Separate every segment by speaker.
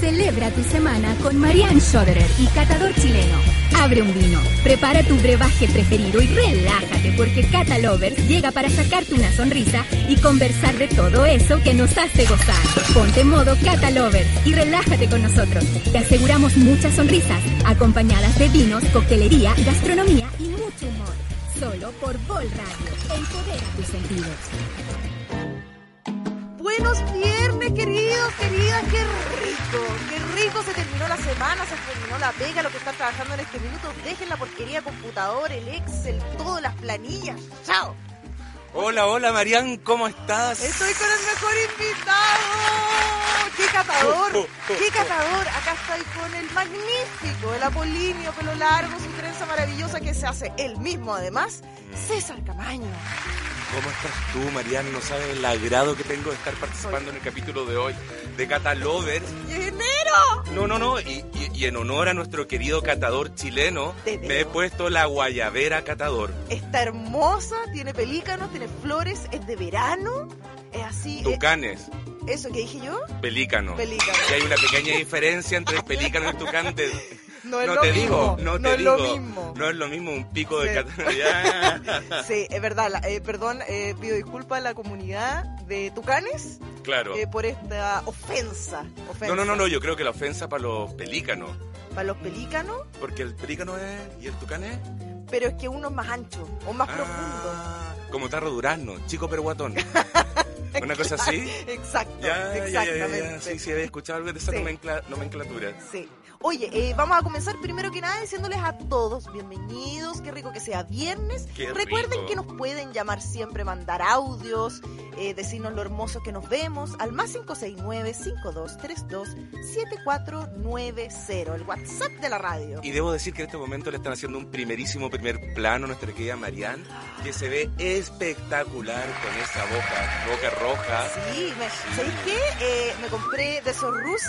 Speaker 1: Celebra tu semana con Marianne Schoderer y Catador Chileno. Abre un vino, prepara tu brebaje preferido y relájate porque Catalovers llega para sacarte una sonrisa y conversar de todo eso que nos hace gozar. Ponte en modo Catalovers y relájate con nosotros. Te aseguramos muchas sonrisas, acompañadas de vinos, coctelería, gastronomía y mucho humor. Solo por Vol Radio. Empodera tus sentidos.
Speaker 2: Buenos viernes, queridos, queridas, qué rico, qué rico se terminó la semana, se terminó la pega, lo que están trabajando en este minuto, dejen la porquería computador, el Excel, todas las planillas, chao.
Speaker 3: Hola, hola Marian, ¿cómo estás?
Speaker 2: Estoy con el mejor invitado, qué catador, qué catador, acá estoy con el magnífico, el apolinio, pelo largo, su trenza maravillosa que se hace él mismo además, César Camaño.
Speaker 3: ¿Cómo estás tú, Marian? No sabes el agrado que tengo de estar participando en el capítulo de hoy de Catalovers.
Speaker 2: ¡Enero!
Speaker 3: No, no, no, y, y- y en honor a nuestro querido catador chileno,
Speaker 2: Te
Speaker 3: me he
Speaker 2: veo.
Speaker 3: puesto la guayabera catador.
Speaker 2: Está hermosa, tiene pelícanos, tiene flores, es de verano, es así. eh,
Speaker 3: Tucanes,
Speaker 2: ¿Eso que dije yo?
Speaker 3: pelícano.
Speaker 2: Pelícano.
Speaker 3: Y hay una pequeña diferencia entre el pelícano y el tucán. te-
Speaker 2: No es
Speaker 3: no
Speaker 2: lo
Speaker 3: te
Speaker 2: mismo.
Speaker 3: digo, no te
Speaker 2: es
Speaker 3: digo.
Speaker 2: lo mismo.
Speaker 3: No es lo mismo un pico de
Speaker 2: Sí.
Speaker 3: catador. Ya.
Speaker 2: Sí, es verdad. la- eh, perdón, eh, pido disculpas a la comunidad de Tucanes
Speaker 3: Claro.
Speaker 2: eh, por esta ofensa. ofensa
Speaker 3: No, no, no, no, yo creo que la ofensa para los pelícanos.
Speaker 2: Para los pelícanos,
Speaker 3: Porque el pelícano es. ¿Y el tucán es?
Speaker 2: pero es que uno es más ancho o más profundo.
Speaker 3: Ah, Como tarro durazno, chico pero guatón. Una cosa así.
Speaker 2: Exacto,
Speaker 3: Ya, ya, ya, ya,
Speaker 2: exactamente.
Speaker 3: ya, Sí, sí, había escuchado algo de esa
Speaker 2: Sí.
Speaker 3: nomencla- nomenclatura.
Speaker 2: Sí. Oye, eh, vamos a comenzar primero que nada diciéndoles a todos bienvenidos, qué rico que sea viernes.
Speaker 3: Qué
Speaker 2: Recuerden
Speaker 3: rico.
Speaker 2: que nos pueden llamar siempre, mandar audios, eh, decirnos lo hermoso que nos vemos al más 569-5232-7490, el WhatsApp de la radio.
Speaker 3: Y debo decir que en este momento le están haciendo un primerísimo primer plano a nuestra querida Marianne, que se ve espectacular con esa boca, boca roja.
Speaker 2: Sí, me, ¿sabéis qué? Eh, me compré de esos ruses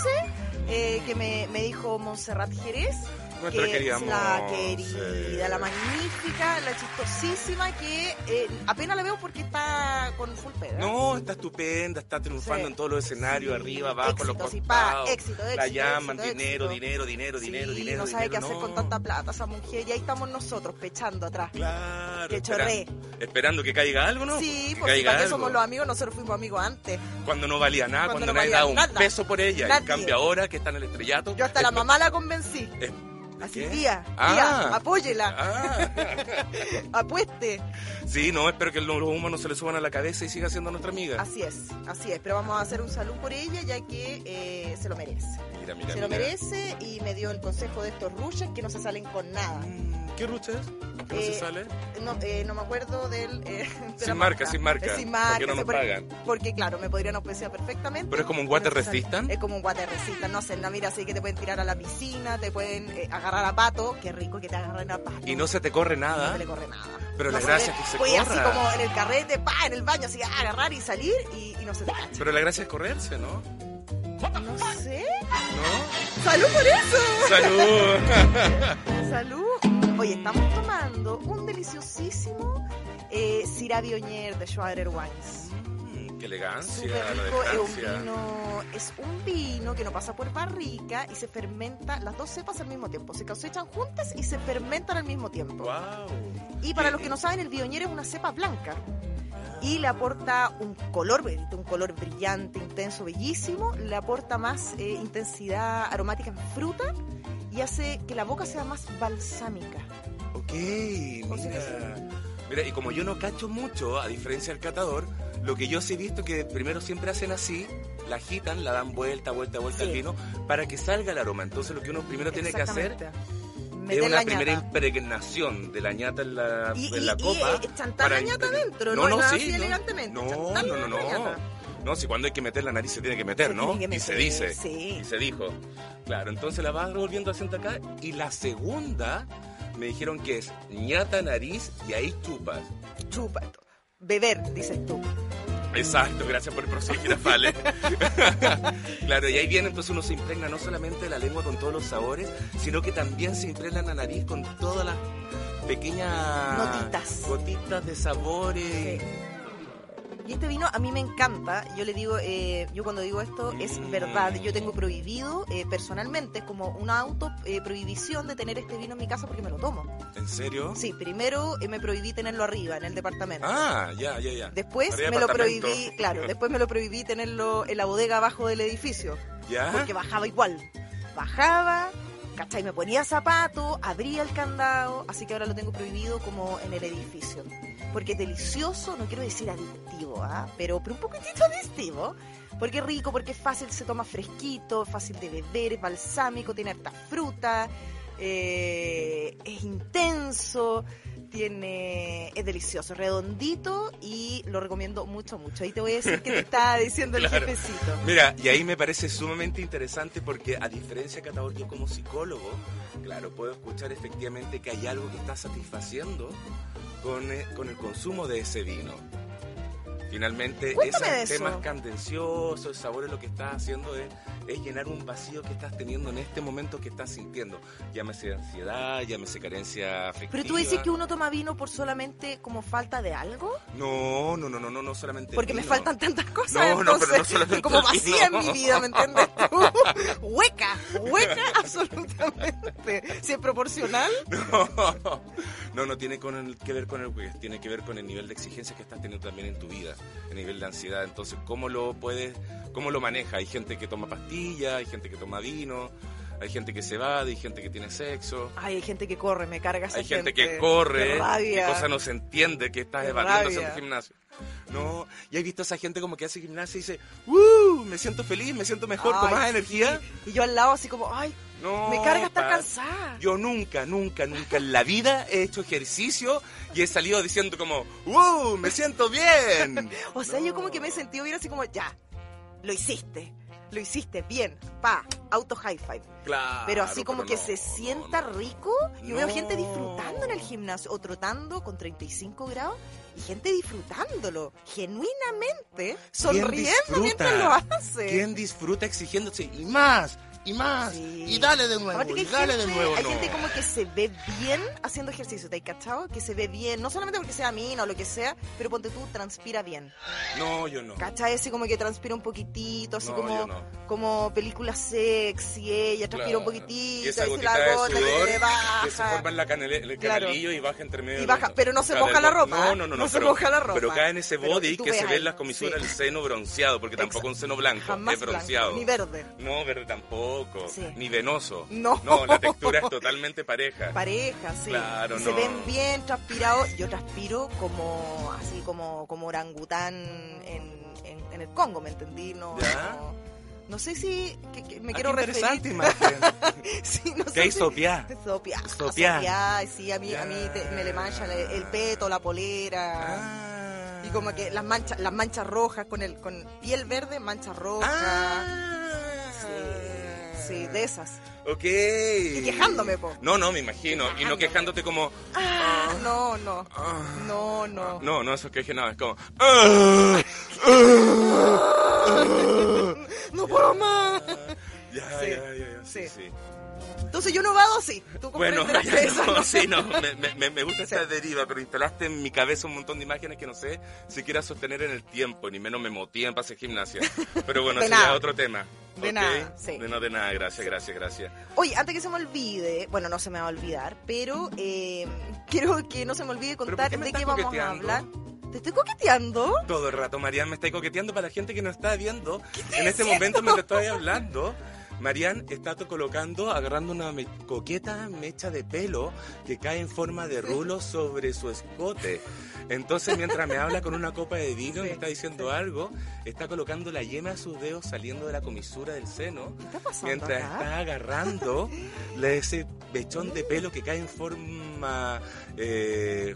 Speaker 2: eh, que me, me dijo Montserrat Jerez.
Speaker 3: Nuestra eh,
Speaker 2: que
Speaker 3: querida
Speaker 2: es la
Speaker 3: Monse.
Speaker 2: querida, la magnífica, la chistosísima que eh, apenas la veo porque está con full ¿eh? peda.
Speaker 3: No, está estupenda, está triunfando
Speaker 2: Sí.
Speaker 3: en todos los escenarios,
Speaker 2: Sí,
Speaker 3: arriba, abajo, los
Speaker 2: éxito, sí, pa,
Speaker 3: costados.
Speaker 2: éxito,
Speaker 3: la
Speaker 2: éxito,
Speaker 3: llaman,
Speaker 2: éxito,
Speaker 3: dinero,
Speaker 2: éxito.
Speaker 3: dinero, dinero, dinero,
Speaker 2: Sí,
Speaker 3: dinero.
Speaker 2: no sabe qué
Speaker 3: dinero,
Speaker 2: hacer
Speaker 3: no.
Speaker 2: con tanta plata esa mujer y ahí estamos nosotros pechando atrás.
Speaker 3: Claro.
Speaker 2: Que
Speaker 3: esperan-
Speaker 2: chorree.
Speaker 3: Esperando que caiga algo, ¿no?
Speaker 2: sí,
Speaker 3: Que
Speaker 2: porque
Speaker 3: caiga
Speaker 2: para qué
Speaker 3: algo.
Speaker 2: somos los amigos, nosotros fuimos amigos antes.
Speaker 3: Cuando no valía nada, cuando,
Speaker 2: Cuando no
Speaker 3: nadie
Speaker 2: valía
Speaker 3: daba un
Speaker 2: nada.
Speaker 3: peso por ella. Y En
Speaker 2: Nadie.
Speaker 3: cambio ahora que está en el estrellato.
Speaker 2: Yo hasta la
Speaker 3: espe-
Speaker 2: mamá la convencí.
Speaker 3: Eh,
Speaker 2: Así,
Speaker 3: ¿qué?
Speaker 2: tía, tía,
Speaker 3: Ah.
Speaker 2: apóyela,
Speaker 3: Ah,
Speaker 2: apueste.
Speaker 3: sí, no, espero que los humanos se le suban a la cabeza y siga siendo nuestra amiga.
Speaker 2: Así es, así es. Pero vamos a hacer un saludo por ella ya que eh, se lo merece.
Speaker 3: Mira, mira,
Speaker 2: se lo
Speaker 3: mira.
Speaker 2: merece y me dio el consejo de estos rushes que no se salen con nada.
Speaker 3: Mm, ¿Qué rucha es? ¿Cómo
Speaker 2: Eh,
Speaker 3: se sale?
Speaker 2: No, eh, no me acuerdo del... eh, de la
Speaker 3: Sin marca, sin marca.
Speaker 2: Eh, Sin marca.
Speaker 3: Porque no
Speaker 2: sí,
Speaker 3: nos
Speaker 2: porque-
Speaker 3: pagan.
Speaker 2: Porque claro, me podrían auspiciar perfectamente.
Speaker 3: Pero es como un
Speaker 2: Y
Speaker 3: water
Speaker 2: no se sale.
Speaker 3: resistant.
Speaker 2: Es como un water resistant, no sé, no, mira, así que te pueden tirar a la piscina, te pueden eh, agarrar a pato, qué rico que te agarren a pato.
Speaker 3: Y no se te corre
Speaker 2: No
Speaker 3: nada.
Speaker 2: te le corre nada.
Speaker 3: Pero
Speaker 2: No
Speaker 3: la
Speaker 2: se
Speaker 3: gracia
Speaker 2: le-
Speaker 3: es que se
Speaker 2: Oye, así
Speaker 3: corra.
Speaker 2: como en el carrete, pa, en el baño, así agarrar y salir y, y no se te cacha.
Speaker 3: Pero la gracia es correrse, ¿no?
Speaker 2: No sé.
Speaker 3: ¿No?
Speaker 2: ¡Salud por eso!
Speaker 3: ¡Salud!
Speaker 2: Salud. Hoy estamos tomando un deliciosísimo eh, Syrah Bionier de Schwader Wines.
Speaker 3: Mm, ¡Qué
Speaker 2: Súper
Speaker 3: elegancia! La
Speaker 2: rico, es un,
Speaker 3: elegancia.
Speaker 2: vino, es un vino que no pasa por barrica y se fermenta, las dos cepas al mismo tiempo, se cosechan juntas y se fermentan al mismo tiempo.
Speaker 3: ¡Wow!
Speaker 2: Y para los que no saben, el Bionier es una cepa blanca y le aporta un color, un color brillante, intenso, bellísimo, le aporta más eh, intensidad aromática en fruta y hace que la boca sea más balsámica.
Speaker 3: Ok,
Speaker 2: O sea,
Speaker 3: mira. Mira, y como yo no cacho mucho, a diferencia del catador, lo que yo sí he visto que primero siempre hacen así, la agitan, la dan vuelta, vuelta, vuelta al
Speaker 2: Sí.
Speaker 3: vino, para que salga el aroma. Entonces lo que uno primero tiene que hacer
Speaker 2: Exactamente.
Speaker 3: es
Speaker 2: Meter
Speaker 3: una
Speaker 2: la
Speaker 3: primera
Speaker 2: ñata.
Speaker 3: impregnación de la ñata en la,
Speaker 2: Y,
Speaker 3: en
Speaker 2: y-
Speaker 3: la
Speaker 2: y,
Speaker 3: copa.
Speaker 2: eh, chantar
Speaker 3: para
Speaker 2: la ñata
Speaker 3: impregnar-
Speaker 2: adentro, no,
Speaker 3: no,
Speaker 2: es nada
Speaker 3: sí,
Speaker 2: así
Speaker 3: no.
Speaker 2: elegantemente.
Speaker 3: No,
Speaker 2: chantar
Speaker 3: no, no,
Speaker 2: la
Speaker 3: no.
Speaker 2: ñata.
Speaker 3: No, si cuando hay que meter la nariz se tiene que meter,
Speaker 2: Se
Speaker 3: ¿no?
Speaker 2: tiene que
Speaker 3: Y se
Speaker 2: meter,
Speaker 3: dice.
Speaker 2: Sí.
Speaker 3: Y se dijo. Claro, entonces la vas revolviendo hacia acá. Y la segunda me dijeron que es ñata nariz y ahí chupas.
Speaker 2: Chupa. Beber, dices tú.
Speaker 3: Exacto, gracias por el proceso, Girafales. claro, y ahí viene, entonces uno se impregna no solamente la lengua con todos los sabores, sino que también se impregna la nariz con todas las pequeñas
Speaker 2: Notitas.
Speaker 3: gotitas de sabores.
Speaker 2: Y este vino a mí me encanta. Yo le digo, eh, yo cuando digo esto es
Speaker 3: Mm.
Speaker 2: verdad. Yo tengo prohibido eh, personalmente, es como una auto eh, prohibición de tener este vino en mi casa porque me lo tomo.
Speaker 3: ¿En serio?
Speaker 2: Sí, primero eh, me prohibí tenerlo arriba en el departamento.
Speaker 3: Ah, ya, ya, ya.
Speaker 2: Después
Speaker 3: Arriba
Speaker 2: me lo
Speaker 3: apartamento.
Speaker 2: prohibí, claro, después me lo prohibí tenerlo en la bodega abajo del edificio,
Speaker 3: ¿Ya?
Speaker 2: porque bajaba igual. Bajaba, ¿cachai? Me ponía zapato, abría el candado, así que ahora lo tengo prohibido como en el edificio. Porque es delicioso, no quiero decir adictivo, ¿ah? pero, pero un poquitito adictivo. Porque es rico, porque es fácil, se toma fresquito, es fácil de beber, es balsámico, tiene harta fruta, eh, es intenso, tiene, es delicioso, redondito y lo recomiendo mucho, mucho. Ahí te voy a decir que te está diciendo el
Speaker 3: Claro.
Speaker 2: jefecito.
Speaker 3: Mira, y ahí me parece sumamente interesante porque a diferencia de Catador, yo como psicólogo, claro, puedo escuchar efectivamente que hay algo que está satisfaciendo con, eh, con el consumo de ese vino. Finalmente,
Speaker 2: Cuéntame de
Speaker 3: esos
Speaker 2: eso.
Speaker 3: temas candenciosos, el sabor es lo que estás haciendo es, es llenar un vacío que estás teniendo en este momento que estás sintiendo. Llámese ansiedad, llámese carencia afectiva.
Speaker 2: Pero tú dices que uno toma vino por solamente como falta de algo,
Speaker 3: No, no, no, no, no, no solamente
Speaker 2: porque me
Speaker 3: vino.
Speaker 2: faltan tantas cosas,
Speaker 3: No, no, pero no
Speaker 2: entonces
Speaker 3: solamente
Speaker 2: como
Speaker 3: el
Speaker 2: vacía en
Speaker 3: vino.
Speaker 2: mi vida, ¿me entiendes tú? hueca, hueca absolutamente. Si es proporcional,
Speaker 3: No, no, no tiene con el- que ver con el juez, tiene que ver con el nivel de exigencia que estás teniendo también en tu vida, el nivel de ansiedad. Entonces, ¿cómo lo puedes, cómo lo manejas? Hay gente que toma pastillas, hay gente que toma vino, hay gente que se va, hay gente que tiene sexo,
Speaker 2: ay, hay gente que corre, me carga esa
Speaker 3: hay gente que
Speaker 2: Qué
Speaker 3: corre, qué
Speaker 2: rabia.
Speaker 3: cosa no se entiende que estás
Speaker 2: Qué
Speaker 3: evadiéndose en
Speaker 2: rabia.
Speaker 3: tu gimnasio. No, y he visto a esa gente como que hace gimnasia y dice, ¡Uh! Me siento feliz, me siento mejor, con
Speaker 2: Ay,
Speaker 3: más
Speaker 2: sí.
Speaker 3: energía.
Speaker 2: Y yo al lado así como, ay,
Speaker 3: No,
Speaker 2: me carga estar
Speaker 3: pa-
Speaker 2: cansada.
Speaker 3: yo nunca, nunca, nunca en la vida he hecho ejercicio y he salido diciendo como, ¡Wow! ¡Me siento bien!
Speaker 2: O sea,
Speaker 3: No.
Speaker 2: yo como que me he sentido bien así como, ya, lo hiciste, lo hiciste, bien, pa, auto high five.
Speaker 3: Claro,
Speaker 2: Pero así como que
Speaker 3: no,
Speaker 2: se
Speaker 3: no,
Speaker 2: sienta
Speaker 3: no.
Speaker 2: rico. Yo veo
Speaker 3: No.
Speaker 2: gente disfrutando en el gimnasio o trotando con 35 grados y gente disfrutándolo genuinamente, sonriendo
Speaker 3: disfruta?
Speaker 2: mientras lo hace.
Speaker 3: ¿Quién disfruta exigiéndose? Y más, y más,
Speaker 2: Sí.
Speaker 3: y dale de nuevo,
Speaker 2: Aparte que
Speaker 3: y
Speaker 2: hay,
Speaker 3: dale
Speaker 2: gente,
Speaker 3: de nuevo.
Speaker 2: hay
Speaker 3: no.
Speaker 2: gente como que se ve bien haciendo ejercicio, ¿te has cachado? Que se ve bien, no solamente porque sea mina o lo que sea, pero ponte tú, transpira bien.
Speaker 3: no, yo no.
Speaker 2: ¿Cachai? Así como que transpira un poquitito, así
Speaker 3: No,
Speaker 2: como,
Speaker 3: yo no.
Speaker 2: como película sexy, ella transpira
Speaker 3: Claro.
Speaker 2: un poquitito,
Speaker 3: Y esa
Speaker 2: y se
Speaker 3: gotita
Speaker 2: la
Speaker 3: de
Speaker 2: gota que
Speaker 3: sudor
Speaker 2: le
Speaker 3: Que se
Speaker 2: baja.
Speaker 3: forma en la canele- el
Speaker 2: Claro.
Speaker 3: canalillo y baja entre medio.
Speaker 2: Y
Speaker 3: del
Speaker 2: baja,
Speaker 3: resto.
Speaker 2: pero no se
Speaker 3: Cada
Speaker 2: moja la
Speaker 3: vez-
Speaker 2: ropa,
Speaker 3: No, no, no.
Speaker 2: no se
Speaker 3: pero-
Speaker 2: moja la ropa.
Speaker 3: Pero cae en ese
Speaker 2: Pero
Speaker 3: body
Speaker 2: tú
Speaker 3: que
Speaker 2: ves
Speaker 3: se
Speaker 2: ahí,
Speaker 3: ven las comisuras
Speaker 2: sí.
Speaker 3: del seno bronceado, porque tampoco
Speaker 2: Exacto.
Speaker 3: un seno blanco
Speaker 2: Jamás
Speaker 3: es bronceado.
Speaker 2: blanco, ni verde.
Speaker 3: No, verde tampoco.
Speaker 2: Sí.
Speaker 3: Ni venoso.
Speaker 2: No.
Speaker 3: la textura es totalmente pareja.
Speaker 2: Pareja, sí.
Speaker 3: Claro,
Speaker 2: Y
Speaker 3: no.
Speaker 2: Se ven bien transpirados. Yo transpiro como así como, como orangután en, en- en el Congo, ¿me entendí? No,
Speaker 3: ¿Ya?
Speaker 2: no, no sé si que- que me
Speaker 3: Ah,
Speaker 2: quiero
Speaker 3: qué
Speaker 2: referir.
Speaker 3: interesante, Margen.
Speaker 2: Sí, no
Speaker 3: Que
Speaker 2: sé
Speaker 3: hay
Speaker 2: si-
Speaker 3: sopiá.
Speaker 2: Sopia,
Speaker 3: Sopiá.
Speaker 2: sopiá, sí, a mí, a mí te-
Speaker 3: Ya.
Speaker 2: me le mancha le- el peto, la polera.
Speaker 3: Ah.
Speaker 2: Y como que las manchas, las manchas rojas con el con piel verde, manchas rojas.
Speaker 3: Ah.
Speaker 2: Sí, sí, de esas.
Speaker 3: Ok.
Speaker 2: Y quejándome, po.
Speaker 3: No, no, me imagino. Y
Speaker 2: Quejándome.
Speaker 3: no quejándote como.
Speaker 2: Ah, no, no.
Speaker 3: ah.
Speaker 2: No, no.
Speaker 3: No, no, eso que dije nada, es como. "Ah, ah".
Speaker 2: No puedo más.
Speaker 3: Ya,
Speaker 2: Sí,
Speaker 3: ya, ya, ya, sí,
Speaker 2: sí.
Speaker 3: sí.
Speaker 2: Entonces yo no vado así. Tú
Speaker 3: Bueno,
Speaker 2: comprenderás
Speaker 3: ya
Speaker 2: que esa
Speaker 3: no,
Speaker 2: no-
Speaker 3: sí, no, me, me- me- me gusta
Speaker 2: Sí.
Speaker 3: esa deriva, pero instalaste en mi cabeza un montón de imágenes que no sé si quiera sostener en el tiempo, ni menos me motivan para hacer gimnasia. Pero bueno,
Speaker 2: De
Speaker 3: ese ya es
Speaker 2: nada.
Speaker 3: otro tema.
Speaker 2: De
Speaker 3: ¿ok?
Speaker 2: nada, sí.
Speaker 3: De, no, de nada, gracias, gracias, gracias.
Speaker 2: Oye, antes que se me olvide, bueno, no se me va a olvidar, pero eh, quiero que no se me olvide
Speaker 3: ¿por
Speaker 2: contar
Speaker 3: qué me
Speaker 2: de
Speaker 3: estás
Speaker 2: qué vamos a
Speaker 3: coqueteando?
Speaker 2: hablar. ¿Te estoy coqueteando?
Speaker 3: Todo el rato, Marian me está coqueteando para la gente que nos está viendo. En este momento, mientras estoy hablando, Marian está to- colocando, agarrando una me- coqueta mecha de pelo que cae en forma de rulo sobre su escote. Entonces, mientras me habla con una copa de vino y
Speaker 2: Sí,
Speaker 3: está diciendo algo, está colocando la yema de sus dedos saliendo de la comisura del seno.
Speaker 2: ¿Qué está pasando
Speaker 3: Mientras
Speaker 2: acá?
Speaker 3: está agarrando la- ese mechón de pelo que cae en forma eh,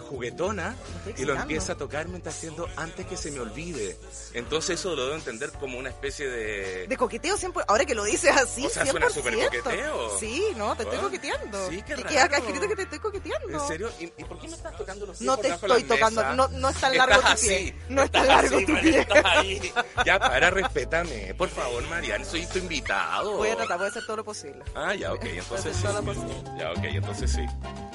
Speaker 2: Me
Speaker 3: juguetona
Speaker 2: estoy
Speaker 3: y lo
Speaker 2: excitando.
Speaker 3: empieza a tocar mientras haciendo antes que se me olvide. Entonces eso lo debo entender como una especie de...
Speaker 2: De coqueteo siempre, ahora que lo dices sí,
Speaker 3: O sea, suena
Speaker 2: 100%.
Speaker 3: súper coqueteo.
Speaker 2: Sí, no, te estoy
Speaker 3: Wow.
Speaker 2: coqueteando.
Speaker 3: Sí, qué
Speaker 2: Que
Speaker 3: raro.
Speaker 2: queda acá escrito que te estoy coqueteando.
Speaker 3: ¿En serio? ¿Y, y por qué no estás tocando los pies
Speaker 2: No
Speaker 3: por
Speaker 2: te
Speaker 3: debajo de la
Speaker 2: estoy tocando,
Speaker 3: mesa?
Speaker 2: no, no es tan largo
Speaker 3: Estás
Speaker 2: tu pie.
Speaker 3: así,
Speaker 2: no es tan
Speaker 3: estás
Speaker 2: largo
Speaker 3: así,
Speaker 2: tu
Speaker 3: Marian,
Speaker 2: pie.
Speaker 3: estás ahí. Ya, para, respétame. Por favor, Marian, soy tu invitado.
Speaker 2: Voy a tratar, voy a hacer todo lo posible.
Speaker 3: Ah, ya, ok, entonces sí.
Speaker 2: Voy a hacer todo lo posible.
Speaker 3: Ya, ok, entonces sí.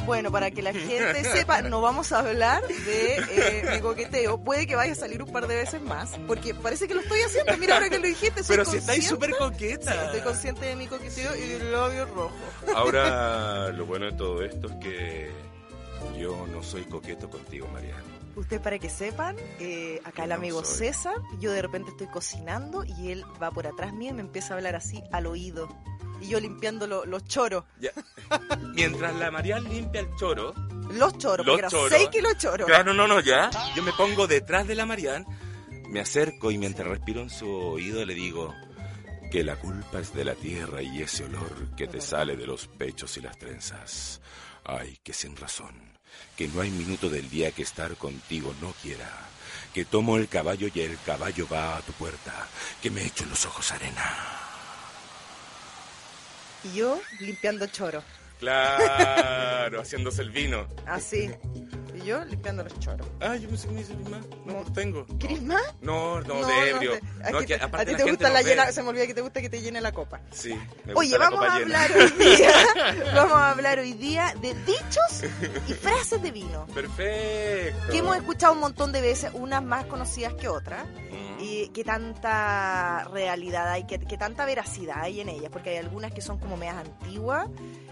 Speaker 2: Bueno, para que la gente sepa, no vamos a hablar de eh, mi coqueteo. Puede que vaya a salir un par de veces más, porque parece que lo estoy haciendo. Mira, ahora que lo dijiste, soy
Speaker 3: Pero si estáis
Speaker 2: consciente.
Speaker 3: súper coqueta.
Speaker 2: Estoy consciente de mi coqueteo y del labio rojo.
Speaker 3: Ahora, lo bueno de todo esto es que yo no soy coqueto contigo, Marian.
Speaker 2: Usted para que sepan, eh, acá el
Speaker 3: No
Speaker 2: amigo
Speaker 3: soy.
Speaker 2: César, yo de repente estoy cocinando y él va por atrás mío y me empieza a hablar así al oído. Y yo limpiando lo- los choros.
Speaker 3: Ya. Mientras la Marian limpia el choro,
Speaker 2: Los choros,
Speaker 3: Los
Speaker 2: porque
Speaker 3: choros.
Speaker 2: eran 6 kilos choros.
Speaker 3: Claro, no, no, ya. Yo me pongo detrás de la Marianne, me acerco y mientras respiro en su oído le digo que la culpa es de la tierra y ese olor que te sale de los pechos y las trenzas. Ay, que sin razón, que no hay minuto del día que estar contigo no quiera. Que tomo el caballo y el caballo va a tu puerta. Que me echo los ojos arena.
Speaker 2: Y yo limpiando choros.
Speaker 3: Claro, haciéndose el vino.
Speaker 2: Así. Y yo limpiando los choros.
Speaker 3: Ah, yo pensé que me hice más.
Speaker 2: No, pues
Speaker 3: tengo.
Speaker 2: ¿Querés más?
Speaker 3: No, no,
Speaker 2: No, no,
Speaker 3: de ebrio.
Speaker 2: te- a
Speaker 3: No,
Speaker 2: que
Speaker 3: que
Speaker 2: te-
Speaker 3: aparte
Speaker 2: a ti
Speaker 3: la
Speaker 2: te
Speaker 3: gente
Speaker 2: gusta la
Speaker 3: nos ve.
Speaker 2: llena, se me olvida que te gusta que te llene la copa.
Speaker 3: Sí, me gusta
Speaker 2: Oye,
Speaker 3: la
Speaker 2: vamos
Speaker 3: copa
Speaker 2: a
Speaker 3: llena.
Speaker 2: hablar hoy día, vamos a hablar hoy día de dichos y frases de vino.
Speaker 3: Perfecto.
Speaker 2: Que hemos escuchado un montón de veces, unas más conocidas que otras,
Speaker 3: Mm.
Speaker 2: y que tanta realidad hay, que, que tanta veracidad hay en ellas, porque hay algunas que son como medias antiguas,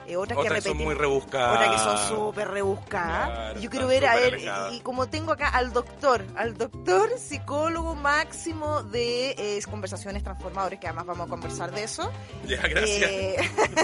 Speaker 2: eh, otras, que
Speaker 3: Otras que son
Speaker 2: repetimos.
Speaker 3: muy rebuscadas.
Speaker 2: Otras que son súper rebuscadas.
Speaker 3: Claro,
Speaker 2: Yo quiero
Speaker 3: están
Speaker 2: ver, a
Speaker 3: súper
Speaker 2: ver,
Speaker 3: alejadas.
Speaker 2: y, y como tengo acá al doctor, al doctor psicólogo máximo de eh, conversaciones transformadores, que además vamos a conversar de eso.
Speaker 3: Ya, gracias.
Speaker 2: Eh,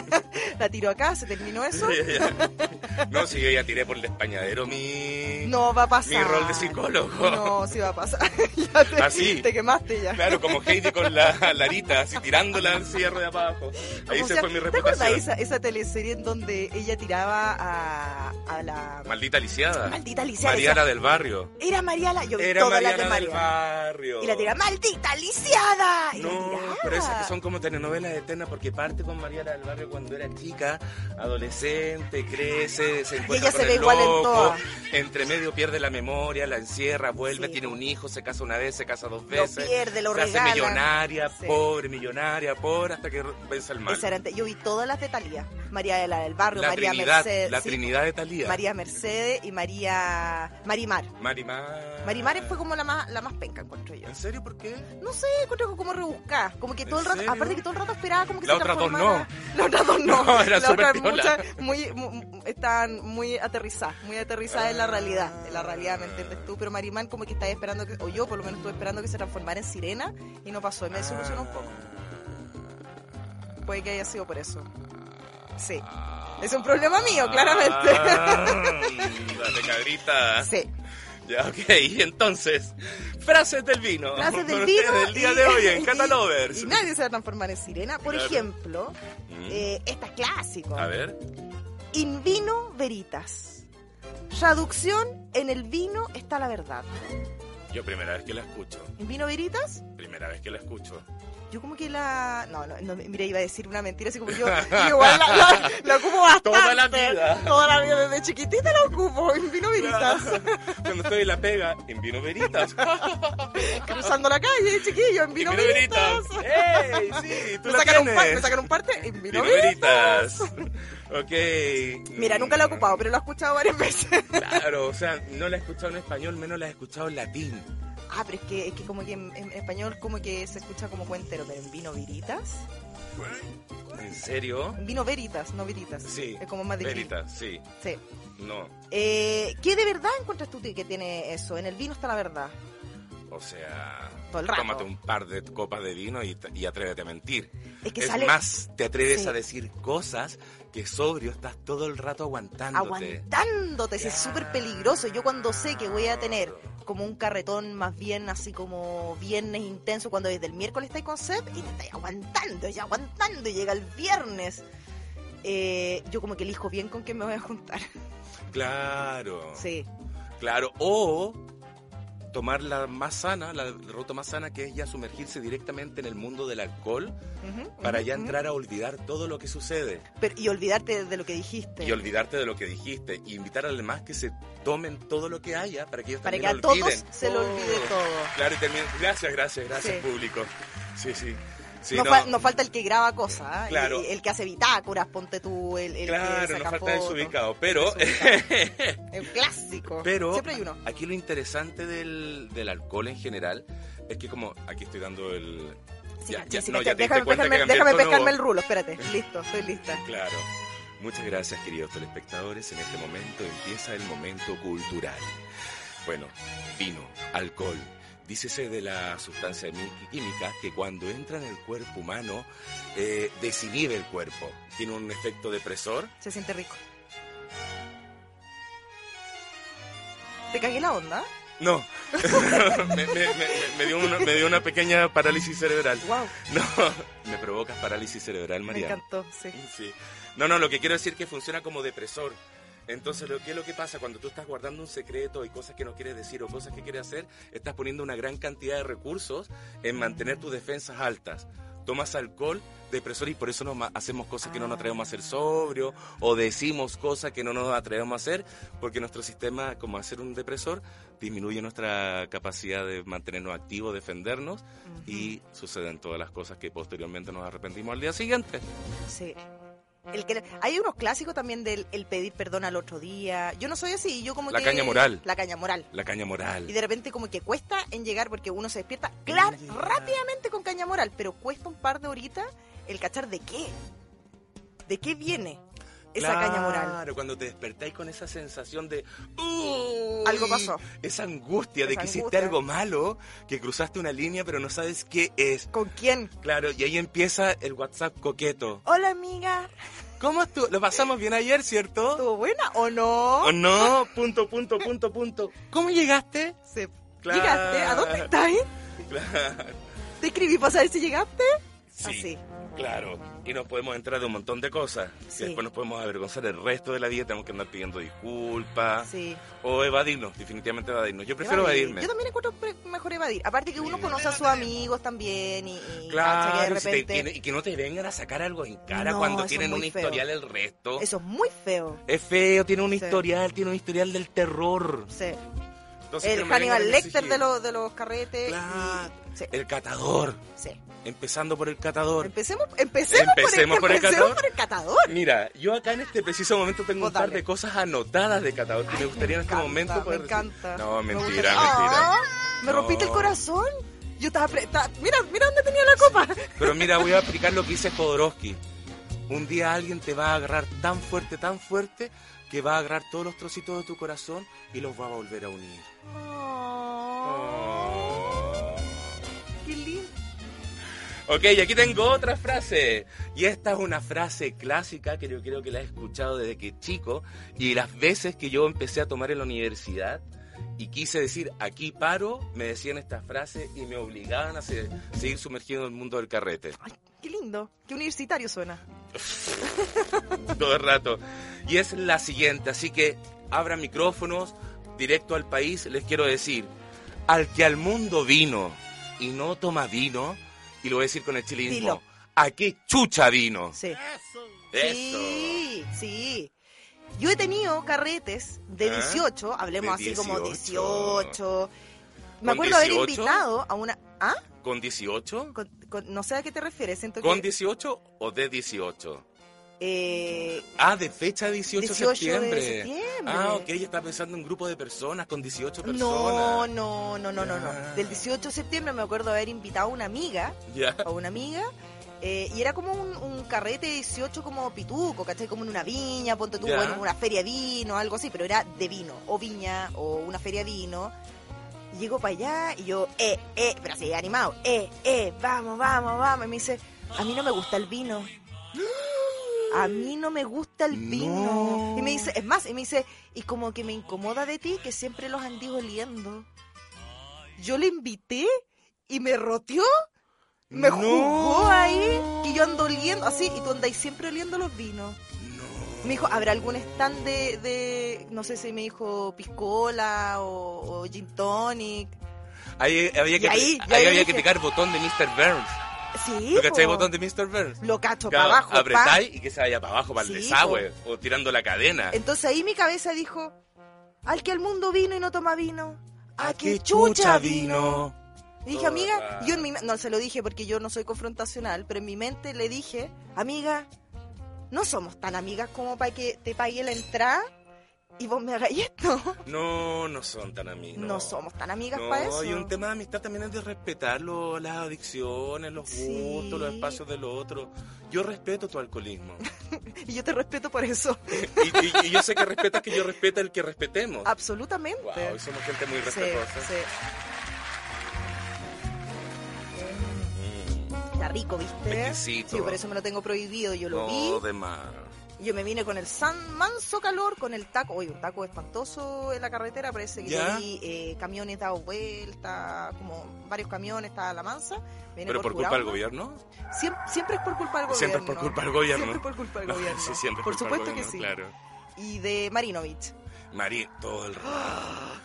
Speaker 2: la tiro acá, se terminó eso.
Speaker 3: Ya, ya. No, si yo ya tiré por el españadero mi,
Speaker 2: No va a pasar.
Speaker 3: mi rol de psicólogo.
Speaker 2: No, sí va a pasar. Ya te,
Speaker 3: Así.
Speaker 2: te quemaste ya.
Speaker 3: Claro, como Heidi con la larita, así tirándola al cierre de abajo. Ahí
Speaker 2: Como
Speaker 3: se
Speaker 2: sea,
Speaker 3: fue mi
Speaker 2: ¿Te acuerdas
Speaker 3: reputación.
Speaker 2: esa, esa teleserie en donde ella tiraba a, a la
Speaker 3: Maldita lisiada.
Speaker 2: maldita Lisiada?
Speaker 3: Mariana del barrio.
Speaker 2: decía, Era Mariala, yo vi
Speaker 3: Era
Speaker 2: todas
Speaker 3: Mariana
Speaker 2: las de
Speaker 3: del
Speaker 2: Mariala.
Speaker 3: barrio.
Speaker 2: Y la tira, maldita lisiada. Y la "Ah,
Speaker 3: No,
Speaker 2: tiraba.
Speaker 3: pero esas que son como telenovelas eternas porque parte con Mariana del Barrio cuando era chica, adolescente, crece, se encuentra
Speaker 2: ella
Speaker 3: con
Speaker 2: se ve
Speaker 3: el
Speaker 2: igual en
Speaker 3: loco,
Speaker 2: todas.
Speaker 3: entre medio pierde la memoria, la encierra, vuelve,
Speaker 2: Sí.
Speaker 3: tiene un hijo, se casa una vez, se casa dos
Speaker 2: Lo
Speaker 3: veces,
Speaker 2: pierde, lo
Speaker 3: se hace
Speaker 2: regala.
Speaker 3: millonaria,
Speaker 2: Sí.
Speaker 3: pobre, millonaria, pobre, hasta que vence el mal.
Speaker 2: Esa era ante- Yo vi todas las de Talía. María de la del Barrio,
Speaker 3: la
Speaker 2: María
Speaker 3: Trinidad,
Speaker 2: Mercedes.
Speaker 3: la
Speaker 2: sí,
Speaker 3: Trinidad de Talía.
Speaker 2: María Mercedes y María Marimar.
Speaker 3: Marimar.
Speaker 2: Marimar fue como la más, la más penca, encuentro yo.
Speaker 3: ¿En serio por qué?
Speaker 2: No sé, encuentro como rebuscada. Como que todo el
Speaker 3: ¿En
Speaker 2: rato,
Speaker 3: serio?
Speaker 2: aparte que todo el rato esperaba como que
Speaker 3: La
Speaker 2: se
Speaker 3: otra dos
Speaker 2: transformara. Las otras dos no.
Speaker 3: No, era
Speaker 2: Las otras
Speaker 3: súper piola.
Speaker 2: muchas muy, mu- están muy aterrizadas, muy aterrizadas en la realidad. En la realidad, ¿me entiendes tú? Pero Marimán como que estaba esperando, que, o yo por lo menos estuve esperando que se transformara en sirena y no pasó. Y me desilusionó un poco.
Speaker 3: Ah.
Speaker 2: Puede que haya sido por eso. Sí. Es un problema mío, claramente.
Speaker 3: Ah, de cabrita.
Speaker 2: Sí.
Speaker 3: Ya, ok, entonces, frases del vino.
Speaker 2: Frases del
Speaker 3: Con
Speaker 2: vino.
Speaker 3: ustedes el día
Speaker 2: y-
Speaker 3: de hoy en
Speaker 2: y-
Speaker 3: Catalovers.
Speaker 2: Y, nadie se va a transformar en sirena. Por
Speaker 3: Claro.
Speaker 2: ejemplo,
Speaker 3: Mm.
Speaker 2: eh, esta es clásico.
Speaker 3: A ver,
Speaker 2: In vino veritas. Traducción, en el vino está la verdad.
Speaker 3: yo primera vez que la escucho,
Speaker 2: ¿En vino veritas?
Speaker 3: primera vez que la escucho.
Speaker 2: Yo como que la... No, no, no, mira, iba a decir una mentira, así como yo, yo igual la, la, la ocupo bastante.
Speaker 3: Toda la vida.
Speaker 2: Toda la vida, desde chiquitita la ocupo, en vino veritas.
Speaker 3: Cuando estoy en la pega, en vino veritas.
Speaker 2: Cruzando la calle, chiquillo, en vino,
Speaker 3: En
Speaker 2: veritas.
Speaker 3: ¡Ey! Sí, tú
Speaker 2: Me
Speaker 3: la
Speaker 2: sacaron, un par- me
Speaker 3: tienes.
Speaker 2: sacaron un parte en vino,
Speaker 3: Vino
Speaker 2: veritas.
Speaker 3: veritas. Ok.
Speaker 2: Mira, nunca la he ocupado, pero la he escuchado varias veces.
Speaker 3: Claro, o sea, no la he escuchado en español, menos la he escuchado en latín.
Speaker 2: Ah, pero es que, es que como que en, en español como que se escucha como cuentero, pero en vino veritas...
Speaker 3: ¿En serio?
Speaker 2: Vino veritas, no veritas.
Speaker 3: Sí.
Speaker 2: Es como más difícil.
Speaker 3: Veritas, sí.
Speaker 2: Sí.
Speaker 3: No.
Speaker 2: Eh, ¿Qué de verdad encuentras tú que tiene eso? En el vino está la verdad.
Speaker 3: O sea,
Speaker 2: Todo el rato.
Speaker 3: tómate un par de copas de vino y, y atrévete a mentir.
Speaker 2: Es que
Speaker 3: es
Speaker 2: sale
Speaker 3: más, te atreves
Speaker 2: Sí.
Speaker 3: a decir cosas que sobrio estás todo el rato aguantándote.
Speaker 2: aguantándote, si es súper peligroso. Yo cuando sé que voy a tener como un carretón más bien así como viernes intenso, cuando desde el miércoles estáis con sed y te estáis aguantando y aguantando y llega el viernes. eh, yo como que elijo bien con
Speaker 3: Oh.
Speaker 2: quién me voy a juntar.
Speaker 3: Claro.
Speaker 2: Sí.
Speaker 3: Claro. O tomar la más sana, la ruta más sana, que es ya sumergirse directamente en el mundo del alcohol,
Speaker 2: Ujú,
Speaker 3: para
Speaker 2: ujú,
Speaker 3: ya
Speaker 2: ujú.
Speaker 3: entrar a olvidar todo lo que sucede
Speaker 2: Pero- y olvidarte de lo que dijiste.
Speaker 3: y olvidarte de lo que dijiste y invitar a los demás que se tomen todo lo que haya para que ellos
Speaker 2: para que a
Speaker 3: también
Speaker 2: todos
Speaker 3: olviden. Oh.
Speaker 2: se lo olvide todo.
Speaker 3: Claro, y termina- Gracias, gracias, gracias,
Speaker 2: Sí.
Speaker 3: público. Sí, sí. Sí,
Speaker 2: nos,
Speaker 3: no.
Speaker 2: fal- nos falta el que graba cosas, ¿ah? Y-
Speaker 3: Claro.
Speaker 2: y el que hace bitácoras, ponte tú, el, el que
Speaker 3: Claro,
Speaker 2: saca
Speaker 3: nos falta
Speaker 2: fotos.
Speaker 3: desubicado, pero
Speaker 2: El clásico.
Speaker 3: Pero-
Speaker 2: Siempre hay uno.
Speaker 3: Aquí lo interesante del, del alcohol en general es que como aquí estoy dando el...
Speaker 2: Sí,
Speaker 3: ya,
Speaker 2: sí,
Speaker 3: ya,
Speaker 2: sí,
Speaker 3: no,
Speaker 2: caché.
Speaker 3: ya te diste
Speaker 2: déjame
Speaker 3: cuenta que
Speaker 2: déjame-
Speaker 3: cambié el
Speaker 2: déjame
Speaker 3: tono.
Speaker 2: pescarme el rulo, espérate. Listo, estoy lista.
Speaker 3: Claro. Muchas gracias, queridos telespectadores. En este momento empieza el momento cultural. Bueno, vino, alcohol. Dícese de la sustancia mi- química que cuando entra en el cuerpo humano eh, desinhibe el cuerpo. Tiene un efecto depresor.
Speaker 2: Se siente rico. ¿Te cagué la onda?
Speaker 3: No, me, me- me- me dio una, me dio una pequeña parálisis cerebral.
Speaker 2: Wow,
Speaker 3: No, me provocas parálisis cerebral,
Speaker 2: me
Speaker 3: María.
Speaker 2: encantó, sí.
Speaker 3: Sí. No, no, lo que quiero decir es que funciona como depresor. Entonces, lo que es lo que pasa cuando tú estás guardando un secreto y cosas que no quieres decir o cosas que quieres hacer, estás poniendo una gran cantidad de recursos en mantener tus defensas altas. Tomas alcohol, depresor y por eso nos ma- hacemos cosas que no nos atrevemos a hacer sobrio o decimos cosas que no nos atrevemos a hacer porque nuestro sistema, como hacer un depresor, disminuye nuestra capacidad de mantenernos activos, defendernos y suceden todas las cosas que posteriormente nos arrepentimos al día siguiente.
Speaker 2: Sí. El que- hay unos clásicos también del el pedir perdón al otro día. Yo no soy así, yo como
Speaker 3: La
Speaker 2: que-
Speaker 3: caña moral.
Speaker 2: La caña moral.
Speaker 3: La caña
Speaker 2: Y
Speaker 3: moral.
Speaker 2: de repente como que cuesta en llegar porque uno se despierta clar,
Speaker 3: En llegar.
Speaker 2: rápidamente Este con caña moral, pero cuesta un par de horitas el cachar de qué. ¿De qué viene esa caña moral?
Speaker 3: Claro, cuando te despertáis con esa sensación de. "Uy",
Speaker 2: Algo pasó.
Speaker 3: Esa angustia de
Speaker 2: Esa
Speaker 3: que hiciste
Speaker 2: angustia.
Speaker 3: algo malo, que cruzaste una línea, pero no sabes qué es.
Speaker 2: ¿Con quién?
Speaker 3: Claro, y ahí empieza el WhatsApp coqueto.
Speaker 2: Hola amiga,
Speaker 3: ¿Cómo estuvo? ¿Lo pasamos bien ayer, cierto?
Speaker 2: ¿estuvo buena o no?
Speaker 3: ¿O no? Punto, punto, punto, punto. ¿Cómo llegaste?
Speaker 2: Se-
Speaker 3: Claro.
Speaker 2: ¿Llegaste? ¿A dónde estás?
Speaker 3: Claro.
Speaker 2: Te escribí para saber si llegaste.
Speaker 3: Sí,
Speaker 2: Así.
Speaker 3: claro. Y nos podemos entrar de un montón de cosas.
Speaker 2: Sí.
Speaker 3: Y después nos podemos avergonzar el resto de la vida. Tenemos que andar pidiendo disculpas.
Speaker 2: Sí.
Speaker 3: O evadirnos, definitivamente evadirnos. Ah. Yo prefiero
Speaker 2: Evadir.
Speaker 3: evadirme.
Speaker 2: Yo también encuentro pre- mejor evadir. Aparte que uno
Speaker 3: Sí.
Speaker 2: conoce a sus amigos también y, y cacha que
Speaker 3: Claro,
Speaker 2: de
Speaker 3: si te-
Speaker 2: repente...
Speaker 3: y que no te vengan a sacar algo en cara
Speaker 2: No,
Speaker 3: cuando
Speaker 2: eso es
Speaker 3: tienen
Speaker 2: muy
Speaker 3: un
Speaker 2: feo.
Speaker 3: historial el resto.
Speaker 2: Eso es muy feo.
Speaker 3: Es feo, tiene un
Speaker 2: Sí.
Speaker 3: historial, tiene un historial del terror.
Speaker 2: Sí.
Speaker 3: Entonces, que no
Speaker 2: El
Speaker 3: me
Speaker 2: Hannibal
Speaker 3: vengan a
Speaker 2: Lecter
Speaker 3: exigir.
Speaker 2: de los, de los carretes. y-
Speaker 3: Claro.
Speaker 2: Sí,
Speaker 3: El catador,
Speaker 2: sí.
Speaker 3: empezando por el catador.
Speaker 2: Empecemos, empecemos,
Speaker 3: Empecemos
Speaker 2: por,
Speaker 3: por
Speaker 2: el,
Speaker 3: el
Speaker 2: empecemos
Speaker 3: catador.
Speaker 2: por el catador.
Speaker 3: Mira, yo acá en este preciso momento tengo
Speaker 2: Vos
Speaker 3: un par
Speaker 2: dale.
Speaker 3: de cosas anotadas de catador que me gustaría en este
Speaker 2: encanta,
Speaker 3: momento poder
Speaker 2: Me
Speaker 3: decir.
Speaker 2: encanta.
Speaker 3: No,
Speaker 2: Me
Speaker 3: mentira,
Speaker 2: gustaría-
Speaker 3: mentira.
Speaker 2: Ah, Me rompiste el
Speaker 3: No.
Speaker 2: corazón. Yo estaba. pre- estaba- Mira, mira dónde tenía la copa.
Speaker 3: Pero mira, voy a aplicar lo que dice Jodorowsky. Un día alguien te va a agarrar tan fuerte, tan fuerte, que va a agarrar todos los trocitos de tu corazón y los va a volver a unir.
Speaker 2: Ah,
Speaker 3: Oh.
Speaker 2: Qué lindo.
Speaker 3: Ok, y aquí tengo otra frase. Y esta es una frase clásica que yo creo que la he escuchado desde que chico. Y las veces que yo empecé a tomar en la universidad y quise decir aquí paro, me decían esta frase y me obligaban a se- seguir sumergido en el mundo del carrete.
Speaker 2: Ay, qué lindo. Qué universitario suena.
Speaker 3: todo el rato. Y es la siguiente, así que abran micrófonos directo al país, les quiero decir, al que al mundo vino y no toma vino, y lo voy a decir con el chilismo,
Speaker 2: Dilo.
Speaker 3: ¿a qué chucha vino?
Speaker 2: Sí.
Speaker 3: Eso.
Speaker 2: Sí, sí. Yo he tenido carretes de
Speaker 3: ¿Ah?
Speaker 2: 18, hablemos
Speaker 3: De
Speaker 2: así como
Speaker 3: 18.
Speaker 2: 18.
Speaker 3: ¿Con
Speaker 2: Me acuerdo haber
Speaker 3: 18?
Speaker 2: invitado a una. ¿Ah?
Speaker 3: ¿Con 18?
Speaker 2: Con- con- no sé a qué te refieres. Siento
Speaker 3: ¿Con
Speaker 2: que,
Speaker 3: 18 o de 18?
Speaker 2: eh,
Speaker 3: Ah, de fecha 18, de
Speaker 2: 18
Speaker 3: septiembre.
Speaker 2: de septiembre.
Speaker 3: Ah, ok, ella está pensando en un grupo de personas con 18 personas.
Speaker 2: No, no, no, no, no, no.
Speaker 3: Ah.
Speaker 2: Del 18 de septiembre me acuerdo haber invitado a una amiga,
Speaker 3: Ya.
Speaker 2: a una amiga, eh, y era como un, un carrete 18 como pituco, ¿cachai? Como en una viña, ponte tú,
Speaker 3: Ya.
Speaker 2: bueno, una feria de vino, algo así, pero era de vino, o viña, o una feria de vino. Y Llego para allá y yo, eh, eh, pero así animado, eh, eh, vamos, vamos, vamos. Y me dice, a mí no me gusta el vino. A mí no me gusta el vino.
Speaker 3: No.
Speaker 2: Y me dice, es más, y me dice, y como que me incomoda de ti que siempre los andís oliendo. Yo le invité y me roteó, me
Speaker 3: No.
Speaker 2: jugó ahí, que yo ando oliendo así, y tú andáis siempre oliendo los vinos.
Speaker 3: No.
Speaker 2: Me dijo, ¿habrá algún stand de, de no sé si me dijo piscola o, o gin tonic?
Speaker 3: Ahí había que,
Speaker 2: Y ahí, y
Speaker 3: ahí
Speaker 2: ahí
Speaker 3: había que
Speaker 2: dije-
Speaker 3: picar botón de Mr. Burns.
Speaker 2: Sí.
Speaker 3: ¿Tú cachai
Speaker 2: po.
Speaker 3: botón de Mr. Burns?
Speaker 2: Lo cacho
Speaker 3: Claro,
Speaker 2: para abajo. pa.
Speaker 3: apretáis y que se vaya para abajo, para el
Speaker 2: Sí, Eh,
Speaker 3: desagüe, o tirando la cadena.
Speaker 2: Entonces ahí mi cabeza dijo, al que al mundo vino y no toma vino, a, que
Speaker 3: qué
Speaker 2: chucha vino. Y dije,
Speaker 3: Oh,
Speaker 2: amiga,
Speaker 3: ah.
Speaker 2: yo en mi- no se lo dije porque yo no soy confrontacional, pero en mi mente le dije, amiga, no somos tan amigas como para que te pague la entrada y vos me hagáis esto.
Speaker 3: No, no son tan amigos.
Speaker 2: No, somos tan amigas
Speaker 3: No,
Speaker 2: para eso.
Speaker 3: y un tema de amistad también es de respetar lo- las adicciones, los
Speaker 2: Sí.
Speaker 3: gustos, los espacios del otro. Yo respeto tu alcoholismo.
Speaker 2: Y yo te respeto por eso,
Speaker 3: y, y- y yo sé que respetas que yo respeta el que respetemos.
Speaker 2: absolutamente.
Speaker 3: Wow, ¿eh? somos gente muy
Speaker 2: Ah, Sí,
Speaker 3: respetuosa.
Speaker 2: sí.
Speaker 3: Mm,
Speaker 2: Está rico, ¿viste?
Speaker 3: Exquisito.
Speaker 2: Sí, por eso me lo tengo prohibido, yo lo
Speaker 3: no,
Speaker 2: vi.
Speaker 3: de más.
Speaker 2: Yo me vine con el san manso calor, con el taco, oye, un taco espantoso en la carretera, parece que
Speaker 3: ¿Ya?
Speaker 2: yo vi eh, camiones dados vuelta, como varios camiones, estaba la mansa. me vine
Speaker 3: ¿Pero por culpa
Speaker 2: curado.
Speaker 3: del gobierno?
Speaker 2: Siempre, siempre es por culpa del gobierno.
Speaker 3: Siempre es por culpa del gobierno.
Speaker 2: Siempre es por culpa del
Speaker 3: No,
Speaker 2: gobierno.
Speaker 3: sí, siempre es
Speaker 2: por
Speaker 3: culpa del
Speaker 2: supuesto que sí.
Speaker 3: gobierno, Claro.
Speaker 2: Y de Marinovich.
Speaker 3: Mari, todo el rato.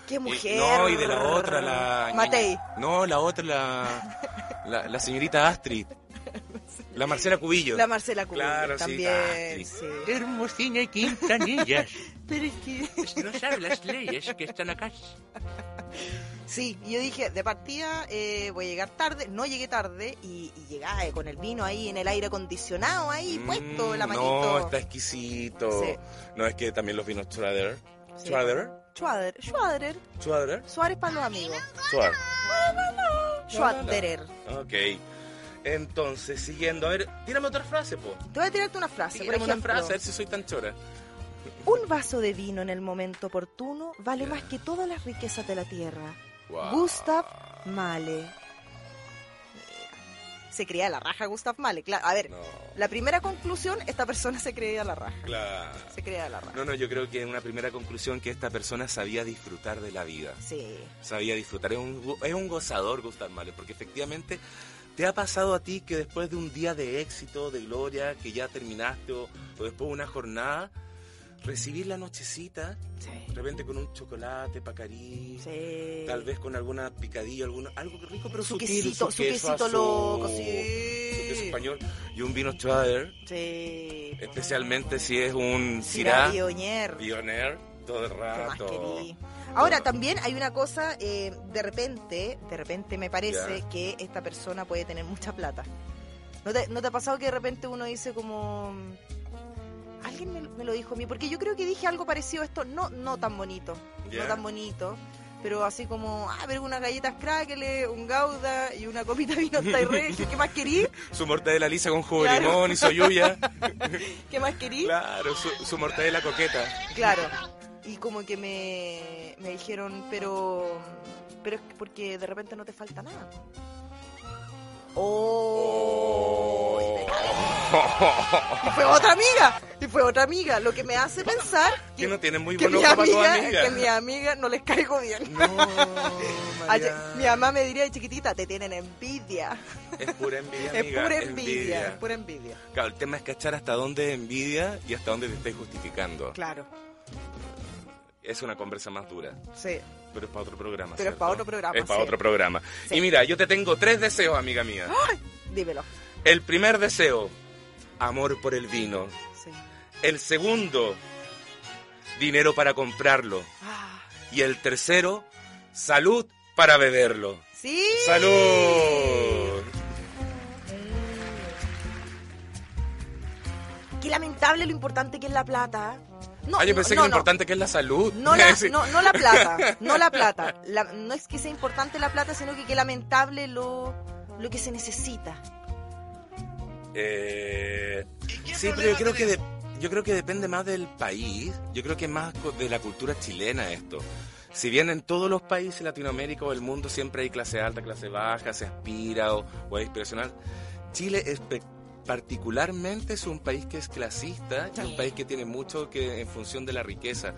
Speaker 2: ¡Qué
Speaker 3: Y-
Speaker 2: mujer!
Speaker 3: Eh, no, y de la otra, la.
Speaker 2: Matei.
Speaker 3: No, la otra, la. La, la señorita Astrid. La Marcela Cubillo.
Speaker 2: La Marcela Cubillo
Speaker 3: Claro, sí,
Speaker 2: también.
Speaker 3: Astrid.
Speaker 2: sí.
Speaker 4: Hermosina Quintanilla,
Speaker 2: Pero es que...
Speaker 4: no sabes las leyes que están acá.
Speaker 2: Sí, y yo dije, de partida eh, voy a llegar tarde, no llegué tarde y, y llegaba eh, con el vino ahí en el aire acondicionado ahí puesto,
Speaker 3: Mm,
Speaker 2: la manito.
Speaker 3: No, está exquisito.
Speaker 2: Sí.
Speaker 3: No, es que también los vinos Schrader.
Speaker 2: Sí.
Speaker 3: Schrader.
Speaker 2: Schwader, Schwader,
Speaker 3: Schrader.
Speaker 2: Suárez para los amigos.
Speaker 3: Schwader.
Speaker 2: Schwaderer.
Speaker 3: Ok. Entonces, siguiendo, a ver, tírame otra frase, po.
Speaker 2: Te voy a tirarte una frase, por
Speaker 3: Tírame una
Speaker 2: ejemplo.
Speaker 3: frase, a ver si soy tan chora.
Speaker 2: Un vaso de vino en el momento oportuno vale más que todas las riquezas de la tierra.
Speaker 3: Wow.
Speaker 2: Gustav Male. Mira, Se creía la raja Gustav Male. Claro, a ver,
Speaker 3: No,
Speaker 2: la primera conclusión, esta persona se creía la raja.
Speaker 3: claro.
Speaker 2: Se creía la raja.
Speaker 3: No, no, yo creo que una primera conclusión que esta persona sabía disfrutar de la vida.
Speaker 2: Sí.
Speaker 3: Sabía disfrutar. Es un, go- es un gozador, Gustav Mahler, porque efectivamente te ha pasado a ti que después de un día de éxito, de gloria, que ya terminaste o, o después de una jornada, recibir la nochecita,
Speaker 2: Sí.
Speaker 3: de repente con un chocolate, pacarí,
Speaker 2: Sí.
Speaker 3: tal vez con alguna picadilla, alguno, algo rico, pero
Speaker 2: su
Speaker 3: sutil,
Speaker 2: quesito, su
Speaker 3: queso
Speaker 2: quesito
Speaker 3: azul,
Speaker 2: loco,
Speaker 3: su queso
Speaker 2: sí.
Speaker 3: español y un vino Schrader,
Speaker 2: Sí.
Speaker 3: especialmente si es un
Speaker 2: Syrah
Speaker 3: Syrah.
Speaker 2: Bionier.
Speaker 3: Pioneer todo el
Speaker 2: ¿Qué más
Speaker 3: rato.
Speaker 2: querí? Ahora también hay una cosa, eh, de repente, de repente me parece
Speaker 3: Ya.
Speaker 2: que esta persona puede tener mucha plata. ¿No te, no te ha pasado que de repente uno dice como... Alguien me, me lo dijo a mí, porque yo creo que dije algo parecido a esto, no, no tan bonito,
Speaker 3: Ya.
Speaker 2: no tan bonito, pero así como, ah, pero unas galletas crackle, un gouda y una copita de vino Tairreje, ¿qué más querí?
Speaker 3: Su mortadela lisa con jugo de
Speaker 2: Claro.
Speaker 3: limón y soyuya.
Speaker 2: ¿Qué más querí?
Speaker 3: claro, su, su mortadela coqueta.
Speaker 2: Claro. Y como que me, me dijeron, pero pero es que porque de repente no te falta nada. Oh. Y fue otra amiga. Y fue otra amiga. Lo que me hace pensar
Speaker 3: Que no tiene muy
Speaker 2: que
Speaker 3: buen
Speaker 2: mi
Speaker 3: ojo para tu
Speaker 2: amiga,
Speaker 3: amiga.
Speaker 2: que mi amiga no les caigo bien.
Speaker 3: No,
Speaker 2: Ayer-
Speaker 3: María.
Speaker 2: mi mamá me diría, chiquitita, te tienen envidia.
Speaker 3: Es pura envidia,
Speaker 2: Es
Speaker 3: amiga.
Speaker 2: pura envidia, es pura envidia.
Speaker 3: Claro, el tema es cachar hasta dónde es envidia y hasta dónde te estáis justificando.
Speaker 2: Claro,
Speaker 3: Es una conversa más dura.
Speaker 2: sí.
Speaker 3: Pero es para otro programa.
Speaker 2: Pero es
Speaker 3: ¿cierto?
Speaker 2: para otro programa,
Speaker 3: Es para
Speaker 2: sí.
Speaker 3: otro programa.
Speaker 2: Sí.
Speaker 3: Y mira, yo te tengo tres deseos, amiga mía.
Speaker 2: Dímelo.
Speaker 3: El primer deseo, amor por el vino.
Speaker 2: Sí.
Speaker 3: El segundo, dinero para comprarlo.
Speaker 2: Ah,
Speaker 3: Y el tercero, salud para beberlo.
Speaker 2: sí.
Speaker 3: ¡Salud!
Speaker 2: Qué lamentable lo importante que es la plata. No,
Speaker 3: ah, yo
Speaker 2: no,
Speaker 3: pensé
Speaker 2: no,
Speaker 3: que
Speaker 2: no.
Speaker 3: lo importante que es la salud.
Speaker 2: No la,
Speaker 3: Sí.
Speaker 2: no, no la plata, no la plata. La- no es que sea importante la plata, sino que qué lamentable lo, lo que se necesita.
Speaker 3: Eh, sí, pero yo creo, que de- yo creo que depende más del país. Yo creo que es más co- de la cultura chilena esto. Si bien en todos los países de Latinoamérica o del mundo siempre hay clase alta, clase baja, se aspira o, o es aspiracional, Chile es pe- particularmente es un país que es clasista y un país que tiene mucho que en función de la riqueza.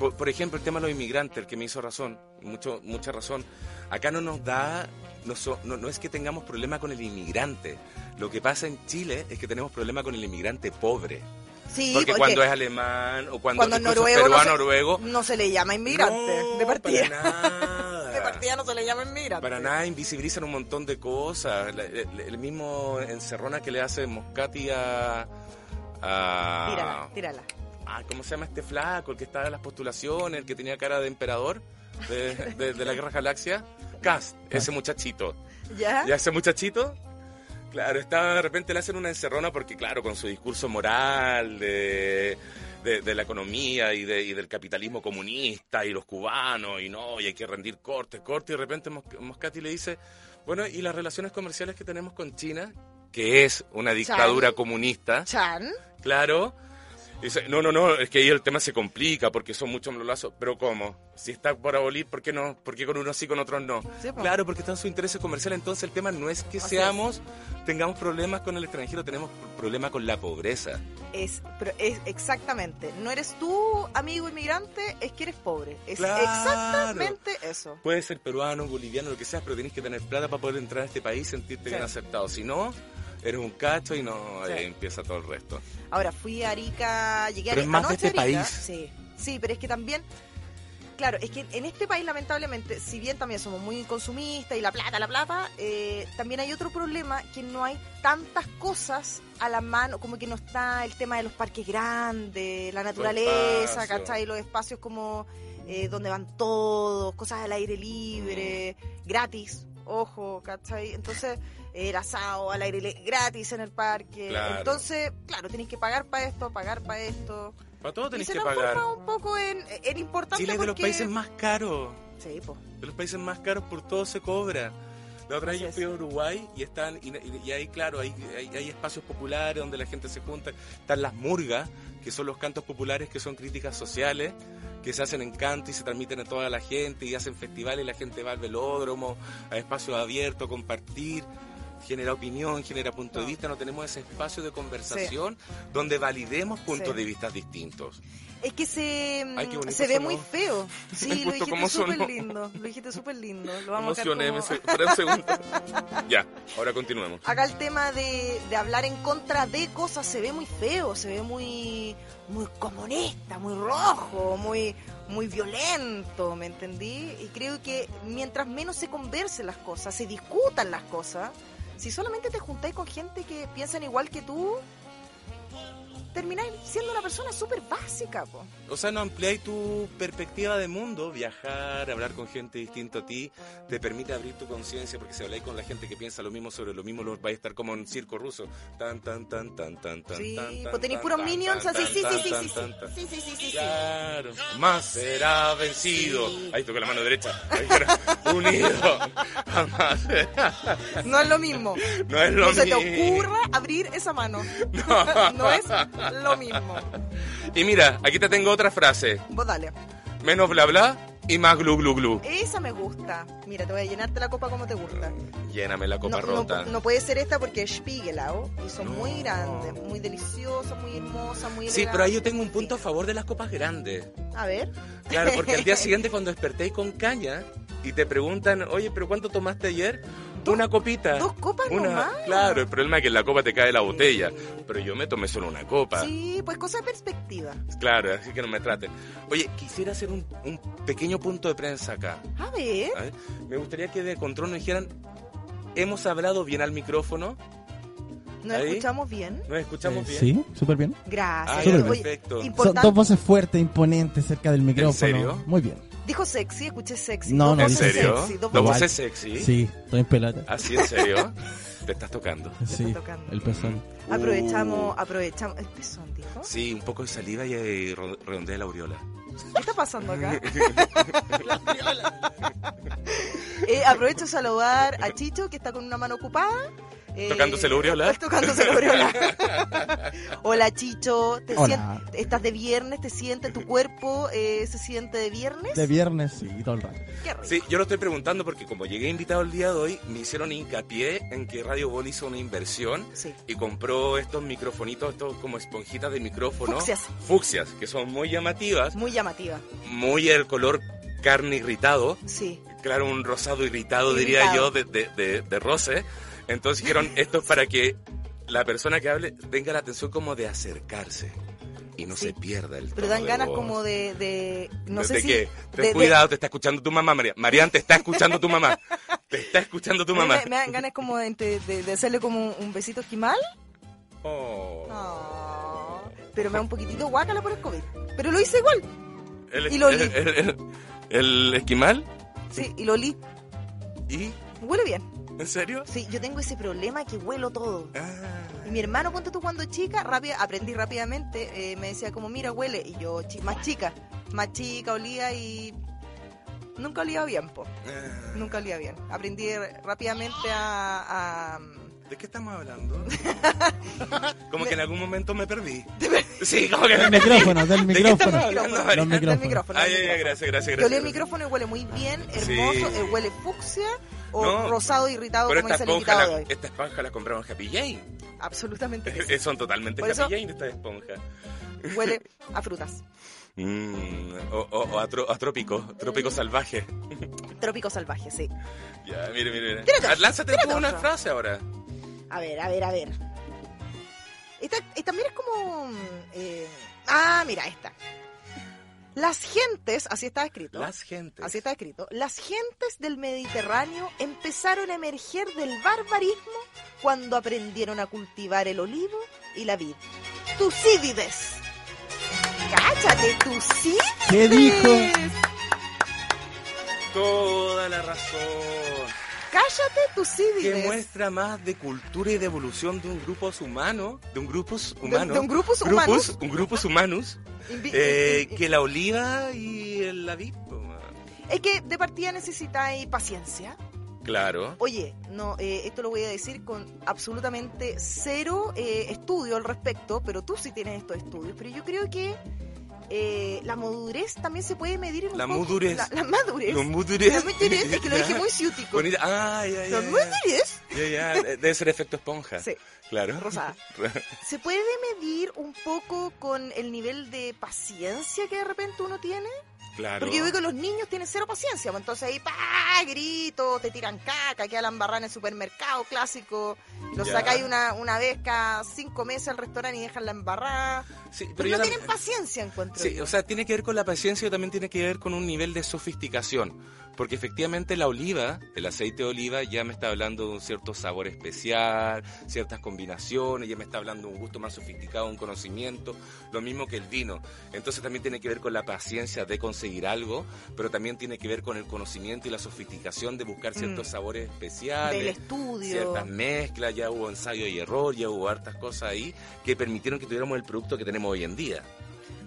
Speaker 3: Por, por ejemplo, el tema de los inmigrantes, el que me hizo razón, mucho, mucha razón. Acá no nos da, no, so- no, no es que tengamos problema con el inmigrante. Lo que pasa en Chile es que tenemos problema con el inmigrante pobre.
Speaker 2: Sí,
Speaker 3: porque cuando es alemán o cuando,
Speaker 2: cuando
Speaker 3: incluso es
Speaker 2: noruego no
Speaker 3: peruano,
Speaker 2: se-
Speaker 3: noruego,
Speaker 2: no se le llama inmigrante,
Speaker 3: no,
Speaker 2: de partida.
Speaker 3: para nada.
Speaker 2: De castellano se le llama inmigrante.
Speaker 3: Para nada invisibilizan un montón de cosas. La- El, el mismo encerrona que le hace Moscati a. a-
Speaker 2: Tírala, tírala.
Speaker 3: Ah, ¿Cómo se llama este flaco? El que estaba en las postulaciones, el que tenía cara de emperador de, de- de la Guerra Galaxia. Cast, ese muchachito.
Speaker 2: ¿Ya?
Speaker 3: Y a ese muchachito, claro, está de repente le hacen una encerrona porque, claro, con su discurso moral de, de, de la economía y, de- y del capitalismo comunista y los cubanos y no, y hay que rendir corte, corte, y de repente Mos- Moscati le dice, bueno, ¿y las relaciones comerciales que tenemos con China? que es una dictadura comunista,
Speaker 2: Chan.
Speaker 3: claro. Y dice, no, no, no, es que ahí el tema se complica porque son muchos los lazos. Pero ¿cómo? Si está por abolir, ¿por qué no? ¿Por qué con unos sí, con otros no?
Speaker 2: Sí, po.
Speaker 3: Claro, porque está en su interés comercial. Entonces el tema no es que
Speaker 2: Así
Speaker 3: seamos, tengamos problemas con el extranjero, tenemos problemas con la pobreza.
Speaker 2: Es, pero es exactamente. No eres tú, amigo inmigrante, es que eres pobre. Es
Speaker 3: Claro.
Speaker 2: exactamente eso.
Speaker 3: Puedes ser peruano, boliviano, lo que seas, pero tienes que tener plata para poder entrar a este país y sentirte
Speaker 2: Sí.
Speaker 3: bien aceptado. Si no, eres un cacho y no
Speaker 2: Sí.
Speaker 3: ahí empieza todo el resto.
Speaker 2: Ahora fui a Arica, llegué
Speaker 3: Pero
Speaker 2: a
Speaker 3: es más de
Speaker 2: anoche
Speaker 3: este
Speaker 2: a Arica.
Speaker 3: país.
Speaker 2: Sí, sí, pero es que también, claro, es que en este país lamentablemente, si bien también somos muy consumistas y la plata, la plata, eh, también hay otro problema que no hay tantas cosas a la mano, como que no está el tema de los parques grandes, la naturaleza,
Speaker 3: espacios.
Speaker 2: ¿cachai? Los espacios como eh, donde van todos, cosas al aire
Speaker 3: Mm.
Speaker 2: libre, gratis, ojo, ¿cachai? Entonces, el asado al aire li- gratis en el parque.
Speaker 3: Claro.
Speaker 2: Entonces, claro, tenéis que pagar para esto, pagar para esto.
Speaker 3: Para todo
Speaker 2: Y
Speaker 3: tenés
Speaker 2: se
Speaker 3: que pagar.
Speaker 2: transforma un poco en, en importante
Speaker 3: Chile es de los
Speaker 2: porque-
Speaker 3: países más caros.
Speaker 2: Sí, po.
Speaker 3: de los países más caros por todo se cobra. La otra vez
Speaker 2: Así
Speaker 3: yo
Speaker 2: es.
Speaker 3: fui a Uruguay y están y, y- y ahí claro, hay, hay, hay espacios populares donde la gente se junta, están las murgas, que son los cantos populares que son críticas sociales, que se hacen en canto y se transmiten a toda la gente y hacen festivales, la gente va al velódromo, a espacios abiertos, a compartir, genera opinión, genera punto de
Speaker 2: No.
Speaker 3: vista, no tenemos ese espacio de conversación donde validemos puntos de vista distintos.
Speaker 2: Es que se,
Speaker 3: Ay, qué bonito
Speaker 2: se ve
Speaker 3: sonó.
Speaker 2: muy feo. Sí, lo
Speaker 3: Justo como
Speaker 2: dijiste
Speaker 3: sonó.
Speaker 2: súper lindo. Lo dijiste súper lindo. Lo vamos a dejar
Speaker 3: Emocioné,
Speaker 2: como-
Speaker 3: me se- espera un segundo. ya, ahora continuemos.
Speaker 2: Acá el tema de, de hablar en contra de cosas se ve muy feo, se ve muy muy comunista, muy rojo, muy muy violento, ¿me entendí? Y creo que mientras menos se conversen las cosas, se discutan las cosas, si solamente te juntáis con gente que piensan igual que tú, termináis siendo una persona súper básica, po.
Speaker 3: O sea, no ampliáis tu perspectiva de mundo, viajar, hablar con gente distinta a ti, te permite abrir tu conciencia, porque si habláis con la gente que piensa lo mismo sobre lo mismo, los vais a estar como en circo ruso. Tan, tan, tan, tan, tan, tan.
Speaker 2: Sí,
Speaker 3: tan, tan,
Speaker 2: pues tenéis
Speaker 3: tan,
Speaker 2: puros
Speaker 3: tan,
Speaker 2: minions
Speaker 3: tan,
Speaker 2: así,
Speaker 3: tan,
Speaker 2: sí,
Speaker 3: tan,
Speaker 2: sí, sí,
Speaker 3: tan,
Speaker 2: sí,
Speaker 3: tan, tan.
Speaker 2: sí, sí, sí, sí, sí, sí.
Speaker 3: Claro, más será vencido.
Speaker 2: Sí.
Speaker 3: Ahí toca la mano derecha. Ahí fuera. Unido. Jamás.
Speaker 2: No es lo mismo.
Speaker 3: No es lo
Speaker 2: No se te
Speaker 3: mismo.
Speaker 2: ocurra abrir esa mano. No es lo mismo.
Speaker 3: Y mira, aquí te tengo otra frase.
Speaker 2: Vos dale.
Speaker 3: Menos bla bla y más glu glu glu.
Speaker 2: Esa me gusta. Mira, te voy a llenarte la copa como te gusta.
Speaker 3: Lléname la copa
Speaker 2: no, no-
Speaker 3: rota.
Speaker 2: no puede ser esta porque es Spiegelau y son
Speaker 3: No.
Speaker 2: muy grandes, muy deliciosas, muy hermosas, muy
Speaker 3: Sí, pero ahí yo
Speaker 2: elegantes.
Speaker 3: tengo un punto a favor de las copas grandes.
Speaker 2: A ver.
Speaker 3: Claro, porque al día siguiente cuando despertéis con caña y te preguntan, oye, pero ¿cuánto tomaste ayer? una copita.
Speaker 2: dos copas
Speaker 3: Ah, una,
Speaker 2: nomás.
Speaker 3: Claro, el problema es que en la copa te cae la botella, pero yo me tomé solo una copa.
Speaker 2: Sí, pues cosa de perspectiva.
Speaker 3: Claro, así que no me traten. Oye, quisiera hacer un, un pequeño punto de prensa acá.
Speaker 2: A ver.
Speaker 3: A ver, Me gustaría que de control nos dijeran, hemos hablado bien al micrófono,
Speaker 2: ¿Nos
Speaker 3: Ahí.
Speaker 2: escuchamos bien?
Speaker 3: nos escuchamos
Speaker 5: Eh,
Speaker 3: bien.
Speaker 5: Sí, súper bien.
Speaker 3: Ah,
Speaker 2: Gracias.
Speaker 5: ya,
Speaker 2: Oye,
Speaker 3: perfecto.
Speaker 5: Son dos
Speaker 2: importante.
Speaker 5: voces fuertes, imponentes cerca del micrófono.
Speaker 3: serio?
Speaker 5: Muy bien.
Speaker 2: Dijo sexy, escuché sexy.
Speaker 5: No,
Speaker 2: Dos
Speaker 5: no,
Speaker 3: ¿En
Speaker 2: voces
Speaker 5: dice
Speaker 3: serio?
Speaker 2: sexy, dos
Speaker 3: ¿Dos
Speaker 5: Igual.
Speaker 2: voces-
Speaker 3: voces sexy?
Speaker 5: Sí, estoy en pelota.
Speaker 3: ¿Así en serio? Te estás tocando.
Speaker 5: Sí,
Speaker 2: tocando.
Speaker 5: el pezón.
Speaker 2: Aprovechamos, aprovechamos. El pezón, dijo.
Speaker 3: Uh. Sí, un poco de saliva y, eh, ro- redondea la aureola.
Speaker 2: ¿Qué está pasando acá? Eh, aprovecho a saludar a Chicho, que está con una mano ocupada. Eh,
Speaker 3: Tocándose la aureola.
Speaker 2: Tocándose la aureola. Hola, Chicho. ¿Te
Speaker 5: Hola.
Speaker 2: sien- ¿Estás de viernes? ¿Te siente tu cuerpo? eh, ¿Se siente de viernes?
Speaker 5: De viernes, sí, todo el rato.
Speaker 2: Qué rico.
Speaker 3: Sí, yo lo estoy preguntando porque como llegué invitado el día de hoy, me hicieron hincapié en que Radio Bol hizo una inversión
Speaker 2: Sí.
Speaker 3: y compró estos microfonitos, estos como esponjitas de micrófono.
Speaker 2: Fucsias.
Speaker 3: Fucsias, que son muy llamativas,
Speaker 2: Muy llamativa.
Speaker 3: muy el color carne irritado.
Speaker 2: Sí.
Speaker 3: Claro, un rosado irritado, diría yo,
Speaker 2: Irritado.
Speaker 3: de, de, de- de roce. Entonces dijeron, esto es para que la persona que hable tenga la atención como de acercarse. y no
Speaker 2: Sí.
Speaker 3: se pierda el
Speaker 2: Pero
Speaker 3: tono
Speaker 2: dan
Speaker 3: de
Speaker 2: ganas
Speaker 3: voz.
Speaker 2: como de. de- no
Speaker 3: Oh. ¿De
Speaker 2: sé si.
Speaker 3: qué? Ten
Speaker 2: de- de-
Speaker 3: cuidado, te está escuchando tu mamá, María. Marian, te está escuchando tu mamá. Te está escuchando tu
Speaker 2: a mí
Speaker 3: mamá.
Speaker 2: Me, me dan ganas como de, entre- de- de hacerle como un, un besito esquimal.
Speaker 3: Oh.
Speaker 2: No. Pero me da un poquitito guácala por el COVID. Pero lo hice igual.
Speaker 3: El,
Speaker 2: Y lo
Speaker 3: el-
Speaker 2: olí.
Speaker 3: el- el- el esquimal
Speaker 2: Sí, y lo olí.
Speaker 3: y...
Speaker 2: Huele bien.
Speaker 3: ¿En serio?
Speaker 2: Sí, yo tengo ese problema que huelo todo.
Speaker 3: Ah.
Speaker 2: Y mi hermano, ponte tú cuando chica, rápida, aprendí rápidamente, eh, me decía como, mira, huele. Y yo, chi- más chica, más chica, olía y nunca olía bien, po.
Speaker 3: Ah.
Speaker 2: Nunca olía bien. Aprendí r- rápidamente a... a-
Speaker 3: ¿De qué estamos hablando? como que en algún momento me perdí. Sí, como que me perdí.
Speaker 5: Micrófono, del
Speaker 3: ¿De
Speaker 2: Este
Speaker 3: qué estamos
Speaker 5: micrófono.
Speaker 3: hablando,
Speaker 2: Los
Speaker 3: María?
Speaker 5: Los micrófonos.
Speaker 2: micrófono,
Speaker 3: Ay,
Speaker 2: el
Speaker 3: ay, ay,
Speaker 2: micrófono.
Speaker 3: gracias, gracias,
Speaker 2: Yo olí
Speaker 3: gracias.
Speaker 2: el micrófono y huele muy bien, hermoso,
Speaker 3: Sí.
Speaker 2: eh, huele fucsia o
Speaker 3: No.
Speaker 2: rosado irritado,
Speaker 3: Pero
Speaker 2: como
Speaker 3: estas
Speaker 2: dice el
Speaker 3: esponjas
Speaker 2: invitado de
Speaker 3: la-
Speaker 2: hoy.
Speaker 3: estas esponjas las compramos en Happy Jane.
Speaker 2: Absolutamente que sí.
Speaker 3: Eh, Son totalmente
Speaker 2: Por
Speaker 3: Happy
Speaker 2: eso-
Speaker 3: Jane estas esponjas.
Speaker 2: Huele a frutas.
Speaker 3: Mm, o, o- o a, tro- a trópico, trópico salvaje.
Speaker 2: Trópico salvaje, sí.
Speaker 3: Ya, mire, mire, mire.
Speaker 2: Tírate
Speaker 3: Ah, Lánzate
Speaker 2: tírate
Speaker 3: tú una
Speaker 2: otra.
Speaker 3: frase ahora.
Speaker 2: A ver, a ver, a ver. Esta, eh, también es como... mm, eh, ah, mira, esta. Las gentes, así está escrito.
Speaker 3: Las gentes.
Speaker 2: Así está escrito. Las gentes del Mediterráneo empezaron a emerger del barbarismo cuando aprendieron a cultivar el olivo y la vid. Tucídides. Cállate, Tucídides.
Speaker 5: ¿Qué dijo?
Speaker 3: Toda la razón.
Speaker 2: Cállate,
Speaker 3: Que
Speaker 2: Tucídides.
Speaker 3: muestra más de cultura y de evolución de un grupo humano, de un grupo
Speaker 2: De,
Speaker 3: humano,
Speaker 2: de un grupo humano.
Speaker 3: grupos, un grupos humanos, eh, que la oliva y el avispo.
Speaker 2: Es que de partida necesitáis paciencia.
Speaker 3: Claro.
Speaker 2: Oye, no, eh, esto lo voy a decir con absolutamente cero eh, estudio al respecto, pero tú sí tienes estos estudios. Pero yo creo que eh, la madurez también se puede medir en un
Speaker 3: La
Speaker 2: poco-
Speaker 3: madurez.
Speaker 2: La, la madurez.
Speaker 3: Los
Speaker 2: la
Speaker 3: mudures.
Speaker 2: madurez, es que lo dije muy ciútico.
Speaker 3: Bonita. Ah, ya, ya,
Speaker 2: La
Speaker 3: ya.
Speaker 2: madurez.
Speaker 3: Ya, ya. Eh, Debe ser efecto esponja.
Speaker 2: Sí,
Speaker 3: Claro.
Speaker 2: rosada. ¿Se puede medir un poco con el nivel de paciencia que de repente uno tiene?
Speaker 3: Claro.
Speaker 2: Porque yo veo que los niños tienen cero paciencia, pues, entonces ahí, pa, gritos, te tiran caca, queda la embarrada en el supermercado clásico, los
Speaker 3: Ya.
Speaker 2: sacáis una, una vez cada cinco meses al restaurante y dejan la embarrada.
Speaker 3: Sí,
Speaker 2: Pero,
Speaker 3: pero yo
Speaker 2: no
Speaker 3: tam-
Speaker 2: tienen paciencia, encuentro.
Speaker 3: Sí,
Speaker 2: yo.
Speaker 3: o sea, tiene que ver con la paciencia y también tiene que ver con un nivel de sofisticación. Porque efectivamente la oliva, el aceite de oliva, ya me está hablando de un cierto sabor especial, ciertas combinaciones, ya me está hablando de un gusto más sofisticado, un conocimiento, lo mismo que el vino. Entonces también tiene que ver con la paciencia de conseguir algo, pero también tiene que ver con el conocimiento y la sofisticación de buscar ciertos
Speaker 2: Mm.
Speaker 3: sabores
Speaker 2: del
Speaker 3: especiales
Speaker 2: estudio.
Speaker 3: ciertas mezclas, ya hubo ensayo y error, ya hubo hartas cosas ahí que permitieron que tuviéramos el producto que tenemos hoy en día.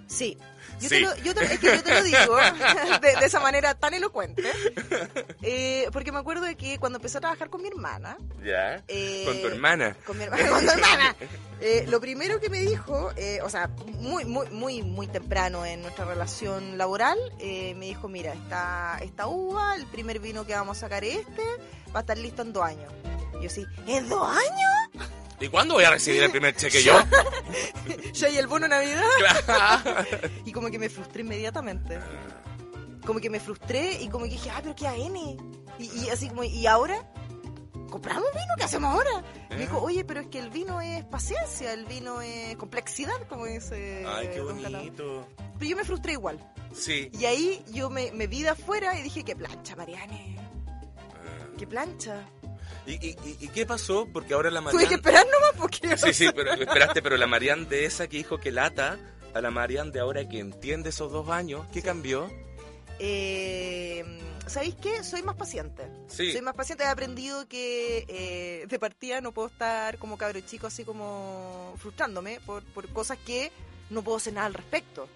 Speaker 2: Sí. Yo,
Speaker 3: Sí.
Speaker 2: Te lo, yo te- es que yo te lo digo de, de esa manera tan elocuente. eh, porque me acuerdo de que cuando empecé a trabajar con mi hermana.
Speaker 3: ¿Ya?
Speaker 2: eh,
Speaker 3: Con tu hermana.
Speaker 2: con mi hermana, con tu hermana. Eh, lo primero que me dijo, eh, o sea, muy, muy, muy, muy temprano en nuestra relación laboral, eh, me dijo, mira, está esta uva, el primer vino que vamos a sacar es este, va a estar listo en dos años. Y Yo sí, ¿en dos años?
Speaker 3: ¿Y cuándo voy a recibir el primer cheque yo?
Speaker 2: Ya y el bono Navidad.
Speaker 3: Claro.
Speaker 2: Y como que me frustré inmediatamente. Como que me frustré y como que dije, ah, pero qué AN. Y, y así como, ¿y ahora? ¿Compramos vino? ¿Qué hacemos ahora? Y me dijo,
Speaker 3: Eh.
Speaker 2: oye, pero es que el vino es paciencia, el vino es complejidad, como dice.
Speaker 3: Ay, qué
Speaker 2: Don Catalán.
Speaker 3: bonito.
Speaker 2: Pero yo me frustré igual.
Speaker 3: Sí.
Speaker 2: Y ahí yo me, me vi de afuera y dije, qué plancha, Mariane.
Speaker 3: Eh.
Speaker 2: Qué plancha.
Speaker 3: ¿Y, y, y- y qué pasó? Porque ahora la
Speaker 2: Tuve que
Speaker 3: Marian...
Speaker 2: esperar nomás porque.
Speaker 3: Sí, sí, pero esperaste, pero la Marian de esa que dijo que lata, a la Marian de ahora que entiende esos dos años, ¿qué cambió?
Speaker 2: Eh, ¿Sabéis qué? Soy más paciente.
Speaker 3: Sí.
Speaker 2: Soy más paciente, he aprendido que eh, de partida no puedo estar como cabro chico así como frustrándome por, por cosas que no puedo hacer nada al respecto.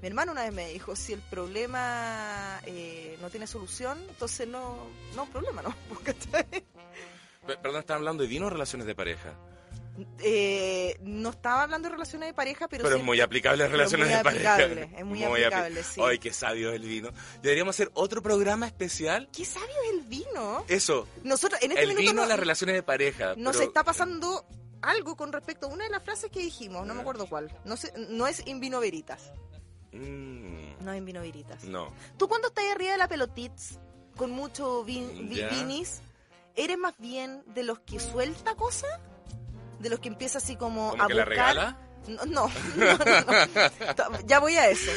Speaker 2: Mi hermano una vez me dijo, si el problema eh, no tiene solución, entonces no, no es problema, ¿no? ¿Cachai?
Speaker 3: Pe- Perdón, ¿están hablando de vino o relaciones de pareja?
Speaker 2: Eh, no estaba hablando de relaciones de pareja, pero,
Speaker 3: Pero,
Speaker 2: sí-
Speaker 3: es muy aplicable a
Speaker 2: pero es
Speaker 3: relaciones
Speaker 2: muy
Speaker 3: de pareja.
Speaker 2: aplicable, es muy
Speaker 3: apli-
Speaker 2: aplicable, sí.
Speaker 3: Ay, qué sabio el vino. Deberíamos hacer otro programa especial.
Speaker 2: ¿Qué sabio es el vino?
Speaker 3: Eso,
Speaker 2: Nosotros en este
Speaker 3: el
Speaker 2: minuto
Speaker 3: vino a
Speaker 2: no,
Speaker 3: las relaciones de pareja.
Speaker 2: nos
Speaker 3: pero-
Speaker 2: está pasando algo con respecto a una de las frases que dijimos, no me acuerdo cuál. No, sé, no es in vino veritas.
Speaker 3: Mm,
Speaker 2: No en vino veritas.
Speaker 3: no.
Speaker 2: Tú cuando estás arriba de la pelotitz, con mucho vin- vi-
Speaker 3: Ya.
Speaker 2: vinis, ¿eres más bien de los que suelta cosas? ¿De los que empieza así como,
Speaker 3: ¿Como
Speaker 2: a
Speaker 3: que la
Speaker 2: buscar?
Speaker 3: regala?
Speaker 2: No, no, no, no. To- Ya voy a eso.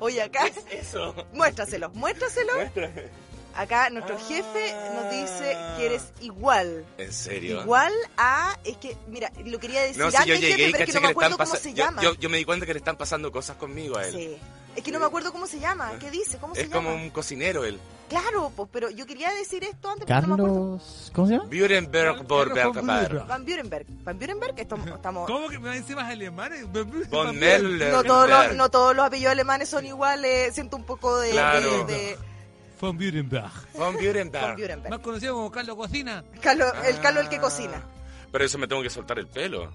Speaker 2: Oye, acá,
Speaker 3: Eso.
Speaker 2: muéstraselo, muéstraselo.
Speaker 3: ¿Eh?
Speaker 2: Acá nuestro
Speaker 3: Ah.
Speaker 2: jefe nos dice que eres igual.
Speaker 3: En serio.
Speaker 2: Igual a. Es que, mira, lo quería decir
Speaker 3: No, si
Speaker 2: antes,
Speaker 3: yo llegué
Speaker 2: jefe,
Speaker 3: y
Speaker 2: pero
Speaker 3: caché
Speaker 2: es que no
Speaker 3: que
Speaker 2: me
Speaker 3: le están
Speaker 2: acuerdo cómo se
Speaker 3: pasando. Yo,
Speaker 2: llama.
Speaker 3: yo- yo me di cuenta que le están pasando cosas conmigo a él.
Speaker 2: Sí. Es que no me acuerdo cómo se llama. ¿Qué dice? ¿Cómo
Speaker 3: es
Speaker 2: se
Speaker 3: como
Speaker 2: llama?
Speaker 3: un cocinero él.
Speaker 2: Claro, pues, pero yo quería decir esto antes, pero no me acuerdo.
Speaker 5: Carlos. ¿Cómo se llama?
Speaker 3: Burenberg Borberg Bar.
Speaker 2: Van Burenberg. Van Burenberg, estamos. estamos-
Speaker 6: ¿Cómo que me encima es alemán?
Speaker 3: Von Meller.
Speaker 2: No todos, los, no todos los apellidos alemanes son iguales. Siento un poco de. de-
Speaker 3: Claro.
Speaker 2: de-
Speaker 6: Von Burenberg.
Speaker 3: Von
Speaker 2: Van
Speaker 3: Burenberg.
Speaker 2: Burenberg.
Speaker 6: Más conocido como Carlos Cocina.
Speaker 2: Carlos- el Carlos el
Speaker 3: Ah.
Speaker 2: que cocina.
Speaker 3: Pero eso me tengo que soltar el pelo.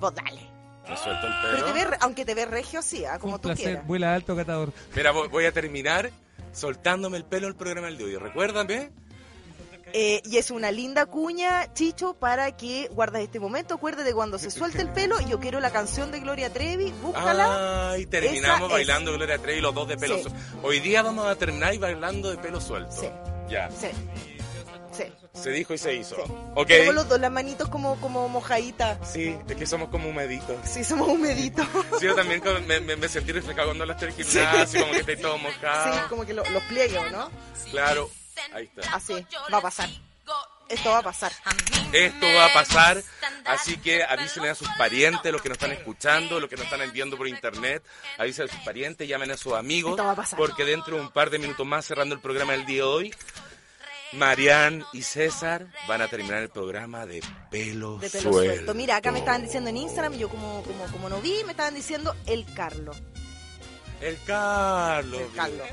Speaker 2: Vos dale.
Speaker 3: Me suelto el
Speaker 2: Pero te
Speaker 3: pelo.
Speaker 2: ve re- aunque te ve regio, sí, ah, como
Speaker 6: un
Speaker 2: tú
Speaker 6: placer.
Speaker 2: quieras.
Speaker 6: Vuela alto, catador.
Speaker 3: Mira, voy voy a terminar soltándome el pelo el programa del de hoy. Recuérdame.
Speaker 2: Eh, y es una linda cuña, Chicho, para que guardes este momento. Acuérdate cuando se suelte el pelo. Yo quiero la canción de Gloria Trevi. Búscala.
Speaker 3: Ay, terminamos
Speaker 2: Esa es.
Speaker 3: bailando Gloria Trevi los dos de pelo
Speaker 2: Sí.
Speaker 3: suelto. Hoy día vamos a terminar y bailando de pelo suelto.
Speaker 2: Sí.
Speaker 3: Ya.
Speaker 2: Sí. Sí.
Speaker 3: Se dijo y se hizo.
Speaker 2: Ah, Sí.
Speaker 3: Ok.
Speaker 2: Tenemos los dos las manitos como, como mojaditas.
Speaker 3: Sí, es que somos como humeditos.
Speaker 2: Sí, somos humeditos.
Speaker 3: Sí, yo también como- me, me- me sentí refrescado cuando hablaste del gimnasio, como que estáis todo
Speaker 2: Sí,
Speaker 3: mojado.
Speaker 2: como que lo- los pliegues, ¿no?
Speaker 3: Claro, ahí está.
Speaker 2: Así, va a pasar. Esto va a pasar.
Speaker 3: Esto va a pasar, así que avísenle a sus parientes, los que nos están escuchando, los que nos están viendo por internet, avísenle a sus parientes, llamen a sus amigos,
Speaker 2: Esto va a pasar.
Speaker 3: porque dentro de un par de minutos más, cerrando el programa del día de hoy, Marian y César van a terminar el programa de pelo,
Speaker 2: De pelo
Speaker 3: suelto.
Speaker 2: suelto. Mira, acá me estaban diciendo en Instagram, y yo como, como, como no vi, me estaban diciendo el Carlos.
Speaker 3: El Carlos.
Speaker 2: El Carlos.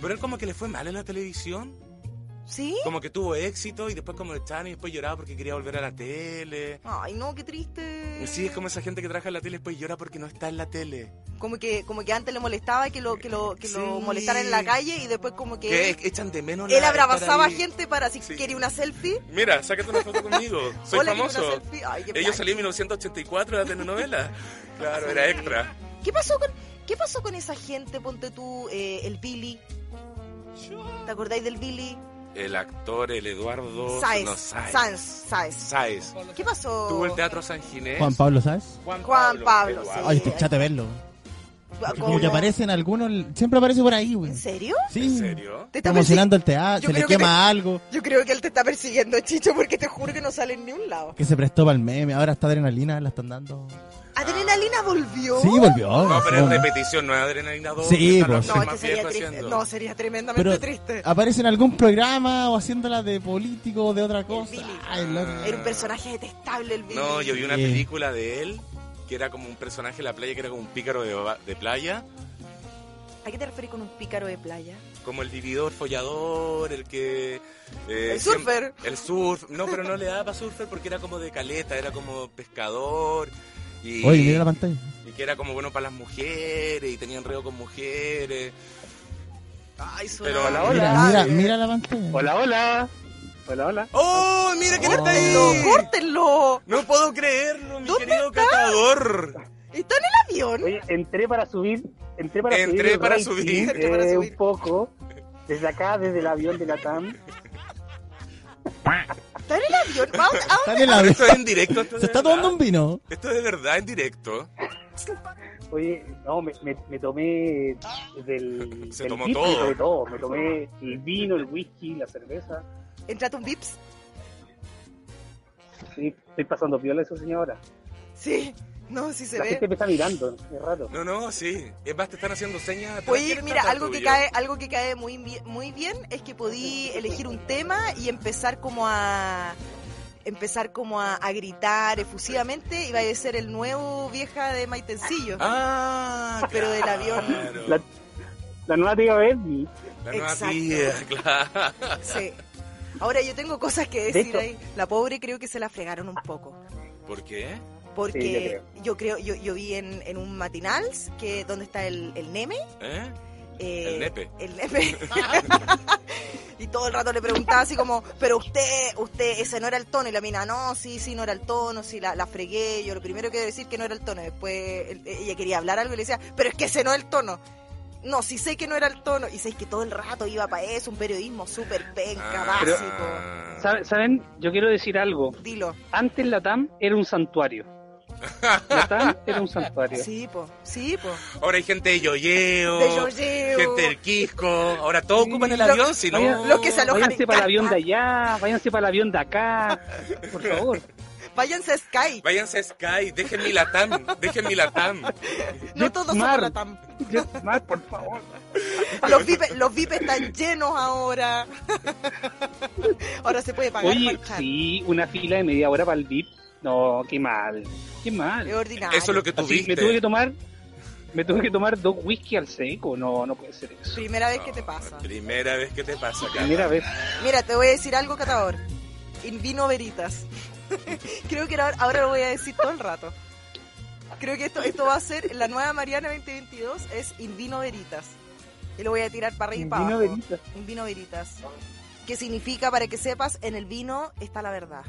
Speaker 3: Pero él como que le fue mal en la televisión.
Speaker 2: ¿Sí?
Speaker 3: Como que tuvo éxito y después como lo echaron y después lloraba porque quería volver a la tele.
Speaker 2: Ay, no, qué triste.
Speaker 3: Sí, es como esa gente que trabaja en la tele y después llora porque no está en la tele.
Speaker 2: Como que, como que antes le molestaba que lo, que lo, que lo
Speaker 3: Sí.
Speaker 2: molestaran en la calle y después como
Speaker 3: Que
Speaker 2: que
Speaker 3: echan de menos
Speaker 2: él
Speaker 3: la- estar
Speaker 2: abrazaba a
Speaker 3: ahí.
Speaker 2: gente para si
Speaker 3: Sí.
Speaker 2: quería una selfie.
Speaker 3: Mira, sácate una foto conmigo. Soy
Speaker 2: Hola, ¿quieres una
Speaker 3: famoso.
Speaker 2: selfie? Ay, qué
Speaker 3: Ellos
Speaker 2: plan.
Speaker 3: salí en 1984 de la telenovela. Claro, era extra.
Speaker 2: ¿Qué pasó con, qué pasó con esa gente? Ponte tú, eh, el Billy. ¿Te acordáis del Billy?
Speaker 3: El actor, el Eduardo
Speaker 2: Sáez.
Speaker 3: no,
Speaker 2: Sáenz, Sáenz.
Speaker 3: Sáez.
Speaker 2: ¿Qué pasó?
Speaker 3: Tuvo el Teatro San Ginés.
Speaker 5: Juan Pablo, ¿sabes?
Speaker 3: Juan
Speaker 2: Juan Pablo,
Speaker 3: Eduardo.
Speaker 2: sí.
Speaker 5: Ay, estoy chata de verlo. Porque Como
Speaker 2: Ah, ¿Cómo?
Speaker 5: que aparecen algunos, siempre aparece por ahí, güey.
Speaker 2: ¿En serio?
Speaker 5: Sí.
Speaker 3: ¿En serio?
Speaker 2: ¿Te está persiguiendo?
Speaker 5: Promocionando el teatro,
Speaker 2: Yo
Speaker 5: se le
Speaker 2: creo que
Speaker 5: quema
Speaker 2: te-
Speaker 5: algo.
Speaker 2: Yo creo que él te está persiguiendo, Chicho, porque te juro que no sale en ni un lado.
Speaker 5: Que se prestó para el meme, ahora está adrenalina, la están dando.
Speaker 3: Ah.
Speaker 2: Adrenalina volvió.
Speaker 5: Sí, volvió.
Speaker 3: No, pero es
Speaker 5: Sí.
Speaker 3: repetición, no es adrenalina 2.
Speaker 5: Sí, pues.
Speaker 2: No, es que sería triste. No, sería tremendamente
Speaker 5: Pero
Speaker 2: triste.
Speaker 5: aparece en algún programa o haciéndola de político o de otra cosa.
Speaker 2: Billy.
Speaker 5: Ay, loco.
Speaker 2: Era un personaje detestable el Billy.
Speaker 3: No, yo vi una
Speaker 5: Sí.
Speaker 3: película de él que era como un personaje de la playa, que era como un pícaro de, ba- de playa,
Speaker 2: ¿A qué te referís con un pícaro de playa?
Speaker 3: como el vividor, follador, el que... eh,
Speaker 2: El
Speaker 3: siem-
Speaker 2: surfer.
Speaker 3: El surf. No, pero no le daba para surfer porque era como de caleta, era como pescador. Y,
Speaker 5: Oye, mira la pantalla.
Speaker 3: y que era como bueno para las mujeres y tenía enredo con mujeres.
Speaker 2: Ay,
Speaker 3: Pero a la hora-
Speaker 5: Mira,
Speaker 3: Hola.
Speaker 5: mira, mira la pantalla.
Speaker 7: Hola, hola. Hola, hola.
Speaker 3: ¡Oh, mira quién está
Speaker 2: ¡Córtenlo!
Speaker 3: ahí!
Speaker 2: ¡Córtenlo!
Speaker 3: No puedo creerlo, mi
Speaker 2: ¿Dónde
Speaker 3: querido catador.
Speaker 2: ¿Está en el avión?
Speaker 7: Oye, entré para subir. Entré para subir.
Speaker 3: Entré
Speaker 7: el
Speaker 3: para
Speaker 7: rating,
Speaker 3: subir.
Speaker 2: Entré para
Speaker 7: eh,
Speaker 2: subir.
Speaker 7: Un poco. Desde acá, desde el avión de la TAM.
Speaker 2: ¿Está en el avión? ¿Va a dónde- a
Speaker 5: Está
Speaker 2: dónde?
Speaker 5: bien la-
Speaker 3: Esto es en directo. Esto es
Speaker 5: Se
Speaker 3: de
Speaker 5: está
Speaker 3: verdad.
Speaker 5: tomando un vino.
Speaker 3: Esto es de verdad en directo.
Speaker 7: Oye, no, me, me, me tomé eh, del.
Speaker 3: Se
Speaker 7: del
Speaker 3: tomó
Speaker 7: whisky,
Speaker 3: todo.
Speaker 7: Me tomé todo. Me tomé el vino, el whisky, la cerveza.
Speaker 2: ¿Entrate un Vips?
Speaker 7: Sí, estoy pasando piola eso, señora.
Speaker 2: Sí. No, sí se
Speaker 7: la gente
Speaker 2: ve.
Speaker 7: me está mirando. Es raro.
Speaker 3: No, no, sí. Es más, te están haciendo señas. atrás.
Speaker 2: Oye,
Speaker 3: ¿Quién
Speaker 2: mira,
Speaker 3: está
Speaker 2: algo que,
Speaker 3: tuyo?
Speaker 2: cae, algo que cae muy, bi- muy bien es que podí elegir un tema y empezar como a empezar como a, a gritar efusivamente y va a ser el nuevo vieja de Maitencillo.
Speaker 3: Ah,
Speaker 2: Pero del avión.
Speaker 3: claro.
Speaker 7: La, la nueva tía Bernie.
Speaker 3: La nueva
Speaker 2: Exacto.
Speaker 3: tía, claro.
Speaker 2: Sí. Ahora yo tengo cosas que
Speaker 7: De
Speaker 2: decir
Speaker 7: hecho-
Speaker 2: ahí. La pobre creo que se la fregaron un poco.
Speaker 3: ¿Por qué?
Speaker 2: Porque yo creo, yo, yo vi en, en un matinals que donde está el, el Neme.
Speaker 3: ¿Eh?
Speaker 2: eh,
Speaker 3: El nepe.
Speaker 2: El Neme. y todo el rato le preguntaba así como, pero usted, usted, ese no era el tono. Y la mina, no, sí, sí, no era el tono, sí, la, la fregué. Yo lo primero que decir que no era el tono. Después el- ella quería hablar algo y le decía, pero es que ese no es el tono. No, sí sé que no era el tono. Y sé que todo el rato iba para eso, un periodismo súper penca,
Speaker 3: Ah.
Speaker 2: básico.
Speaker 7: ¿Saben? Yo quiero decir algo.
Speaker 2: Dilo.
Speaker 7: Antes la TAM era un santuario. Natán era un santuario.
Speaker 2: Sí, po, sí, po.
Speaker 3: Ahora hay gente de yoyeo,
Speaker 2: De yoyeo.
Speaker 3: gente del Quisco. Ahora todos
Speaker 7: Sí.
Speaker 3: ocupan el
Speaker 2: Lo-
Speaker 3: avión, si no.
Speaker 2: Los que se alojan
Speaker 7: Váyanse
Speaker 2: en
Speaker 7: para el
Speaker 2: carpa.
Speaker 7: avión de allá, váyanse para el avión de acá, por favor.
Speaker 2: Váyanse a Sky.
Speaker 3: Váyanse a Sky, dejen mi Latam, dejen mi Latam.
Speaker 2: No todos son
Speaker 7: Mar.
Speaker 2: la tam.
Speaker 7: Jetmar, por favor.
Speaker 2: Los VIP, los VIP están llenos ahora. ahora se puede pagar
Speaker 7: Oye,
Speaker 2: manjar.
Speaker 7: sí, una fila de media hora para el VIP. No, qué mal, qué mal.
Speaker 2: Es ordinario.
Speaker 3: Eso es lo que
Speaker 7: Así, Ah, me tuve que
Speaker 3: tuviste.
Speaker 7: tomar, me tuve que tomar dos whisky al seco. No, no puede ser eso.
Speaker 2: Primera vez que te pasa.
Speaker 3: Primera vez que te pasa, Carla.
Speaker 7: Primera vez.
Speaker 2: Mira, te voy a decir algo, Catador. En vino veritas. Creo que ahora, ahora lo voy a decir todo el rato. Creo que esto, esto va a ser la nueva Mariana 2022 es In Vino Veritas. Y lo voy a tirar para arriba y para
Speaker 7: Vino
Speaker 2: abajo.
Speaker 7: Veritas.
Speaker 2: In Vino Veritas. Que significa, para que sepas, en el vino está la verdad.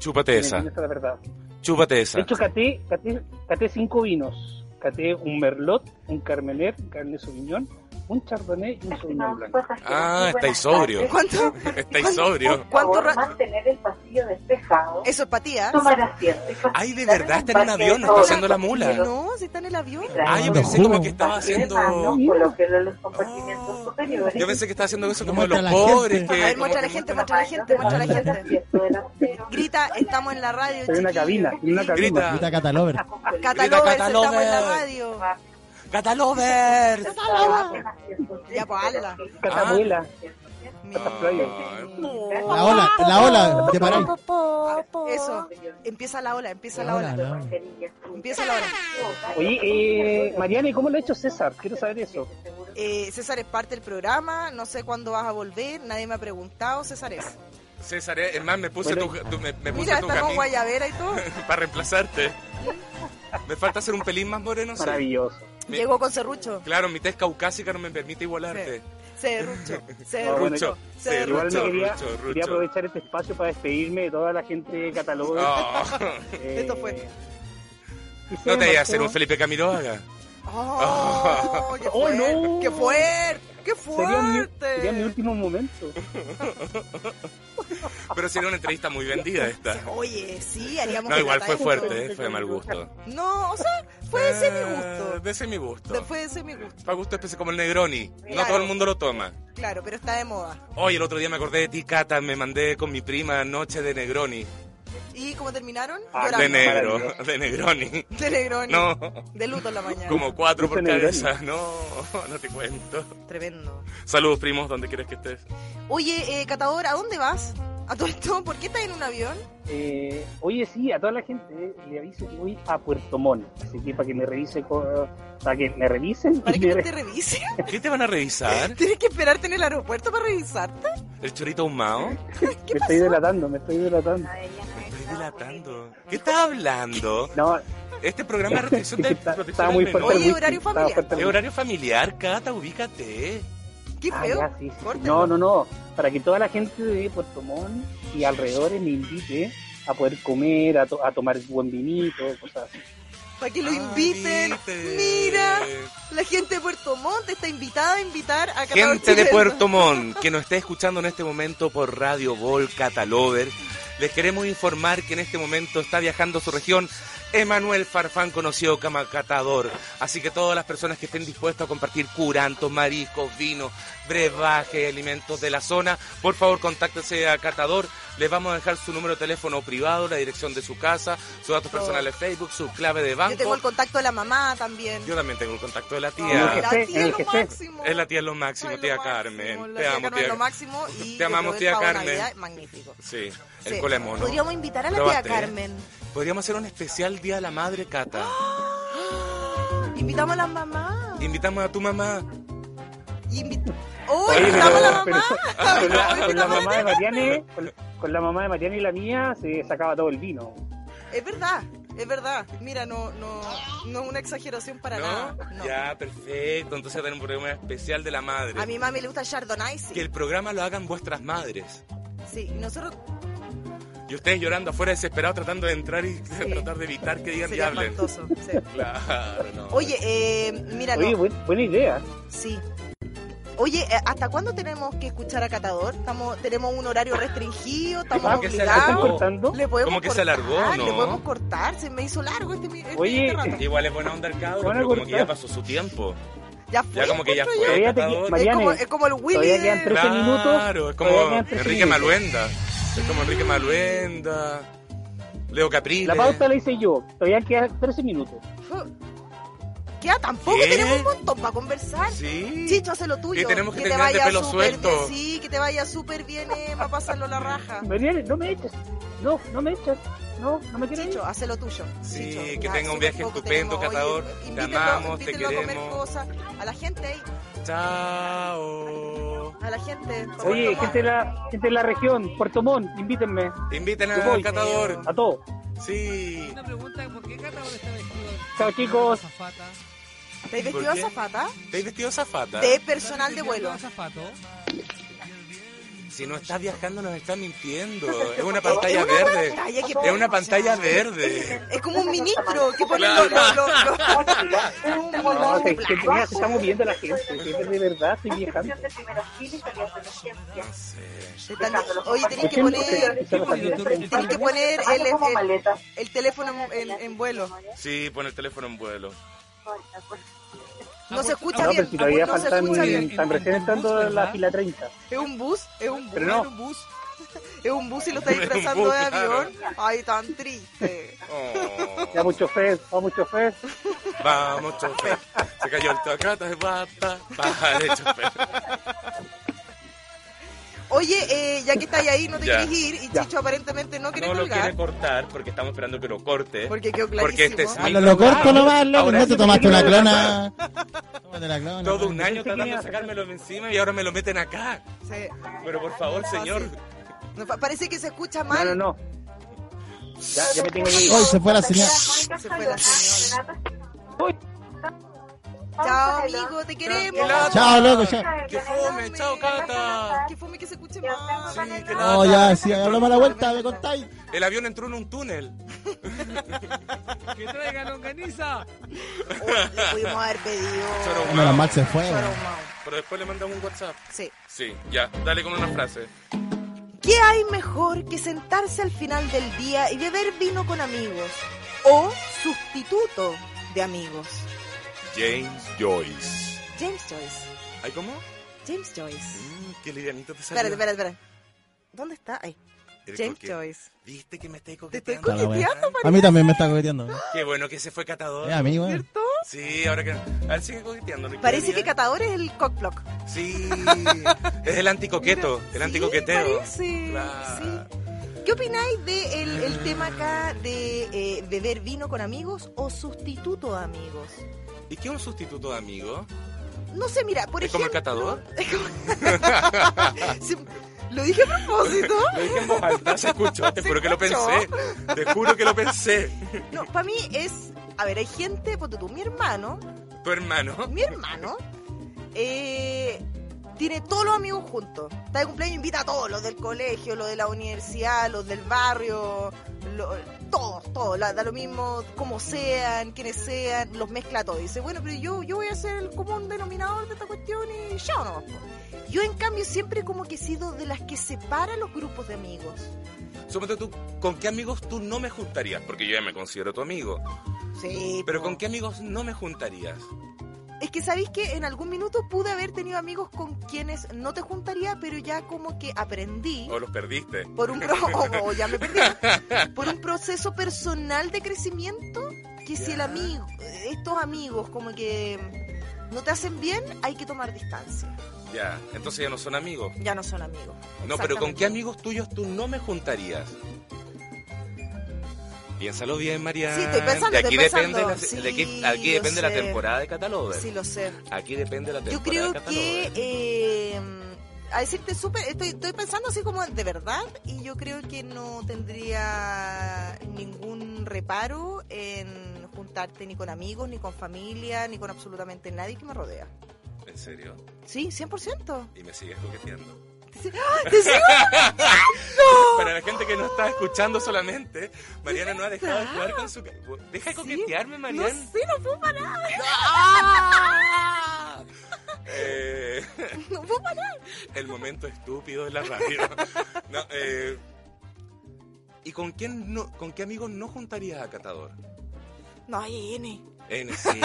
Speaker 3: Chúpate esa,
Speaker 7: Esa es la verdad.
Speaker 3: chúpate
Speaker 7: De
Speaker 3: esa.
Speaker 7: hecho, caté, caté, caté cinco vinos. Caté un Merlot, un Carmener, un Carnet Sauvignon, un Chardonnay y un Sauvignon
Speaker 2: pues,
Speaker 7: Blanc.
Speaker 3: Ah, estáis sobrio.
Speaker 2: ¿Cuánto?
Speaker 3: Estáis sobrio.
Speaker 2: ¿Cuánto
Speaker 8: ¿Cuánto
Speaker 2: ra-
Speaker 8: mantener el pasillo despejado.
Speaker 2: Eso es para ti, ¿ah?
Speaker 8: Tomar asiento. y facilitar
Speaker 3: Ay, de verdad está en un
Speaker 8: embarque
Speaker 3: avión,
Speaker 8: de
Speaker 3: está
Speaker 8: todos
Speaker 3: haciendo la
Speaker 8: los
Speaker 3: mula.
Speaker 2: No, si está en el avión.
Speaker 8: pasajeros.
Speaker 3: Ah, yo
Speaker 6: Te
Speaker 3: pensé
Speaker 6: juro.
Speaker 3: como que estaba
Speaker 8: Vacíe de
Speaker 3: haciendo.
Speaker 8: mano, colóquelo en los compartimentos
Speaker 3: Oh,
Speaker 8: superiores.
Speaker 3: Yo pensé que estaba haciendo eso como
Speaker 5: Muestra
Speaker 3: los
Speaker 5: a la gente.
Speaker 3: pobres.
Speaker 2: A
Speaker 3: Que,
Speaker 2: ver,
Speaker 3: como
Speaker 2: muestra a
Speaker 3: que
Speaker 2: ¿eh? la gente,
Speaker 3: muestran-
Speaker 2: muestra a la gente, muestra a la
Speaker 8: Del
Speaker 2: gente.
Speaker 8: asiento delantero.
Speaker 2: Grita, estamos en la radio.
Speaker 7: Hay una
Speaker 2: chiquillos.
Speaker 7: cabina, hay una cabina.
Speaker 3: Grita.
Speaker 5: Grita Catalover.
Speaker 2: Catalover, estamos en
Speaker 3: Grita,
Speaker 2: la
Speaker 3: Catalover.
Speaker 2: radio.
Speaker 3: ¡Catalover!
Speaker 8: Trabajen asientos
Speaker 2: Ya, pues, hazla.
Speaker 8: delanteros.
Speaker 3: Ah,
Speaker 7: Catamuela.
Speaker 5: La ola, la ola, te paráis.
Speaker 2: Eso, empieza la ola, empieza la
Speaker 5: La ola,
Speaker 6: Ah,
Speaker 2: ola.
Speaker 5: la ola.
Speaker 2: Empieza la ola.
Speaker 7: Oye, eh, Mariana, ¿y cómo lo ha hecho César? Quiero saber eso.
Speaker 2: Eh, César es parte del programa, no sé cuándo vas a volver, nadie me ha preguntado, César es.
Speaker 3: César, eh, es más, me puse
Speaker 7: Bueno.
Speaker 3: tu, tu- me, me puse
Speaker 2: Mira,
Speaker 3: tu
Speaker 2: está con
Speaker 3: camisa
Speaker 2: guayabera y todo.
Speaker 3: para reemplazarte. Me falta ser un pelín más moreno. sí.
Speaker 7: Maravilloso.
Speaker 3: Mi-
Speaker 2: Llegó con serrucho,
Speaker 3: Claro, mi tez caucásica no me permite igualarte.
Speaker 2: serrucho,
Speaker 7: Ah, bueno,
Speaker 2: serrucho,
Speaker 3: Rucho,
Speaker 2: serrucho.
Speaker 7: Igual me
Speaker 3: Rucho,
Speaker 7: quería,
Speaker 3: Rucho, Rucho.
Speaker 7: quería aprovechar este espacio para despedirme de toda la gente de Catalogo.
Speaker 3: Oh,
Speaker 7: Eh,
Speaker 2: esto fue.
Speaker 7: y
Speaker 3: no
Speaker 7: se
Speaker 3: te vayas a
Speaker 7: marcó-
Speaker 3: hacer un Felipe Camiroaga.
Speaker 2: ¡Oh, qué
Speaker 7: Oh,
Speaker 2: fuerte!
Speaker 7: no.
Speaker 2: ¡Qué fuerte! ¡Qué
Speaker 7: Sería mi,
Speaker 2: fuerte!
Speaker 7: sería mi último momento.
Speaker 3: Pero sería una entrevista muy vendida esta.
Speaker 2: Oye, sí, haríamos
Speaker 3: No,
Speaker 2: que
Speaker 3: igual fue
Speaker 2: tratar juntos.
Speaker 3: fuerte, eh, fue de mal gusto.
Speaker 2: No, o sea, fue de ese mi
Speaker 3: Eh,
Speaker 2: gusto.
Speaker 3: De ese mi gusto.
Speaker 2: Fue de ese mi gusto,
Speaker 3: Para gusto especie como el Negroni. No
Speaker 2: Claro.
Speaker 3: todo el mundo lo toma.
Speaker 2: claro, pero está de moda.
Speaker 3: Hoy el otro día me acordé de ti, Cata. Me mandé con mi prima Noche de Negroni.
Speaker 2: ¿Y cómo terminaron?
Speaker 7: Ah,
Speaker 3: De
Speaker 2: Llorando.
Speaker 3: negro,
Speaker 7: maravilloso.
Speaker 3: de Negroni.
Speaker 2: De Negroni.
Speaker 3: No,
Speaker 2: De luto en la mañana.
Speaker 3: como cuatro por
Speaker 7: Dice Negroni.
Speaker 3: cabeza. No, no te cuento.
Speaker 2: Tremendo.
Speaker 3: Saludos, primos, donde quieres que estés.
Speaker 2: Oye, eh, Catador, ¿a dónde vas? ¿A todo esto? ¿Por qué estás en un avión?
Speaker 7: Eh, oye, sí, a toda la gente eh, le aviso que voy a Puerto Montt. Así que para que me revise, co- para que me revisen.
Speaker 2: ¿Para
Speaker 7: y
Speaker 2: que
Speaker 7: me
Speaker 2: no
Speaker 7: re-
Speaker 2: te revise?
Speaker 3: ¿Qué te van a revisar?
Speaker 2: ¿Tienes que esperarte en el aeropuerto para revisarte?
Speaker 3: ¿El chorito ahumado?
Speaker 7: me estoy delatando, me estoy delatando.
Speaker 3: Me estoy dilatando. ¿Qué estás hablando?
Speaker 7: No,
Speaker 3: Este programa es restricción de
Speaker 7: es que está-
Speaker 3: protección
Speaker 7: estaba
Speaker 3: al
Speaker 7: muy
Speaker 3: menor.
Speaker 7: fuerte. el
Speaker 2: Oye,
Speaker 7: whisky,
Speaker 2: horario
Speaker 7: estaba
Speaker 2: familiar.
Speaker 7: fuerte el
Speaker 3: Es horario familiar, Cata, ubícate.
Speaker 2: Qué
Speaker 7: Ah,
Speaker 2: feo.
Speaker 7: ya, sí, sí, sí.
Speaker 2: Córtalo.
Speaker 7: No, no, no. Para que toda la gente de Puerto Montt y alrededores me invite a poder comer, a, to- a tomar buen vinito, cosas así.
Speaker 2: Para que lo
Speaker 3: Ah,
Speaker 2: inviten.
Speaker 3: viste.
Speaker 2: Mira, la gente de Puerto Montt está invitada a invitar a Catador.
Speaker 3: Gente de
Speaker 2: Chileno.
Speaker 3: Puerto Montt que nos está escuchando en este momento por Radio Vol Catalover, les queremos informar que en este momento está viajando a su región Emanuel Farfán, conocido como Catador. Así que todas las personas que estén dispuestas a compartir curantos, mariscos, vinos, brebajes, alimentos de la zona, por favor contáctense a Catador. Les vamos a dejar su número de teléfono privado, la dirección de su casa, sus datos
Speaker 2: Todo.
Speaker 3: personales Facebook, su clave de
Speaker 2: Yo tengo
Speaker 3: banco.
Speaker 2: el contacto de la mamá también.
Speaker 3: Yo también tengo el contacto de la
Speaker 2: No,
Speaker 7: En el
Speaker 3: tía.
Speaker 2: la
Speaker 7: jefe,
Speaker 2: tía
Speaker 7: en
Speaker 2: es
Speaker 7: el
Speaker 2: lo
Speaker 7: jefe.
Speaker 2: máximo.
Speaker 3: Es la tía lo máximo,
Speaker 2: Ay, lo
Speaker 3: tía
Speaker 2: máximo.
Speaker 3: Carmen.
Speaker 2: La
Speaker 3: Te
Speaker 2: tía
Speaker 3: amo,
Speaker 2: Carmen es
Speaker 3: tía.
Speaker 2: lo máximo y
Speaker 3: Te amamos,
Speaker 2: el
Speaker 3: tía
Speaker 2: pavo
Speaker 3: Carmen.
Speaker 2: Navidad, magnífico.
Speaker 3: Sí, el
Speaker 2: Sí.
Speaker 3: cole mono.
Speaker 2: Podríamos invitar a la
Speaker 3: Probaste,
Speaker 2: tía Carmen.
Speaker 3: Podríamos hacer un especial Día de la Madre, Cata.
Speaker 2: ¡Ah! Invitamos a la mamá.
Speaker 3: Invitamos a tu mamá.
Speaker 2: Invi- ¡Oh,
Speaker 7: Oye,
Speaker 2: invitamos a la mamá!
Speaker 7: pero- con la, con la
Speaker 2: Invitamos a la
Speaker 7: mamá de Mariane, con, con la mamá de Mariane y la mía se sacaba todo el vino.
Speaker 2: Es verdad, es verdad. Mira, no, no, no es una exageración para
Speaker 3: ¿No?
Speaker 2: nada. No.
Speaker 3: Ya, perfecto. Entonces tenemos un programa especial de la madre.
Speaker 2: A mi mami le gusta el Chardonnay, sí.
Speaker 3: Que el programa lo hagan vuestras madres.
Speaker 2: Sí, y nosotros
Speaker 3: Y ustedes llorando afuera desesperados tratando de entrar y tratar de evitar que digan y
Speaker 2: sería
Speaker 3: hablen.
Speaker 2: espantoso. sí.
Speaker 3: Claro, no.
Speaker 2: Oye, eh, mira,
Speaker 7: Oye,
Speaker 2: no,
Speaker 7: buen- buena idea.
Speaker 2: sí. Oye, eh, ¿hasta cuándo tenemos que escuchar a Catador? ¿Estamos, ¿Tenemos un horario restringido? ¿Estamos
Speaker 3: Como Ah, que se
Speaker 7: ¿Están
Speaker 3: alargó.
Speaker 2: obligados?
Speaker 7: cortando?
Speaker 2: ¿Le podemos
Speaker 3: Como que se
Speaker 2: cortar?
Speaker 3: alargó, ¿no?
Speaker 2: ¿Le podemos cortar? Se me hizo largo este, mi- este-
Speaker 7: Oye,
Speaker 2: este rato.
Speaker 3: Igual es buena onda el cabro,
Speaker 7: Van a
Speaker 3: pero como que
Speaker 7: cortar.
Speaker 3: ya pasó su tiempo.
Speaker 2: Ya fue.
Speaker 3: Ya como que ya
Speaker 2: encuentro
Speaker 3: fue,
Speaker 7: Todavía te
Speaker 3: Catador.
Speaker 7: quie-
Speaker 2: Es como,
Speaker 7: Mariane,
Speaker 2: es como el Willy.
Speaker 7: todavía quedan
Speaker 2: de-
Speaker 7: tres- 13 minutos,
Speaker 3: Claro, es como
Speaker 7: todavía quedan 13
Speaker 3: Enrique
Speaker 7: minutos.
Speaker 3: Maluenda. Es como Enrique Maluenda. Leo Capriles.
Speaker 7: La pauta la hice yo. Todavía quedan 13 minutos.
Speaker 2: Queda tampoco
Speaker 3: ¿Qué?
Speaker 2: tenemos un montón para conversar.
Speaker 3: Sí.
Speaker 2: Chicho, hace lo tuyo.
Speaker 3: Y tenemos que
Speaker 2: te
Speaker 3: terminar de
Speaker 2: vaya
Speaker 3: pelo
Speaker 2: súper
Speaker 3: suelto.
Speaker 2: bien, Sí, que te vaya súper bien, Emma, pasarlo la raja.
Speaker 7: Mariana, no me eches. No, no me eches. No, no me quieres.
Speaker 2: Chicho, hace lo tuyo.
Speaker 3: Sí,
Speaker 2: Chicho,
Speaker 3: que
Speaker 2: ya,
Speaker 3: tenga un
Speaker 2: súper
Speaker 3: viaje
Speaker 2: poco
Speaker 3: estupendo,
Speaker 2: tenemos.
Speaker 3: Catador.
Speaker 2: Oye,
Speaker 3: Te
Speaker 2: invítenlo-
Speaker 3: amamos, te
Speaker 2: invítenlo a comer
Speaker 3: queremos.
Speaker 2: cosas. A la gente ahí,
Speaker 3: Chao.
Speaker 2: a la gente. por
Speaker 7: Oye,
Speaker 2: favor.
Speaker 7: gente de, la, gente de la región, Puerto Montt, invítenme
Speaker 3: Inviten
Speaker 7: Yo
Speaker 3: al
Speaker 7: voy. Ah.
Speaker 3: catador.
Speaker 7: a todos.
Speaker 3: Sí.
Speaker 6: Una pregunta, ¿por qué Catador está vestido? de-
Speaker 7: Chao, chicos.
Speaker 6: Azafata.
Speaker 2: ¿Estáis
Speaker 3: ¿Por
Speaker 2: vestido de
Speaker 3: qué?
Speaker 2: zapata?
Speaker 3: ¿Estáis vestido zafata?
Speaker 2: De personal de
Speaker 6: ¿Estás
Speaker 2: vuelo.
Speaker 6: azafato?
Speaker 7: Pues
Speaker 3: Si no estás viajando nos estás mintiendo. Es una
Speaker 2: Es
Speaker 3: pantalla
Speaker 2: una
Speaker 3: verde.
Speaker 2: pantalla que
Speaker 3: Es una
Speaker 2: ponen,
Speaker 3: pantalla
Speaker 2: o sea,
Speaker 3: verde.
Speaker 2: Es como un ministro que pone los... los- los- los- es un
Speaker 7: No,
Speaker 2: monóculo
Speaker 7: se, se,
Speaker 2: blanco.
Speaker 7: se está moviendo la gente. gente de verdad, estoy viajando.
Speaker 8: de primera fila y saliendo de
Speaker 3: No
Speaker 8: ciencia.
Speaker 3: sé.
Speaker 2: Te están- Oye, tenés
Speaker 7: ¿Por
Speaker 2: que
Speaker 7: qué no se-
Speaker 2: poner
Speaker 7: se la salida?
Speaker 2: Tienes que poner el,
Speaker 8: Vale, como
Speaker 2: el-
Speaker 8: maleta.
Speaker 2: el teléfono en, en- en vuelo.
Speaker 3: Sí, pon el teléfono en vuelo.
Speaker 2: No se escucha
Speaker 7: No,
Speaker 2: bien.
Speaker 7: pero si todavía
Speaker 2: no se
Speaker 7: faltan,
Speaker 2: escucha bien.
Speaker 7: están recién entrando en la fila 30.
Speaker 2: Es un bus, es un bus,
Speaker 7: Pero no.
Speaker 2: es un bus. Es un bus y lo está
Speaker 3: Es un
Speaker 2: disfrazando
Speaker 3: bus,
Speaker 2: de
Speaker 3: claro.
Speaker 2: avión. Ay, tan triste.
Speaker 3: Oh.
Speaker 7: Ya mucho fe, va mucho fe.
Speaker 3: Vamos, chofer. Se cayó el tacata de bata. Vale, chofer.
Speaker 2: Oye, eh, ya que estáis ahí, no te
Speaker 3: Ya.
Speaker 2: quieres ir. Y
Speaker 7: Ya.
Speaker 2: Chicho aparentemente no quiere
Speaker 3: No lo
Speaker 2: colgar.
Speaker 3: quiere cortar porque estamos esperando que lo corte.
Speaker 2: Porque quedó clarísimo.
Speaker 3: Porque este es
Speaker 5: Ah,
Speaker 3: mi
Speaker 5: lo, lo
Speaker 3: programa.
Speaker 5: corto nomás, loco.
Speaker 3: Ahora
Speaker 5: No
Speaker 3: sí me
Speaker 5: te tomaste una
Speaker 3: quiero
Speaker 5: clona. Tómate la clona.
Speaker 3: Todo un
Speaker 5: pues.
Speaker 3: año tratando de sacármelo de encima y ahora me lo meten acá.
Speaker 2: Sí.
Speaker 3: Pero por favor, señor.
Speaker 2: No, pa- parece que se escucha
Speaker 7: No,
Speaker 2: mal.
Speaker 7: no, no. Ya, ya me tengo que ir.
Speaker 5: Hoy se fue la señal.
Speaker 2: Se fue la señal.
Speaker 7: Uy.
Speaker 2: Chao, amigo, te queremos.
Speaker 3: Tranquila.
Speaker 5: Chao, loco, chao.
Speaker 3: ¡Qué fome! ¡Chao, Cata!
Speaker 2: Que fome que se escuche mal.
Speaker 3: Sí, que
Speaker 5: Oh, ya, sí, hablamos a la vuelta, me contáis.
Speaker 3: El avión entró en un túnel.
Speaker 6: ¡Que traiga longaniza!
Speaker 2: Oh, le pudimos haber pedido.
Speaker 3: Choromao.
Speaker 5: Menos mal se fue.
Speaker 2: Choromao.
Speaker 5: weón.
Speaker 3: Pero después le mandamos un WhatsApp.
Speaker 2: Sí.
Speaker 3: Sí, ya, dale con una frase.
Speaker 2: ¿Qué hay mejor que sentarse al final del día y beber vino con amigos? O sustituto de amigos.
Speaker 3: James Joyce.
Speaker 2: James Joyce.
Speaker 3: ¿Ay, cómo?
Speaker 2: James Joyce.
Speaker 3: Mm, qué livianito te salió.
Speaker 2: Espérate, espérate, espérate. ¿Dónde está? Ahí.
Speaker 3: El
Speaker 2: James
Speaker 3: coque-
Speaker 2: Joyce.
Speaker 3: ¿Viste que me estáis
Speaker 2: Te estoy
Speaker 3: coqueteando?
Speaker 5: Está la wea.
Speaker 2: coqueteando,
Speaker 5: A mí también me está coqueteando. weón.
Speaker 3: Qué bueno que se fue catador.
Speaker 5: Es a mí, weón.
Speaker 2: ¿cierto?
Speaker 3: Sí, ahora que. A ver, sigue coqueteando. ¿no?
Speaker 2: Parece que
Speaker 3: Mira.
Speaker 2: Catador es el cockblock.
Speaker 3: Sí, es el anticoqueto, el anticoqueteo.
Speaker 2: Sí, parece.
Speaker 3: Claro.
Speaker 2: Sí. ¿Qué opináis de el, el tema acá de eh, beber vino con amigos o sustituto de amigos?
Speaker 3: ¿Y qué es un sustituto de amigo?
Speaker 2: No sé, mira, por
Speaker 3: ¿Es como
Speaker 2: ejemplo.
Speaker 3: el catador?
Speaker 2: Es como- Sí, Lo dije a propósito.
Speaker 3: Lo dije en voz alta, se escuchó, te
Speaker 2: Se
Speaker 3: juro que lo
Speaker 2: escuchó.
Speaker 3: pensé. Te juro que lo pensé.
Speaker 2: No, para mí es. A ver, hay gente, ponte tú, mi hermano,
Speaker 3: Tu hermano.
Speaker 2: mi hermano, eh, tiene todos los amigos juntos. Está de cumpleaños, invita a todos, los del colegio, los de la universidad, los del barrio, lo- todos, todos, la- da lo mismo, como sean, quienes sean, los mezcla a todos. Y dice, bueno, pero yo, yo voy a ser el común denominador de esta cuestión y ya no. Yo, en cambio, siempre como que he sido de las que separa los grupos de amigos.
Speaker 3: Suponte tú, ¿con qué amigos tú no me juntarías? Porque yo ya me considero tu amigo.
Speaker 2: Sí,
Speaker 3: Pero
Speaker 2: po.
Speaker 3: ¿con qué amigos no me juntarías?
Speaker 2: Es que sabéis que en algún minuto pude haber tenido amigos con quienes no te juntaría, pero ya como que aprendí
Speaker 3: ¿O los perdiste?
Speaker 2: por un pro- o- o ya me perdí. por un proceso personal de crecimiento que si el
Speaker 3: Ya.
Speaker 2: amigo, estos amigos como que no te hacen bien, hay que tomar distancia.
Speaker 3: Ya, entonces ya no son amigos.
Speaker 2: Ya no son amigos.
Speaker 3: No, pero ¿con
Speaker 2: Exactamente.
Speaker 3: qué amigos tuyos tú no me juntarías? Piénsalo bien, María.
Speaker 2: Sí, estoy pensando,
Speaker 3: de aquí
Speaker 2: estoy
Speaker 3: depende,
Speaker 2: pensando.
Speaker 3: la, de aquí,
Speaker 2: Sí,
Speaker 3: aquí
Speaker 2: yo
Speaker 3: depende la
Speaker 2: sé.
Speaker 3: temporada de Catalover.
Speaker 2: Sí lo sé.
Speaker 3: Aquí depende la
Speaker 2: Yo
Speaker 3: temporada
Speaker 2: creo
Speaker 3: de Catalover.
Speaker 2: que eh, a decirte súper, estoy, estoy pensando así como de verdad y yo creo que no tendría ningún reparo en juntarte ni con amigos, ni con familia, ni con absolutamente nadie que me rodea.
Speaker 3: En serio.
Speaker 2: Sí, 100%.
Speaker 3: Y me sigues coqueteando.
Speaker 2: ¿Te sigo?
Speaker 3: Para la gente que no está escuchando solamente, Mariana no ha dejado de jugar con su... ca- Deja de coquetearme,
Speaker 2: No
Speaker 3: Mariana.
Speaker 2: sé, no puedo parar.
Speaker 3: Eh, eh,
Speaker 2: No, vos para-
Speaker 3: el momento estúpido de la radio. No, eh, ¿Y con quién no, con qué amigos no juntarías a Catador?
Speaker 2: no hay N.
Speaker 3: N, sí.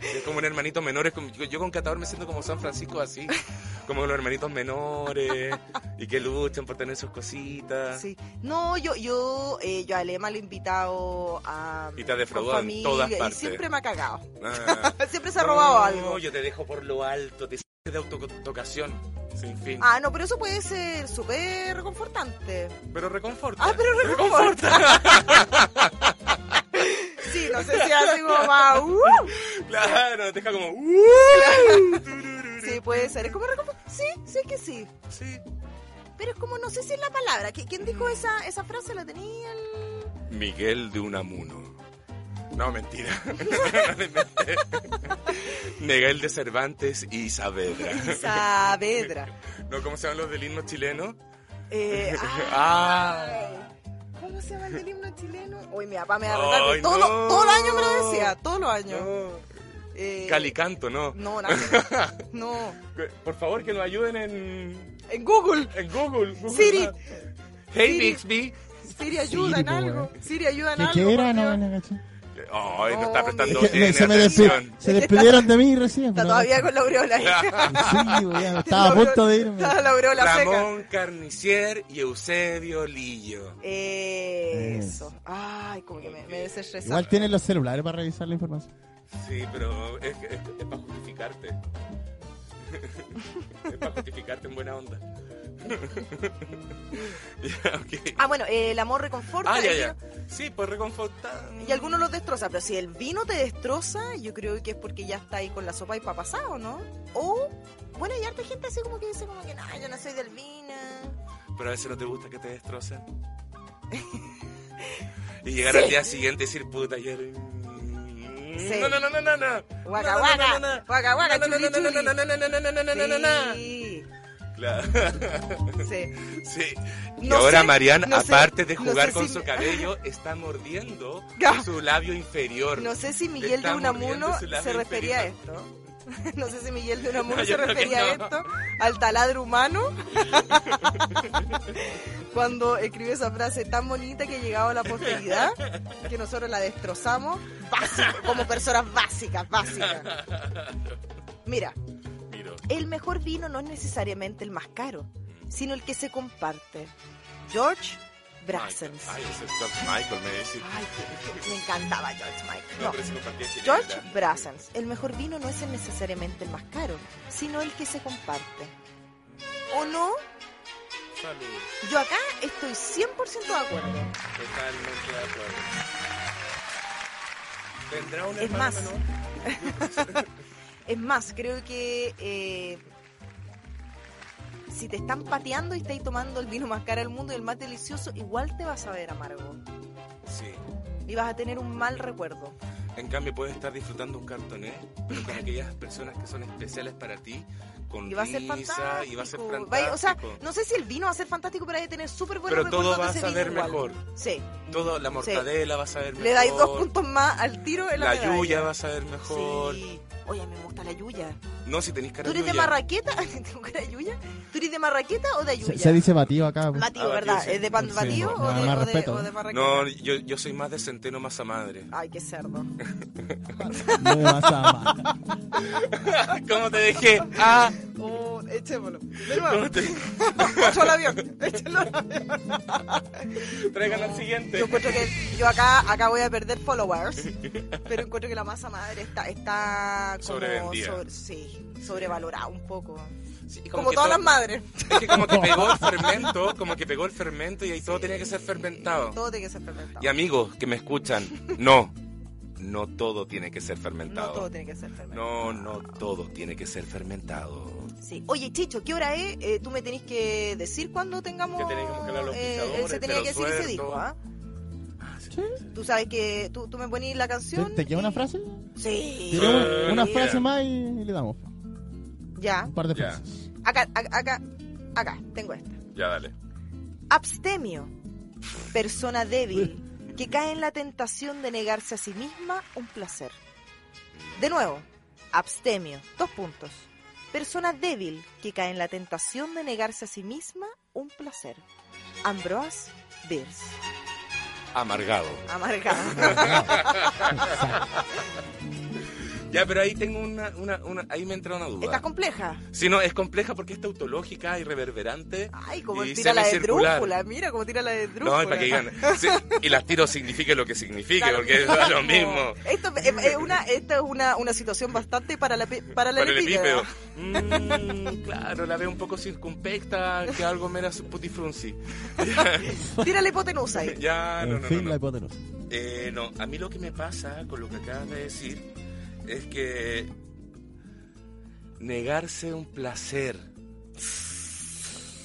Speaker 3: Es este, como un hermanito menor. es como- yo, yo con Catador me siento como San Francisco así. Como los hermanitos menores y que luchan por tener sus cositas.
Speaker 2: Sí. No, yo, yo, eh, yo a Lema lo he invitado a.
Speaker 3: Y te ha defraudado
Speaker 2: con
Speaker 3: en todas partes.
Speaker 2: Y siempre me ha cagado.
Speaker 3: Ah.
Speaker 2: Siempre se ha robado
Speaker 3: No,
Speaker 2: algo.
Speaker 3: yo te dejo por lo alto, te hice de autotocación. Sin fin.
Speaker 2: Ah, no, pero eso puede ser súper reconfortante.
Speaker 3: Pero reconforta.
Speaker 2: Ah, pero reconforta. sí, no sé si así como más, ¡uh!
Speaker 3: Claro, te deja como. "Uh".
Speaker 2: Sí, puede ser. Es como reconfortante. Sí, sí que sí.
Speaker 3: Sí.
Speaker 2: Pero es como, no sé si es la palabra. ¿Qui- ¿Quién
Speaker 3: Mm.
Speaker 2: dijo esa, esa frase? ¿La tenía el...?
Speaker 3: Miguel de Unamuno. No, mentira. Miguel de Cervantes y Saavedra.
Speaker 2: Saavedra.
Speaker 3: ¿No? ¿Cómo se llaman los del himno chileno?
Speaker 2: Eh,
Speaker 3: Ah.
Speaker 2: ay. ¿Cómo se llama el del himno chileno? Uy, mi papá me va a retar.
Speaker 3: Ay,
Speaker 2: Todo,
Speaker 3: no.
Speaker 2: todo el año me lo decía, todos los años.
Speaker 3: No.
Speaker 2: Eh,
Speaker 3: Calicanto, no.
Speaker 2: No, nada. no.
Speaker 3: Por favor, que nos ayuden en,
Speaker 2: En Google.
Speaker 3: en Google. Google
Speaker 2: Siri.
Speaker 3: Maps. Hey,
Speaker 2: Siri.
Speaker 3: Bixby.
Speaker 2: Siri ayuda en
Speaker 3: pues,
Speaker 5: po,
Speaker 2: algo. Siri ayuda en
Speaker 5: ¿Qué,
Speaker 2: algo.
Speaker 5: qué era?
Speaker 2: por
Speaker 5: No,
Speaker 2: Dios.
Speaker 5: no, caché.
Speaker 3: Ay, no,
Speaker 2: No,
Speaker 3: está
Speaker 5: Es
Speaker 3: prestando
Speaker 5: que me-
Speaker 3: bien
Speaker 5: se, me despi-
Speaker 3: atención.
Speaker 5: se despidieron de mí recién.
Speaker 2: Está
Speaker 5: ¿no?
Speaker 2: todavía con la aureola ahí.
Speaker 5: Sí, weón, estaba a punto de irme.
Speaker 2: Está la aureola seca.
Speaker 3: Ramón Carnicier y Eusebio Lillo.
Speaker 2: Eh, Eso. Ay, como que me, me desestresaba.
Speaker 5: Igual tienen los celulares para revisar la información.
Speaker 3: Sí, pero es, es- es para justificarte. es para justificarte en buena onda. ya, ok.
Speaker 2: Ah, bueno, eh, el amor reconforta.
Speaker 3: Ah, ya,
Speaker 2: el
Speaker 3: ya.
Speaker 2: vino-
Speaker 3: Sí, pues reconfortar.
Speaker 2: Y algunos los destroza, pero si el vino te destroza, yo creo que es porque ya está ahí con la sopa y para pasado, ¿no? O, bueno, hay harta gente así como que dice como que, no, yo no soy del vino.
Speaker 3: Pero a veces no te gusta que te destrocen. y llegar al día siguiente y decir, puta, ayer... mm,
Speaker 2: Sí.
Speaker 3: No, no, no, no, no, no.
Speaker 2: Guaca,
Speaker 3: No, no,
Speaker 2: guaca.
Speaker 3: no, no, no.
Speaker 2: Guaca, guaca,
Speaker 3: No, no, no,
Speaker 2: chuli,
Speaker 3: no, no,
Speaker 2: chuli.
Speaker 3: no, no, no, no, no, no, no, no, no, no.
Speaker 2: Sí,
Speaker 3: Claro.
Speaker 2: sí.
Speaker 3: Sí. Y
Speaker 2: No
Speaker 3: ahora
Speaker 2: sé,
Speaker 3: Marian,
Speaker 2: no sé,
Speaker 3: aparte de
Speaker 2: no
Speaker 3: jugar
Speaker 2: sé
Speaker 3: con
Speaker 2: si
Speaker 3: su
Speaker 2: me-
Speaker 3: cabello, está mordiendo
Speaker 2: Ya.
Speaker 3: su labio inferior.
Speaker 2: No sé si Miguel de
Speaker 3: Está mordiendo
Speaker 2: Unamuno
Speaker 3: su labio
Speaker 2: se refería a
Speaker 3: inferior.
Speaker 2: esto. No sé si Miguel de Unamuno
Speaker 3: No,
Speaker 2: se
Speaker 3: Ah, yo creo que
Speaker 2: refería a
Speaker 3: no.
Speaker 2: esto, al taladro humano, cuando escribe esa frase tan bonita que ha llegado a la posteridad, que nosotros la destrozamos, básico, como personas básicas, básicas. Mira,
Speaker 3: Miro.
Speaker 2: el mejor vino no es necesariamente el más caro, sino el que se comparte. George Brassens.
Speaker 3: Ay, ese es George Michael, me dice.
Speaker 2: Ay, qué- me encantaba George Michael.
Speaker 3: No,
Speaker 2: No.
Speaker 3: pero ese compartía chilena,
Speaker 2: George
Speaker 3: ¿verdad?
Speaker 2: Brassens. El mejor vino no es el necesariamente el más caro, sino el que se comparte. ¿O no?
Speaker 3: Salud.
Speaker 2: Yo acá estoy 100% de acuerdo.
Speaker 3: Totalmente de acuerdo. ¿Tendrá un
Speaker 2: Es
Speaker 3: hermano
Speaker 2: más.
Speaker 3: menor?
Speaker 2: Es más, creo que eh, si te están pateando y estáis tomando el vino más caro del mundo y el más delicioso, igual te vas a ver amargo.
Speaker 3: Sí.
Speaker 2: Y vas a tener un mal recuerdo.
Speaker 3: En cambio, puedes estar disfrutando un cartoné, pero con aquellas personas que son especiales para ti, con
Speaker 2: Y va a ser
Speaker 3: risa,
Speaker 2: fantástico.
Speaker 3: y va a ser
Speaker 2: Va- o sea,
Speaker 3: fantástico.
Speaker 2: no sé si el vino va a ser fantástico, pero hay que tener súper buenos
Speaker 3: Pero todo
Speaker 2: recuerdos
Speaker 3: va
Speaker 2: de
Speaker 3: a
Speaker 2: ese
Speaker 3: saber
Speaker 2: vino igual.
Speaker 3: mejor.
Speaker 2: Sí,
Speaker 3: Todo, la mortadela vas a ver mejor.
Speaker 2: le dais dos puntos más al tiro en la,
Speaker 3: La
Speaker 2: medalla.
Speaker 3: yuya vas a ver mejor.
Speaker 2: Sí. Oye, a mí me gusta la Yuya.
Speaker 3: No, si tenéis cara
Speaker 2: ¿Tú eres de
Speaker 3: yuya.
Speaker 2: marraqueta? ¿Tengo cara de Yuya? ¿Tú eres de marraqueta o de Yuya?
Speaker 5: Se, se dice batido acá. pues.
Speaker 2: Batido,
Speaker 3: Ah,
Speaker 2: ¿verdad?
Speaker 3: batido, sí.
Speaker 2: ¿Es de pan
Speaker 5: Sí.
Speaker 2: batido
Speaker 5: No,
Speaker 2: o, de,
Speaker 5: más
Speaker 2: o de-
Speaker 5: respeto.
Speaker 2: o de marraqueta?
Speaker 3: No, yo, yo soy más de centeno masa madre.
Speaker 2: Ay, qué cerdo.
Speaker 5: No me vas a amar.
Speaker 3: ¿Cómo te dejé? Ah,
Speaker 2: Oh, echémoslo. De nuevo.
Speaker 3: ¿cómo te...
Speaker 2: Ocho al avión. Échalo al avión.
Speaker 3: Traigan al
Speaker 2: Yo
Speaker 3: siguiente.
Speaker 2: encuentro que yo acá, acá voy a perder followers, pero encuentro que la masa madre está, está como
Speaker 3: Sobrevendida.
Speaker 2: sobre- sí, sobrevalorada un poco.
Speaker 3: Sí,
Speaker 2: Como,
Speaker 3: que
Speaker 2: todas
Speaker 3: todo-
Speaker 2: las madres.
Speaker 3: Es que como que pegó el fermento, como que pegó el fermento y ahí todo tenía que ser fermentado.
Speaker 2: Todo tiene que ser fermentado.
Speaker 3: Y amigos que me escuchan, no, no todo tiene que ser
Speaker 2: No todo
Speaker 3: fermentado.
Speaker 2: tiene que ser fermentado.
Speaker 3: No, no todo tiene que ser fermentado.
Speaker 2: Sí. Oye, Chicho, ¿qué hora es? Eh, tú me tenés que decir cuando tengamos.
Speaker 3: Que tenemos que hablar los
Speaker 2: eh,
Speaker 3: pisadores,
Speaker 2: se tenía que
Speaker 3: pero
Speaker 2: decir ese
Speaker 3: suelto.
Speaker 2: disco, ¿ah? Tú sabes que tú, tú me ponís la canción.
Speaker 5: ¿Te, te queda
Speaker 2: y-
Speaker 5: una frase?
Speaker 2: Sí.
Speaker 5: Tiremos una
Speaker 3: ya.
Speaker 5: frase más y, y le damos.
Speaker 2: Ya.
Speaker 5: Un par de
Speaker 3: Ya.
Speaker 5: frases.
Speaker 2: Acá, acá, acá, acá, tengo esta.
Speaker 3: Ya, dale.
Speaker 2: Abstemio. Persona débil que cae en la tentación de negarse a sí misma un placer. De nuevo, abstemio. Dos puntos. Persona débil que cae en la tentación de negarse a sí misma un placer. Ambroise Bierce.
Speaker 9: Amargado.
Speaker 2: Amargado.
Speaker 3: Ya, pero ahí tengo una, una, una- ahí me entra una
Speaker 2: Está
Speaker 3: duda.
Speaker 2: compleja.
Speaker 3: Si no, es compleja porque es tautológica y reverberante.
Speaker 2: Ay, como
Speaker 3: Y
Speaker 2: tira la de
Speaker 3: semicircular.
Speaker 2: drújula. Mira cómo tira la de Ah, drújula.
Speaker 3: No, es para que digan. sí, y las tiro signifique lo que signifique,
Speaker 2: Da lo
Speaker 3: porque es
Speaker 2: mismo.
Speaker 3: lo mismo.
Speaker 2: Esto es, es una, esta es una, una situación bastante para la, pe- para la
Speaker 3: Para el
Speaker 2: epípeda.
Speaker 3: epípedo. Mm, claro, la veo un poco circunspecta, que algo mera su- putifrunzi.
Speaker 2: Tira la hipotenusa ahí.
Speaker 3: Ya, Ah, no,
Speaker 5: en
Speaker 3: no,
Speaker 5: fin,
Speaker 3: no, no.
Speaker 5: la hipotenusa.
Speaker 3: Eh, no, a mí lo que me pasa con lo que acabas de decir es que negarse un placer,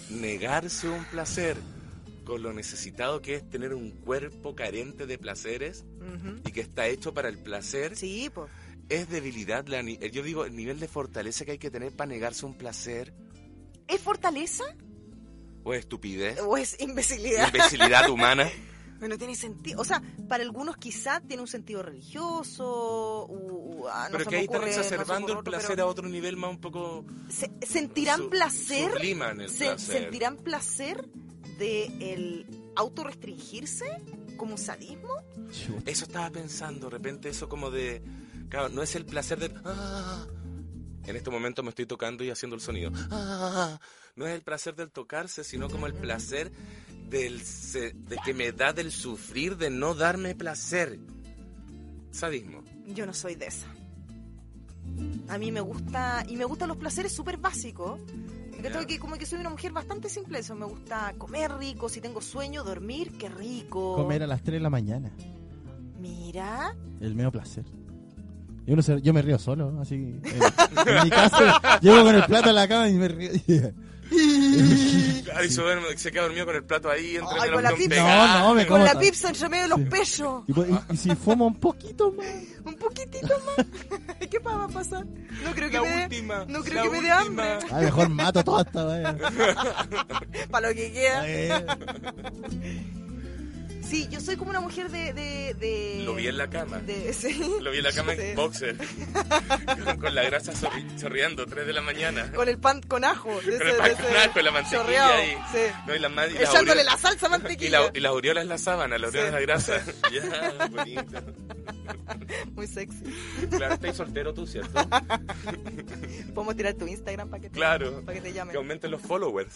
Speaker 3: negarse un placer con lo necesitado que es tener un cuerpo carente de placeres
Speaker 2: Ujú.
Speaker 3: y que está hecho para el placer,
Speaker 2: Sí, pues.
Speaker 3: es debilidad. La, ni- yo digo, el nivel de fortaleza que hay que tener para negarse un placer
Speaker 2: ¿Es fortaleza
Speaker 3: o es estupidez,
Speaker 2: o es imbecilidad?
Speaker 3: imbecilidad humana.
Speaker 2: No tiene sentido. O sea, para algunos quizá tiene un sentido religioso. u- u- ah, no
Speaker 3: pero
Speaker 2: se
Speaker 3: que
Speaker 2: me
Speaker 3: ahí están
Speaker 2: ocurre, no se me
Speaker 3: exacerbando
Speaker 2: ocurre
Speaker 3: el
Speaker 2: otro,
Speaker 3: placer
Speaker 2: pero
Speaker 3: a otro nivel más un poco...
Speaker 2: se- ¿Sentirán
Speaker 3: su-
Speaker 2: placer?
Speaker 3: Subliman el
Speaker 2: se-
Speaker 3: placer.
Speaker 2: ¿Sentirán placer de el autorrestringirse como un sadismo?
Speaker 5: Chuta.
Speaker 3: Eso estaba pensando, de repente eso como de... Claro, no es el placer de... "Ah". en este momento me estoy tocando y haciendo el sonido. "Ah". no es el placer del tocarse, sino como el placer del se- de que me da del sufrir, de no darme placer. Sadismo.
Speaker 2: Yo no soy de esa. A mí me gusta, y me gustan los placeres súper básicos. Me
Speaker 3: Ya.
Speaker 2: cacho que como que soy una mujer bastante simple, eso me gusta comer rico, si tengo sueño, dormir, qué rico.
Speaker 5: Comer a las 3 de la mañana.
Speaker 2: Mira,
Speaker 5: El mero placer. Y uno se- yo me río solo, así. En, en mi casa, llego con el plato a la cama y me río.
Speaker 3: Claro, y se, duerme- se queda dormido con el plato ahí, entre
Speaker 2: Ay,
Speaker 3: el
Speaker 2: con la
Speaker 3: abdomen
Speaker 2: pizza.
Speaker 3: pegado.
Speaker 5: No, no, me
Speaker 2: con
Speaker 5: como.
Speaker 2: la
Speaker 5: ta-
Speaker 2: pizza entre medio de los pechos,
Speaker 5: Y, po- y- y si fumo un poquito más.
Speaker 2: un poquitito más. ¿Qué más va a pasar? No creo que
Speaker 3: La
Speaker 2: me dé-
Speaker 3: última.
Speaker 2: no creo
Speaker 3: la
Speaker 2: que me dé
Speaker 3: última.
Speaker 2: hambre.
Speaker 5: A eh. lo Ah, mejor mato toda esta wea.
Speaker 2: para lo que queda.
Speaker 5: Eh,
Speaker 2: Sí, yo soy como una mujer de... de, de-
Speaker 3: Lo vi en la cama.
Speaker 2: de- sí.
Speaker 3: Lo vi en la cama
Speaker 2: Sí.
Speaker 3: en boxer. con, con la grasa chorri- chorreando, 3 de la mañana.
Speaker 2: Con el pan con ajo. de
Speaker 3: Con
Speaker 2: ese-
Speaker 3: el pan
Speaker 2: de ese
Speaker 3: con ajo, la mantequilla
Speaker 2: chorreado,
Speaker 3: ahí.
Speaker 2: sí.
Speaker 3: No, y la madre. y la
Speaker 2: Echándole
Speaker 3: aureola-
Speaker 2: la salsa a
Speaker 3: Y,
Speaker 2: mantequilla.
Speaker 3: la, y las oriolas la sábana, la oriola
Speaker 2: Sí.
Speaker 3: la grasa. ya, bonito.
Speaker 2: Muy sexy.
Speaker 3: Claro, estás soltero tú, ¿cierto?
Speaker 2: Podemos tirar tu Instagram para que te,
Speaker 3: Claro.
Speaker 2: para que te
Speaker 3: Que
Speaker 2: llamen.
Speaker 3: aumenten los followers.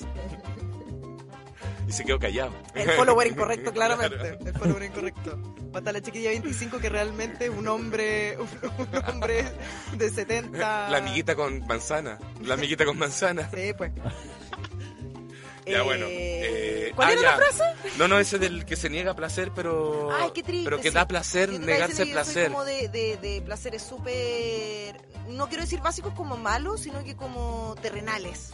Speaker 3: Y se quedó callado.
Speaker 2: El follower incorrecto, claramente. El follower incorrecto. Para la chiquilla 25 que realmente es un hombre, un, un hombre de 70.
Speaker 3: La amiguita con manzana. La amiguita con manzana.
Speaker 2: Sí, pues.
Speaker 3: Ya,
Speaker 2: Eh,
Speaker 3: bueno. eh,
Speaker 2: ¿Cuál
Speaker 3: ah,
Speaker 2: era
Speaker 3: ya.
Speaker 2: la frase?
Speaker 3: No, no, ese del que se niega a placer, pero.
Speaker 2: Ay, qué triste,
Speaker 3: Pero que
Speaker 2: sí.
Speaker 3: da placer
Speaker 2: Yo te estaba
Speaker 3: negarse
Speaker 2: diciendo
Speaker 3: el
Speaker 2: que
Speaker 3: placer.
Speaker 2: Yo soy como de, de, de placeres súper. No quiero decir básicos como malos, sino que como terrenales.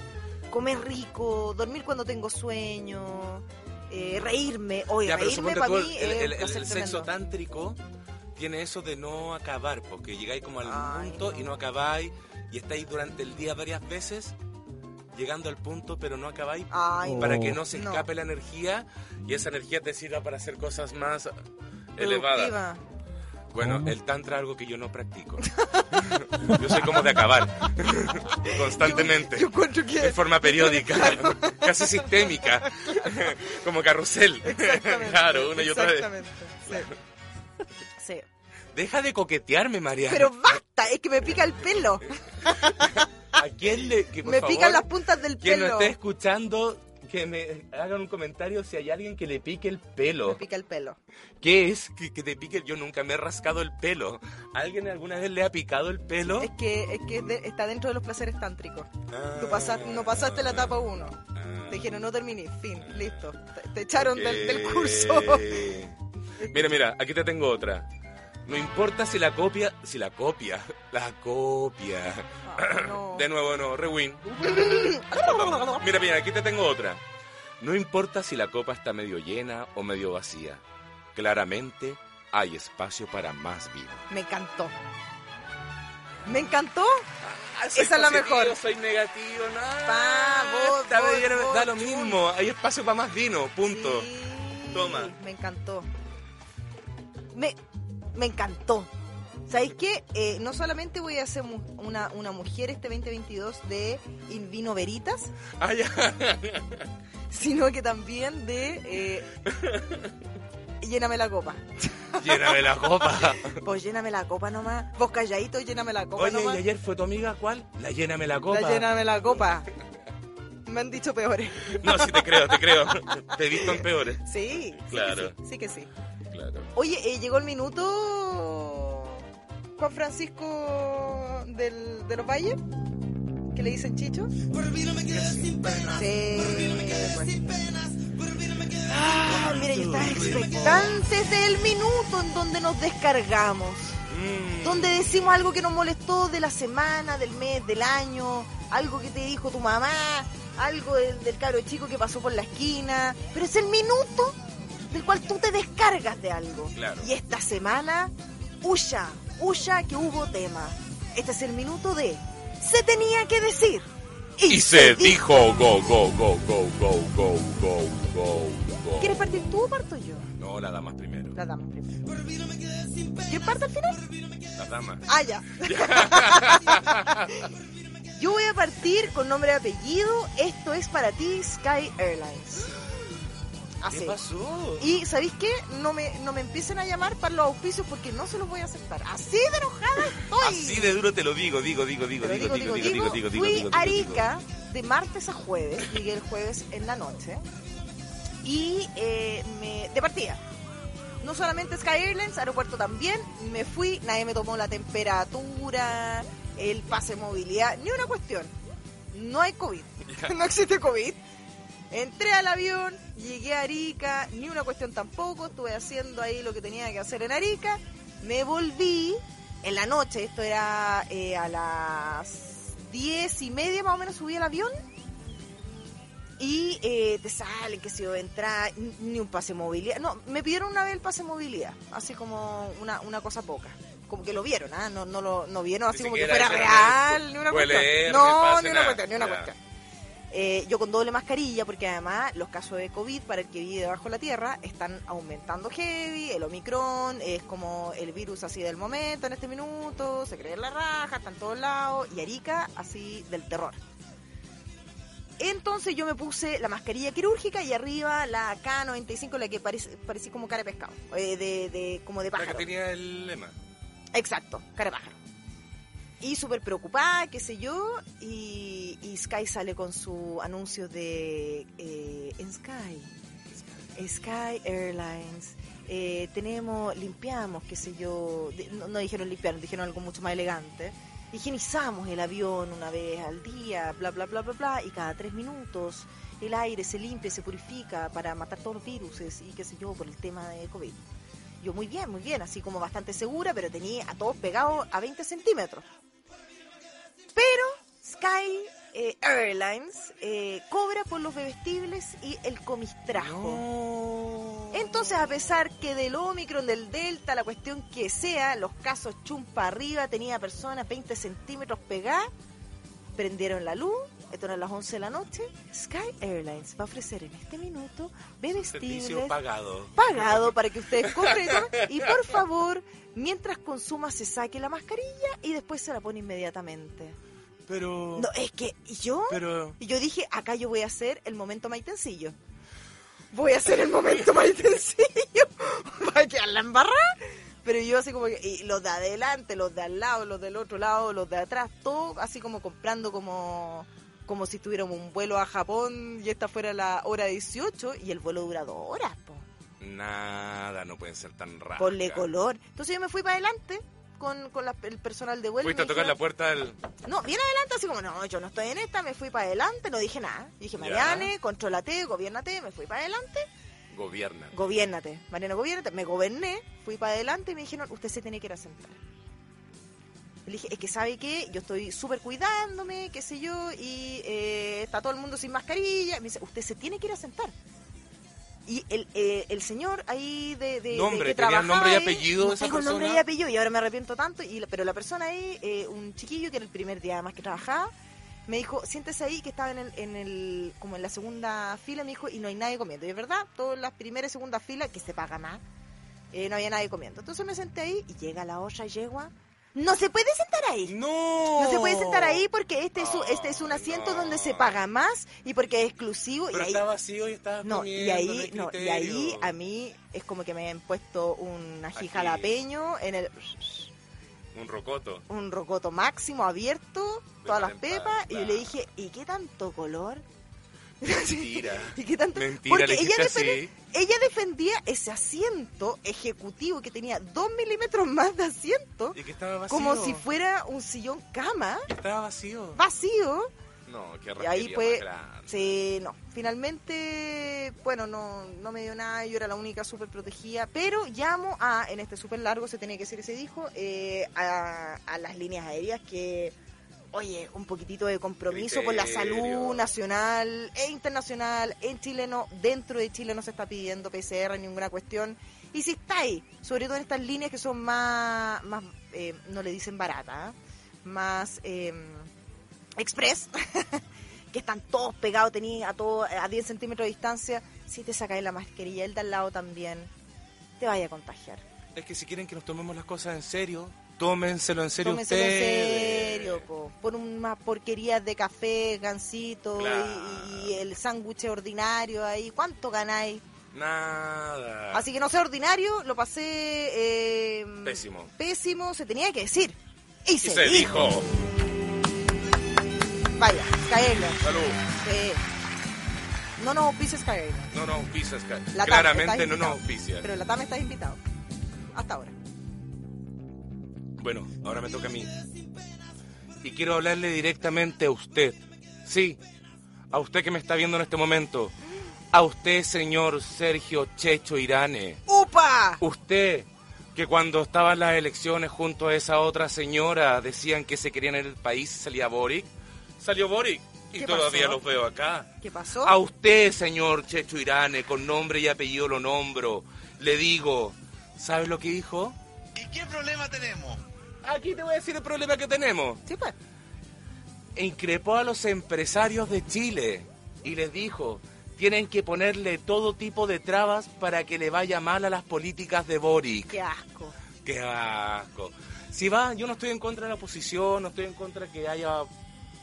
Speaker 2: Comer rico, dormir cuando tengo sueño, eh, reírme. Oye,
Speaker 3: Ya, pero
Speaker 2: reírme
Speaker 3: suponte
Speaker 2: para
Speaker 3: tú,
Speaker 2: mí
Speaker 3: el,
Speaker 2: es
Speaker 3: el-
Speaker 2: un
Speaker 3: el
Speaker 2: placer
Speaker 3: sexo
Speaker 2: tremendo.
Speaker 3: tántrico tiene eso de no acabar, porque llegáis como al
Speaker 2: Ay,
Speaker 3: punto
Speaker 2: no.
Speaker 3: y no acabáis, y estáis durante el día varias veces llegando al punto, pero no acabáis,
Speaker 2: Ay,
Speaker 5: Oh.
Speaker 3: para que no se
Speaker 2: no.
Speaker 3: escape la energía, y esa energía te sirva para hacer cosas más elevadas.
Speaker 2: productiva.
Speaker 3: Bueno,
Speaker 5: ¿Cómo?
Speaker 3: el tantra es algo que yo no practico. yo soy como de acabar, constantemente.
Speaker 2: Yo, yo encuentro que.
Speaker 3: de forma periódica, casi sistémica, como carrusel.
Speaker 2: Exactamente.
Speaker 3: Claro, una y otra vez.
Speaker 2: Exactamente. Sí. Sí.
Speaker 3: Deja de coquetearme, Mariana.
Speaker 2: Pero basta, es que me pica el pelo.
Speaker 3: ¿A quién le.? que, por
Speaker 2: Me
Speaker 3: favor,
Speaker 2: pican las puntas del
Speaker 3: Quien
Speaker 2: pelo.
Speaker 3: lo esté escuchando, que me hagan un comentario si hay alguien que le pique el
Speaker 2: Me
Speaker 3: pelo.
Speaker 2: pica el pelo.
Speaker 3: ¿Qué es que, que te pique? Yo nunca me he rascado el pelo. ¿Alguien alguna vez le ha picado el pelo?
Speaker 2: Es que, es que de- está dentro de los placeres tántricos.
Speaker 3: Ah.
Speaker 2: Tú pasas- no pasaste la etapa 1.
Speaker 3: Ah.
Speaker 2: Te dijeron, no terminé, fin, listo. Te, te echaron del, del
Speaker 3: Ok.
Speaker 2: curso.
Speaker 3: Mira, mira, aquí te tengo otra. No importa si la copia, si la copia, la copia.
Speaker 2: Ah, no.
Speaker 3: De nuevo, no, rewind. Mira, mira, aquí te tengo otra. No importa si la copa está medio llena o medio vacía. Claramente hay espacio para más vino.
Speaker 2: Me encantó. ¿Me encantó? Esa es la
Speaker 3: positivo,
Speaker 2: mejor.
Speaker 3: Ah, Soy negativo, no.
Speaker 2: Pa, vos,
Speaker 3: Está
Speaker 2: vos,
Speaker 3: bien,
Speaker 2: vos,
Speaker 3: da lo
Speaker 2: chun.
Speaker 3: mismo. Hay espacio para más vino, punto.
Speaker 2: Sí,
Speaker 3: Toma.
Speaker 2: Me encantó. Me, me encantó. ¿Sabéis qué? Eh, no solamente voy a ser mu- una, una mujer este 2022 de Il Vino Veritas,
Speaker 3: Ah, ya.
Speaker 2: sino que también de eh, Lléname la copa.
Speaker 3: Lléname la copa.
Speaker 2: Pues lléname la copa nomás. Vos calladito, lléname la copa
Speaker 3: Oye,
Speaker 2: nomás.
Speaker 3: ¿y ayer fue tu amiga cuál? La lléname la copa.
Speaker 2: La lléname la copa. Me han dicho peores.
Speaker 3: No, sí te creo, te creo. Te he visto en peores.
Speaker 2: Sí, sí que
Speaker 3: Claro.
Speaker 2: sí, sí que sí.
Speaker 3: Claro.
Speaker 2: Oye, eh, llegó el minuto Juan Francisco del, de los Valles, que le dicen Chicho. Sí, bueno. Ah, mira, yo estaba expectante del minuto en donde nos descargamos,
Speaker 3: Mm.
Speaker 2: donde decimos algo que nos molestó de la semana, del mes, del año, algo que te dijo tu mamá, algo del, del cabro chico que pasó por la esquina, pero es el minuto del cual tú te descargas de algo.
Speaker 3: Claro.
Speaker 2: Y esta semana, huya, huya que hubo tema. Este es el minuto de se tenía que decir.
Speaker 9: Y se dijo go, go, go, go, go, go, go, go, go.
Speaker 2: ¿Quieres partir tú o parto yo?
Speaker 3: No, la dama primero.
Speaker 2: La dama primero. ¿Quién parte al final?
Speaker 3: La dama.
Speaker 2: Ah, ya. Yo voy a partir con nombre y apellido. Esto es para ti, Sky Airlines.
Speaker 3: ¿Qué
Speaker 2: Así.
Speaker 3: pasó?
Speaker 2: Y ¿sabéis qué? No me, no me empiecen a llamar para los auspicios porque no se los voy a aceptar. Así de enojada estoy.
Speaker 3: Así de duro te lo digo, digo, digo, digo,
Speaker 2: Pero
Speaker 3: digo, digo, digo, digo, digo, digo,
Speaker 2: fui
Speaker 3: digo, digo,
Speaker 2: a
Speaker 3: digo.
Speaker 2: Arica de martes a jueves, llegué el jueves en la noche y eh, me de partida. No solamente Sky Airlines, aeropuerto también, me fui, nadie me tomó la temperatura, el pase de movilidad, ni una cuestión. No hay COVID, no existe COVID. Entré al avión, llegué a Arica, ni una cuestión tampoco, estuve haciendo ahí lo que tenía que hacer en Arica, me volví en la noche, esto era eh, a las diez y media más o menos subí al avión y eh, te salen, que si yo, entrar, ni un pase de movilidad. No, me pidieron una vez el pase de movilidad, así como una, una cosa poca. Como que lo vieron, ¿ah? no, no lo no vieron así
Speaker 3: Ni
Speaker 2: como que
Speaker 3: siquiera
Speaker 2: fuera
Speaker 3: hicieron nada.
Speaker 2: real, ni una
Speaker 3: Puede
Speaker 2: cuestión.
Speaker 3: leer, ni
Speaker 2: no,
Speaker 3: pase,
Speaker 2: ni una
Speaker 3: nada.
Speaker 2: cuestión, ni una
Speaker 3: Ya.
Speaker 2: cuestión. Eh, yo con doble mascarilla, porque además los casos de COVID para el que vive debajo de la tierra están aumentando heavy. El Omicron es como el virus así del momento en este minuto, se cree en la raja, está en todos lados. Y Arica, así del terror. Entonces yo me puse la mascarilla quirúrgica y arriba la K95, la que parece- parecía como cara de pescado, eh, de, de- como de
Speaker 3: La
Speaker 2: pájaro.
Speaker 3: que tenía el lema.
Speaker 2: Exacto, cara de pájaro. Y súper preocupada, qué sé yo, y, y Sky sale con su anuncio de eh, en Sky, Sky Airlines. eh, tenemos, limpiamos, qué sé yo, de- no, no dijeron limpiar, dijeron algo mucho más elegante. Higienizamos el avión una vez al día, bla, bla, bla, bla, bla, y cada tres minutos el aire se limpia, se purifica para matar todos los virus y qué sé yo, por el tema de COVID. Yo muy bien, muy bien, así como bastante segura, pero tenía a todos pegados a 20 centímetros. Pero Sky eh, Airlines eh, cobra por los bebestibles y el comistrajo. Entonces, a pesar que del Omicron, del Delta, la cuestión que sea, los casos chumpa arriba, tenía personas 20 centímetros pegadas, prendieron la luz, esto era a las 11 de la noche, Sky Airlines va a ofrecer en este minuto
Speaker 3: Servicio
Speaker 2: bebestibles
Speaker 3: pagado.
Speaker 2: pagado para que ustedes compren y tomen. y por favor mientras consuma se saque la mascarilla y después se la pone inmediatamente
Speaker 3: Pero.
Speaker 2: no es que y yo
Speaker 3: Pero.
Speaker 2: y yo dije acá yo voy a hacer el momento maitencillo voy a hacer el momento maitencillo para que la embarrada pero yo así como que, y los de adelante los de al lado los del otro lado los de atrás todo así como comprando como como si tuviéramos un vuelo a Japón y esta fuera la hora 18 y el vuelo dura dos horas po.
Speaker 3: Nada, no pueden ser tan raros.
Speaker 2: Ponle color. Entonces yo me fui para adelante con, con la- el personal de vuelo. y
Speaker 3: Fuiste a
Speaker 2: me
Speaker 3: tocar la
Speaker 2: dijeron-
Speaker 3: puerta del.
Speaker 2: No, bien adelante, así como, no, yo no estoy en esta, me fui para adelante, no dije nada. Dije,
Speaker 3: Ya.
Speaker 2: Mariane, controlate, gobiernate, me fui para adelante,
Speaker 3: Gobierna.
Speaker 2: gobiernate. Mariana, gobiernate, me goberné, fui para adelante y me dijeron, usted se tiene que ir a sentar. Le dije, es que sabe que yo estoy súper cuidándome, qué sé yo, y eh, está todo el mundo sin mascarilla. Me dice, usted se tiene que ir a sentar. Y el, eh, el señor ahí de, de- de
Speaker 3: Nombre,
Speaker 2: que
Speaker 3: ¿tenía
Speaker 2: trabajaba
Speaker 3: nombre y
Speaker 2: ahí,
Speaker 3: apellido
Speaker 2: no
Speaker 3: esa
Speaker 2: tengo nombre y
Speaker 3: persona?
Speaker 2: apellido y ahora me arrepiento tanto, y, la- pero la persona ahí, eh, un chiquillo que era el primer día además que trabajaba, me dijo, siéntese ahí que estaba en el, en el, como en la segunda fila, me dijo, y no hay nadie comiendo. Y es verdad, todas las primeras y segunda fila, que se paga más, Eh, no había nadie comiendo. Entonces me senté ahí y llega la otra yegua. No se puede sentar ahí.
Speaker 3: No.
Speaker 2: No se puede sentar ahí porque este es un, este es un
Speaker 3: Ay,
Speaker 2: asiento
Speaker 3: no.
Speaker 2: donde se paga más y porque es exclusivo.
Speaker 3: Pero
Speaker 2: y ahí,
Speaker 3: está vacío y está
Speaker 2: no, y
Speaker 3: comiendo,
Speaker 2: ahí,
Speaker 3: hay
Speaker 2: no, y ahí
Speaker 3: criterio.
Speaker 2: a mí es como que me habían puesto un ají
Speaker 3: Ají.
Speaker 2: jalapeño en el
Speaker 3: Un rocoto.
Speaker 2: un rocoto máximo abierto, todas las
Speaker 3: Déjala en
Speaker 2: pepas,
Speaker 3: paz,
Speaker 2: y yo le
Speaker 3: claro.
Speaker 2: dije, ¿y qué tanto color?
Speaker 3: Mentira.
Speaker 2: ¿Y qué tanto?
Speaker 3: Mentira,
Speaker 2: Porque
Speaker 3: le
Speaker 2: ella,
Speaker 3: dijiste
Speaker 2: defen-
Speaker 3: así.
Speaker 2: ella defendía ese asiento ejecutivo que tenía dos milímetros más de asiento,
Speaker 3: Y que estaba vacío.
Speaker 2: como si fuera un sillón cama,
Speaker 3: Y Estaba vacío.
Speaker 2: vacío.
Speaker 3: No, qué
Speaker 2: Y ahí
Speaker 3: rasquería
Speaker 2: pues,
Speaker 3: más grande.
Speaker 2: sí, no. Finalmente, bueno, no, no me dio nada, yo era la única súper protegida, pero llamo a, en este súper largo se tenía que decir que se dijo, eh, a, a las líneas aéreas que, oye, un poquitito de compromiso con la salud
Speaker 3: Criterio.
Speaker 2: nacional e internacional, en Chile no, dentro de Chile no se está pidiendo PCR, ninguna cuestión. Y si está ahí, sobre todo en estas líneas que son más, más eh, no le dicen barata, ¿ah? más eh, express, que están todos pegados, tenías a, todo, a 10 centímetros de distancia, si te sacáis la mascarilla, el de al lado también, te vaya a contagiar.
Speaker 3: Es que si quieren que nos tomemos las cosas en serio, tómenselo en serio
Speaker 2: Tómenselo en
Speaker 3: ustedes.
Speaker 2: serio, po. por unas porquerías de café, gansito y-
Speaker 3: Claro.
Speaker 2: y, el sándwich ordinario ahí, ¿cuánto ganáis?
Speaker 3: Nada.
Speaker 2: Así que no sea ordinario, lo pasé eh,
Speaker 3: Pésimo.
Speaker 2: pésimo, se tenía que decir. Y,
Speaker 9: Y se dijo.
Speaker 2: Vaya, Skyler.
Speaker 3: Salud.
Speaker 2: Sí. No nos auspices Skyler.
Speaker 3: No nos auspicias, Car-
Speaker 2: La TAM,
Speaker 3: Claramente
Speaker 2: estás
Speaker 3: no nos
Speaker 2: invitado.
Speaker 3: auspicias.
Speaker 2: Pero en la TAM estás invitado. Hasta ahora.
Speaker 3: Bueno, ahora me toca a mí. Y quiero hablarle directamente a usted. Sí, a usted que me está viendo en este momento. A usted, señor Sergio Checho Irane.
Speaker 2: ¡Upa!
Speaker 3: Usted, que cuando estaban las elecciones junto a esa otra señora decían que se querían en el país, salía Boric. Salió Boric y
Speaker 2: ¿Qué
Speaker 3: todavía
Speaker 2: pasó? Oh.
Speaker 3: los veo acá.
Speaker 2: ¿Qué pasó?
Speaker 3: A usted, señor Checho Irane, con nombre y apellido lo nombro. Le digo, ¿sabes lo que dijo?
Speaker 10: ¿Y qué problema tenemos?
Speaker 3: Aquí te voy a decir el problema que tenemos.
Speaker 2: Sí, pues.
Speaker 3: e increpó a los empresarios de Chile y les dijo, tienen que ponerle todo tipo de trabas para que le vaya mal a las políticas de Boric.
Speaker 2: Qué asco.
Speaker 3: ¡Qué asco! Si va, yo no estoy en contra de la oposición, no estoy en contra que haya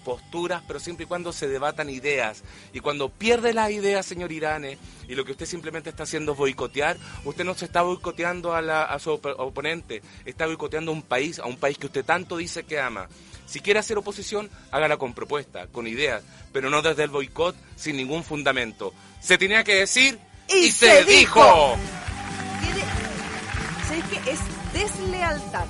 Speaker 3: posturas, pero siempre y cuando se debatan ideas. Y cuando pierde las ideas, señor Irane, y lo que usted simplemente está haciendo es boicotear, usted no se está boicoteando a, la- a su op- oponente, está boicoteando a un país, a un país que usted tanto dice que ama. Si quiere hacer oposición, hágala con propuestas, con ideas, pero no desde el boicot, sin ningún fundamento. Se tenía que decir
Speaker 2: Y se dijo. Qué de- ¿Sabes qué? Es deslealtad.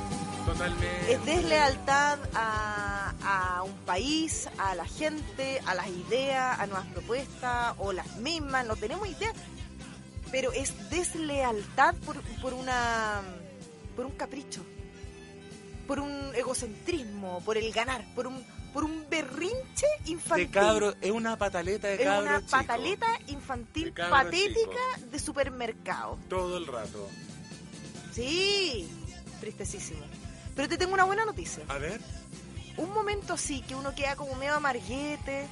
Speaker 3: Totalmente.
Speaker 2: Es deslealtad a, a un país, a la gente, a las ideas, a nuevas propuestas o las mismas, no tenemos idea. Pero es deslealtad por, por una por un capricho, por un egocentrismo, por el ganar, por un por un berrinche infantil.
Speaker 3: de cabro, es una pataleta de
Speaker 2: es
Speaker 3: cabro
Speaker 2: una
Speaker 3: chico.
Speaker 2: pataleta infantil
Speaker 3: De cabro
Speaker 2: patética de supermercado.
Speaker 3: todo el rato.
Speaker 2: Sí, tristecísimo. Pero te tengo una buena noticia.
Speaker 3: A ver,
Speaker 2: un momento así que uno queda como medio amarguete.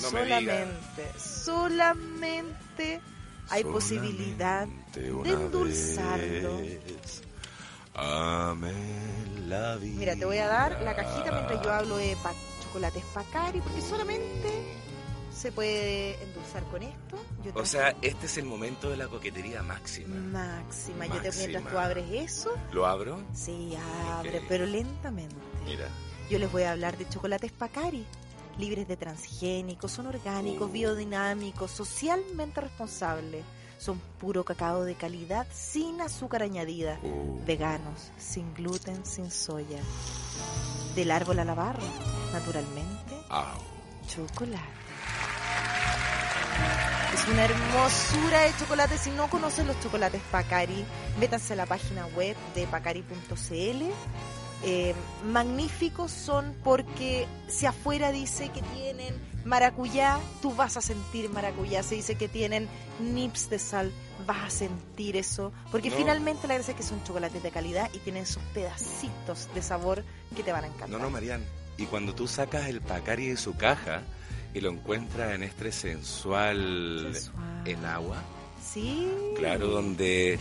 Speaker 3: No me
Speaker 2: solamente, solamente hay
Speaker 9: Solamente
Speaker 2: posibilidad de endulzarlo. Mira, te voy a dar la cajita mientras yo hablo de pa- chocolates Pacari, porque solamente se puede endulzar con esto. Yo
Speaker 3: o
Speaker 2: traje
Speaker 3: sea, este es el momento de la coquetería
Speaker 2: Mm.
Speaker 3: máxima.
Speaker 2: máxima. Yo te, mientras
Speaker 3: máxima.
Speaker 2: tú abres eso,
Speaker 3: ¿Lo abro?
Speaker 2: sí, abre,
Speaker 3: Ok.
Speaker 2: pero lentamente.
Speaker 3: Mira.
Speaker 2: Yo les voy a hablar de chocolates Pacari, libres de transgénicos, son orgánicos, biodinámicos, socialmente responsables. Son puro cacao de calidad, sin azúcar añadida,
Speaker 3: Uh,
Speaker 2: veganos, sin gluten, sin soya. Del árbol a la barra, naturalmente, chocolate. Es una hermosura de chocolate. Si no conocen los chocolates Pacari, métanse a la página web de pacari.cl. Eh, magníficos son porque si afuera dice que tienen maracuyá, tú vas a sentir maracuyá. Se dice que tienen nips de sal, vas a sentir eso. Porque
Speaker 3: No.
Speaker 2: finalmente la gracia es que son chocolates de calidad y tienen esos pedacitos de sabor que te van a encantar.
Speaker 3: No, no, Marian. Y cuando tú sacas el pacari de su caja y lo encuentras en este sensual
Speaker 2: Sensual.
Speaker 3: el agua,
Speaker 2: Sí.
Speaker 3: claro, donde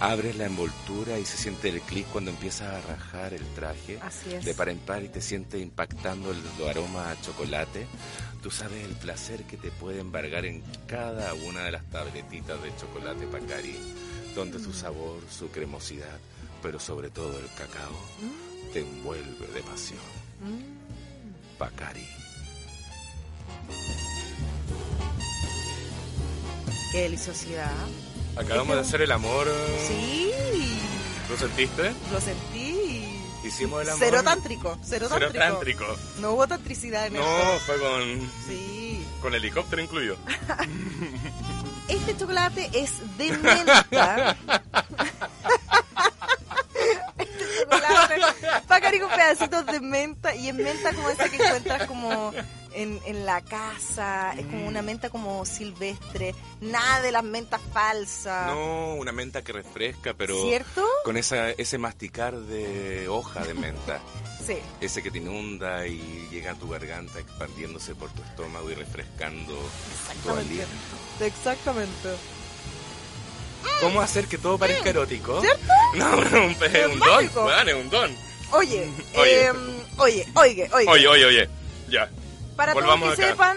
Speaker 3: Abres la envoltura y se siente el clic cuando empiezas a rajar el traje.
Speaker 2: Así Ah, es.
Speaker 3: De par en par y te siente impactando el aroma a chocolate. Tú sabes el placer que te puede embargar en cada una de las tabletitas de chocolate Pacari, donde
Speaker 2: Mm.
Speaker 3: su sabor, su cremosidad, pero sobre todo el cacao, te envuelve de pasión.
Speaker 2: Mm,
Speaker 3: Pacari.
Speaker 2: Qué deliciosidad.
Speaker 3: Acabamos de hacer el amor.
Speaker 2: Este Sí,
Speaker 3: ¿Lo sentiste?
Speaker 2: lo sentí.
Speaker 3: Hicimos el amor.
Speaker 2: Cero tántrico, cero
Speaker 3: Cero
Speaker 2: tántrico.
Speaker 3: tántrico.
Speaker 2: No hubo tantricidad en
Speaker 3: No,
Speaker 2: esto.
Speaker 3: fue con,
Speaker 2: Sí.
Speaker 3: con helicóptero incluido.
Speaker 2: Este chocolate es de menta. este chocolate, Pacari con pedacitos de menta. Y es menta como esa que encuentras como en, en la casa. Es como
Speaker 3: Mm.
Speaker 2: una menta como silvestre. Nada de las mentas falsas.
Speaker 3: No, una menta que refresca, pero
Speaker 2: ¿Cierto?
Speaker 3: con esa, ese masticar de hoja de menta.
Speaker 2: Sí.
Speaker 3: Ese que te inunda y llega a tu garganta expandiéndose por tu estómago y refrescando tu
Speaker 2: Exactamente.
Speaker 3: aliento.
Speaker 2: Exactamente.
Speaker 3: ¿Cómo hacer que todo parezca erótico? No, no, un, es un don,
Speaker 2: mágico.
Speaker 3: weón, es un don.
Speaker 2: Oye,
Speaker 3: Oye.
Speaker 2: oye, oye, oye, oye.
Speaker 3: Oye, oye, oye, ya.
Speaker 2: Para todos
Speaker 3: Volvamos
Speaker 2: que
Speaker 3: acá.
Speaker 2: sepan,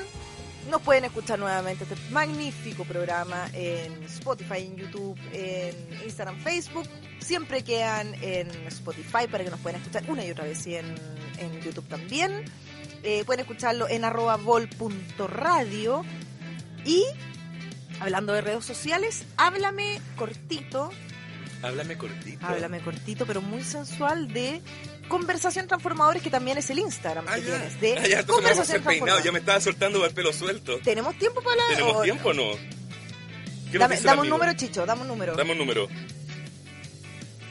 Speaker 2: nos pueden escuchar nuevamente este magnífico programa en Spotify, en YouTube, en Instagram, Facebook. Siempre quedan en Spotify para que nos puedan escuchar una y otra vez y en, en YouTube también. Eh, pueden escucharlo en arroba vol.radio. Y hablando de redes sociales, háblame cortito,
Speaker 3: Háblame cortito.
Speaker 2: háblame cortito, pero muy sensual de Conversación Transformadores, que también es el Instagram que
Speaker 3: Ah, ya.
Speaker 2: tienes, de
Speaker 3: Ah, ya, entonces me vamos a hacer
Speaker 2: Conversación
Speaker 3: peinado.
Speaker 2: Transformadores.
Speaker 3: Ya me estaba soltando el pelo suelto.
Speaker 2: ¿Tenemos tiempo para hablar?
Speaker 3: ¿Tenemos
Speaker 2: o-
Speaker 3: tiempo o no? ¿Qué
Speaker 2: Dame,
Speaker 3: nos dice el
Speaker 2: dame un
Speaker 3: amigo?
Speaker 2: número, Chicho, dame un número.
Speaker 3: Dame un número.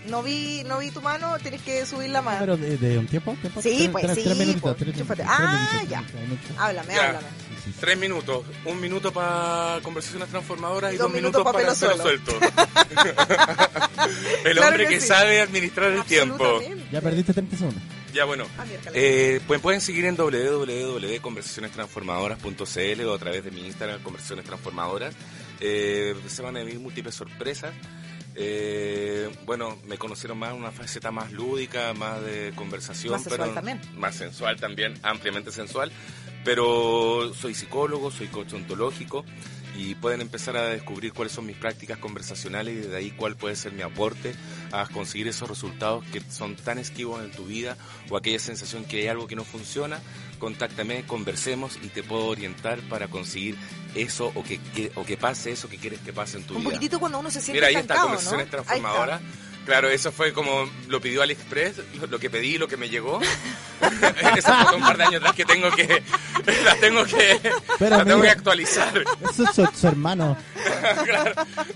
Speaker 2: No vi no vi tu mano, tienes que subir la mano.
Speaker 5: Pero eh, de, de un tiempo, tiempo,
Speaker 2: Sí,
Speaker 5: tres-
Speaker 2: pues,
Speaker 5: tres-
Speaker 2: sí,
Speaker 5: tres minutitos,
Speaker 2: pues,
Speaker 5: tres-
Speaker 2: chúpate.
Speaker 5: tres
Speaker 2: Ah,
Speaker 5: minutitos,
Speaker 2: ya.
Speaker 5: tres minutos.
Speaker 2: Háblame,
Speaker 3: Ya.
Speaker 2: háblame.
Speaker 5: Sí, sí.
Speaker 3: Tres minutos. Un minuto para conversaciones transformadoras y
Speaker 2: Dos
Speaker 3: dos, minutos,
Speaker 2: minutos pa'
Speaker 3: para
Speaker 2: pelo
Speaker 3: pelo suelto. el
Speaker 2: Claro
Speaker 3: hombre
Speaker 2: que
Speaker 3: que,
Speaker 2: sí.
Speaker 3: sabe administrar el tiempo.
Speaker 2: Absolutamente.
Speaker 5: Ya perdiste 30 segundos.
Speaker 3: Ya bueno.
Speaker 2: Ah, mira, cala.
Speaker 3: Eh, pues pueden seguir en www.conversacionestransformadoras.cl o a través de mi Instagram, Conversaciones Transformadoras. Eh, se van a venir múltiples sorpresas. Eh, bueno, me conocieron más en una faceta más lúdica, más de conversación.
Speaker 2: Más sensual
Speaker 3: pero-
Speaker 2: también.
Speaker 3: Más sensual también, ampliamente sensual. Pero soy psicólogo, soy coach ontológico y pueden empezar a descubrir cuáles son mis prácticas conversacionales y desde ahí cuál puede ser mi aporte a conseguir esos resultados que son tan esquivos en tu vida o aquella sensación que hay algo que no funciona, contáctame, conversemos y te puedo orientar para conseguir eso o que, que- o que pase eso que quieres que pase en tu
Speaker 2: Un
Speaker 3: vida.
Speaker 2: poquitito cuando uno se siente
Speaker 3: Mira, ahí está,
Speaker 2: estancado, ¿no?
Speaker 3: conversaciones transformadoras.
Speaker 2: Ahí
Speaker 3: Claro, eso fue como lo pidió AliExpress, lo, lo que pedí, lo que me llegó. Esas fotos un par de años atrás que tengo que. Las tengo que.
Speaker 5: Pero
Speaker 3: las tengo que
Speaker 5: mira.
Speaker 3: actualizar.
Speaker 5: Eso es su, su hermano.
Speaker 3: Claro,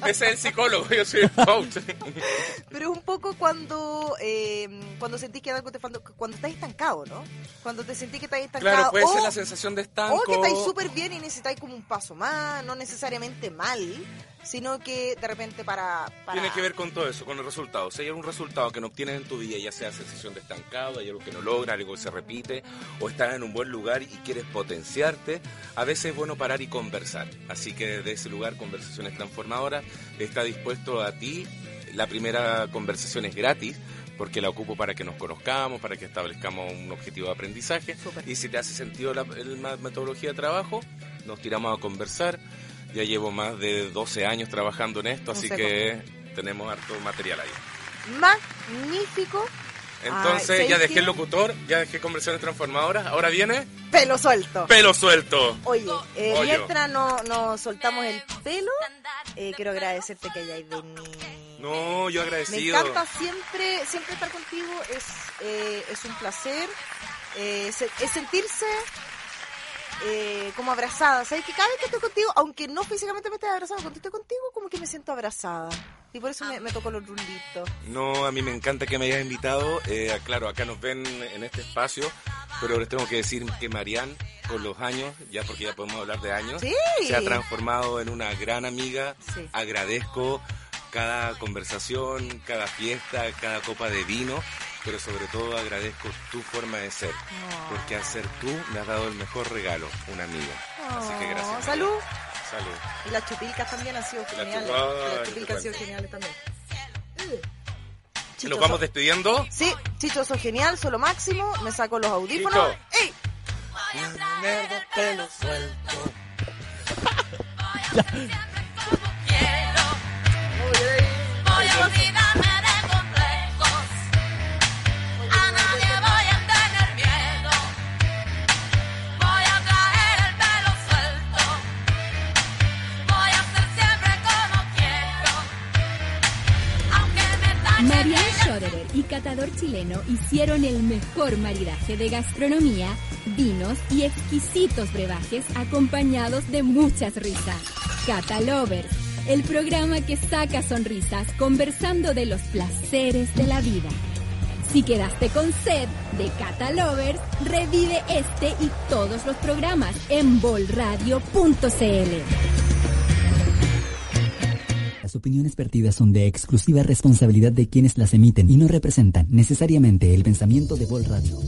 Speaker 3: ese es el psicólogo, yo soy el coach.
Speaker 2: está. Pero es un poco cuando eh, cuando sentís que algo te falta, cuando estás estancado, ¿no? Cuando te sentís que estás estancado
Speaker 3: Claro, puede
Speaker 2: o,
Speaker 3: ser la sensación de estanco.
Speaker 2: o Oh, que estáis súper bien y necesitáis como un paso más, no necesariamente mal, sino que de repente para, para...
Speaker 3: Tiene que ver con todo eso, con el resultado. Si hay algún resultado que no obtienes en tu vida, ya sea sensación de estancado, hay algo que no logra, algo que se repite, o estás en un buen lugar y quieres potenciarte, a veces es bueno parar y conversar. Así que desde ese lugar, Conversaciones Transformadoras está dispuesto a ti. La primera conversación es gratis porque la ocupo para que nos conozcamos, para que establezcamos un objetivo de aprendizaje.
Speaker 2: Súper.
Speaker 3: Y si te hace sentido la, el- la metodología de trabajo, nos tiramos a conversar. Ya llevo más de 12 años trabajando en esto,
Speaker 2: No
Speaker 3: así
Speaker 2: sé
Speaker 3: que tenemos harto material ahí.
Speaker 2: Magnífico
Speaker 3: Entonces
Speaker 2: Ay,
Speaker 3: ya
Speaker 2: ¿sabes
Speaker 3: dejé
Speaker 2: qué?
Speaker 3: el locutor, ya dejé conversaciones transformadoras, ahora viene
Speaker 2: pelo suelto.
Speaker 3: pelo suelto.
Speaker 2: Oye, eh,
Speaker 3: Oye.
Speaker 2: mientras no, nos soltamos el pelo, eh, quiero agradecerte que hayáis venido.
Speaker 3: No, yo
Speaker 2: Me
Speaker 3: agradecido.
Speaker 2: encanta siempre, siempre estar contigo, es, eh, es un placer, eh, se- es sentirse eh, como abrazada. ¿Sabes que cada vez que estoy contigo, aunque no físicamente me estés abrazando, cuando estoy contigo como que me siento abrazada? Y por eso me, me tocó los rulitos.
Speaker 3: No, a mí me encanta que me hayas invitado. Eh, claro, acá nos ven en este espacio, pero les tengo que decir que Marianne, con los años, ya porque ya podemos hablar de años,
Speaker 2: Sí.
Speaker 3: se ha transformado en una gran amiga.
Speaker 2: Sí.
Speaker 3: Agradezco cada conversación, cada fiesta, cada copa de vino, pero sobre todo agradezco tu forma de ser, porque al ser tú me has dado el mejor regalo, una amiga. Así que gracias. Marianne.
Speaker 2: Salud.
Speaker 3: Salud.
Speaker 2: Y las chupilcas también han sido
Speaker 3: Las
Speaker 2: geniales.
Speaker 3: chupas-
Speaker 2: Las chupilcas han sido geniales también. Chicho,
Speaker 3: Nos vamos
Speaker 2: son-
Speaker 3: despidiendo.
Speaker 2: Sí, Chicho, sos genial, son lo máximo. Me saco los audífonos.
Speaker 3: Chicho.
Speaker 2: ¡Ey!
Speaker 11: Voy a olvidarme de complejos. A nadie voy a tener miedo. Voy a traer el pelo suelto. Voy a ser siempre como quiero. Aunque me tachen
Speaker 1: Marian Schoderer y Catador Chileno hicieron el mejor maridaje de gastronomía, vinos y exquisitos brebajes acompañados de muchas risas. Cata Lovers, el programa que saca sonrisas conversando de los placeres de la vida. Si quedaste con sed de Cata Lovers, revive este y todos los programas en bolradio.cl.
Speaker 12: Las opiniones vertidas son de exclusiva responsabilidad de quienes las emiten y no representan necesariamente el pensamiento de Vol Radio.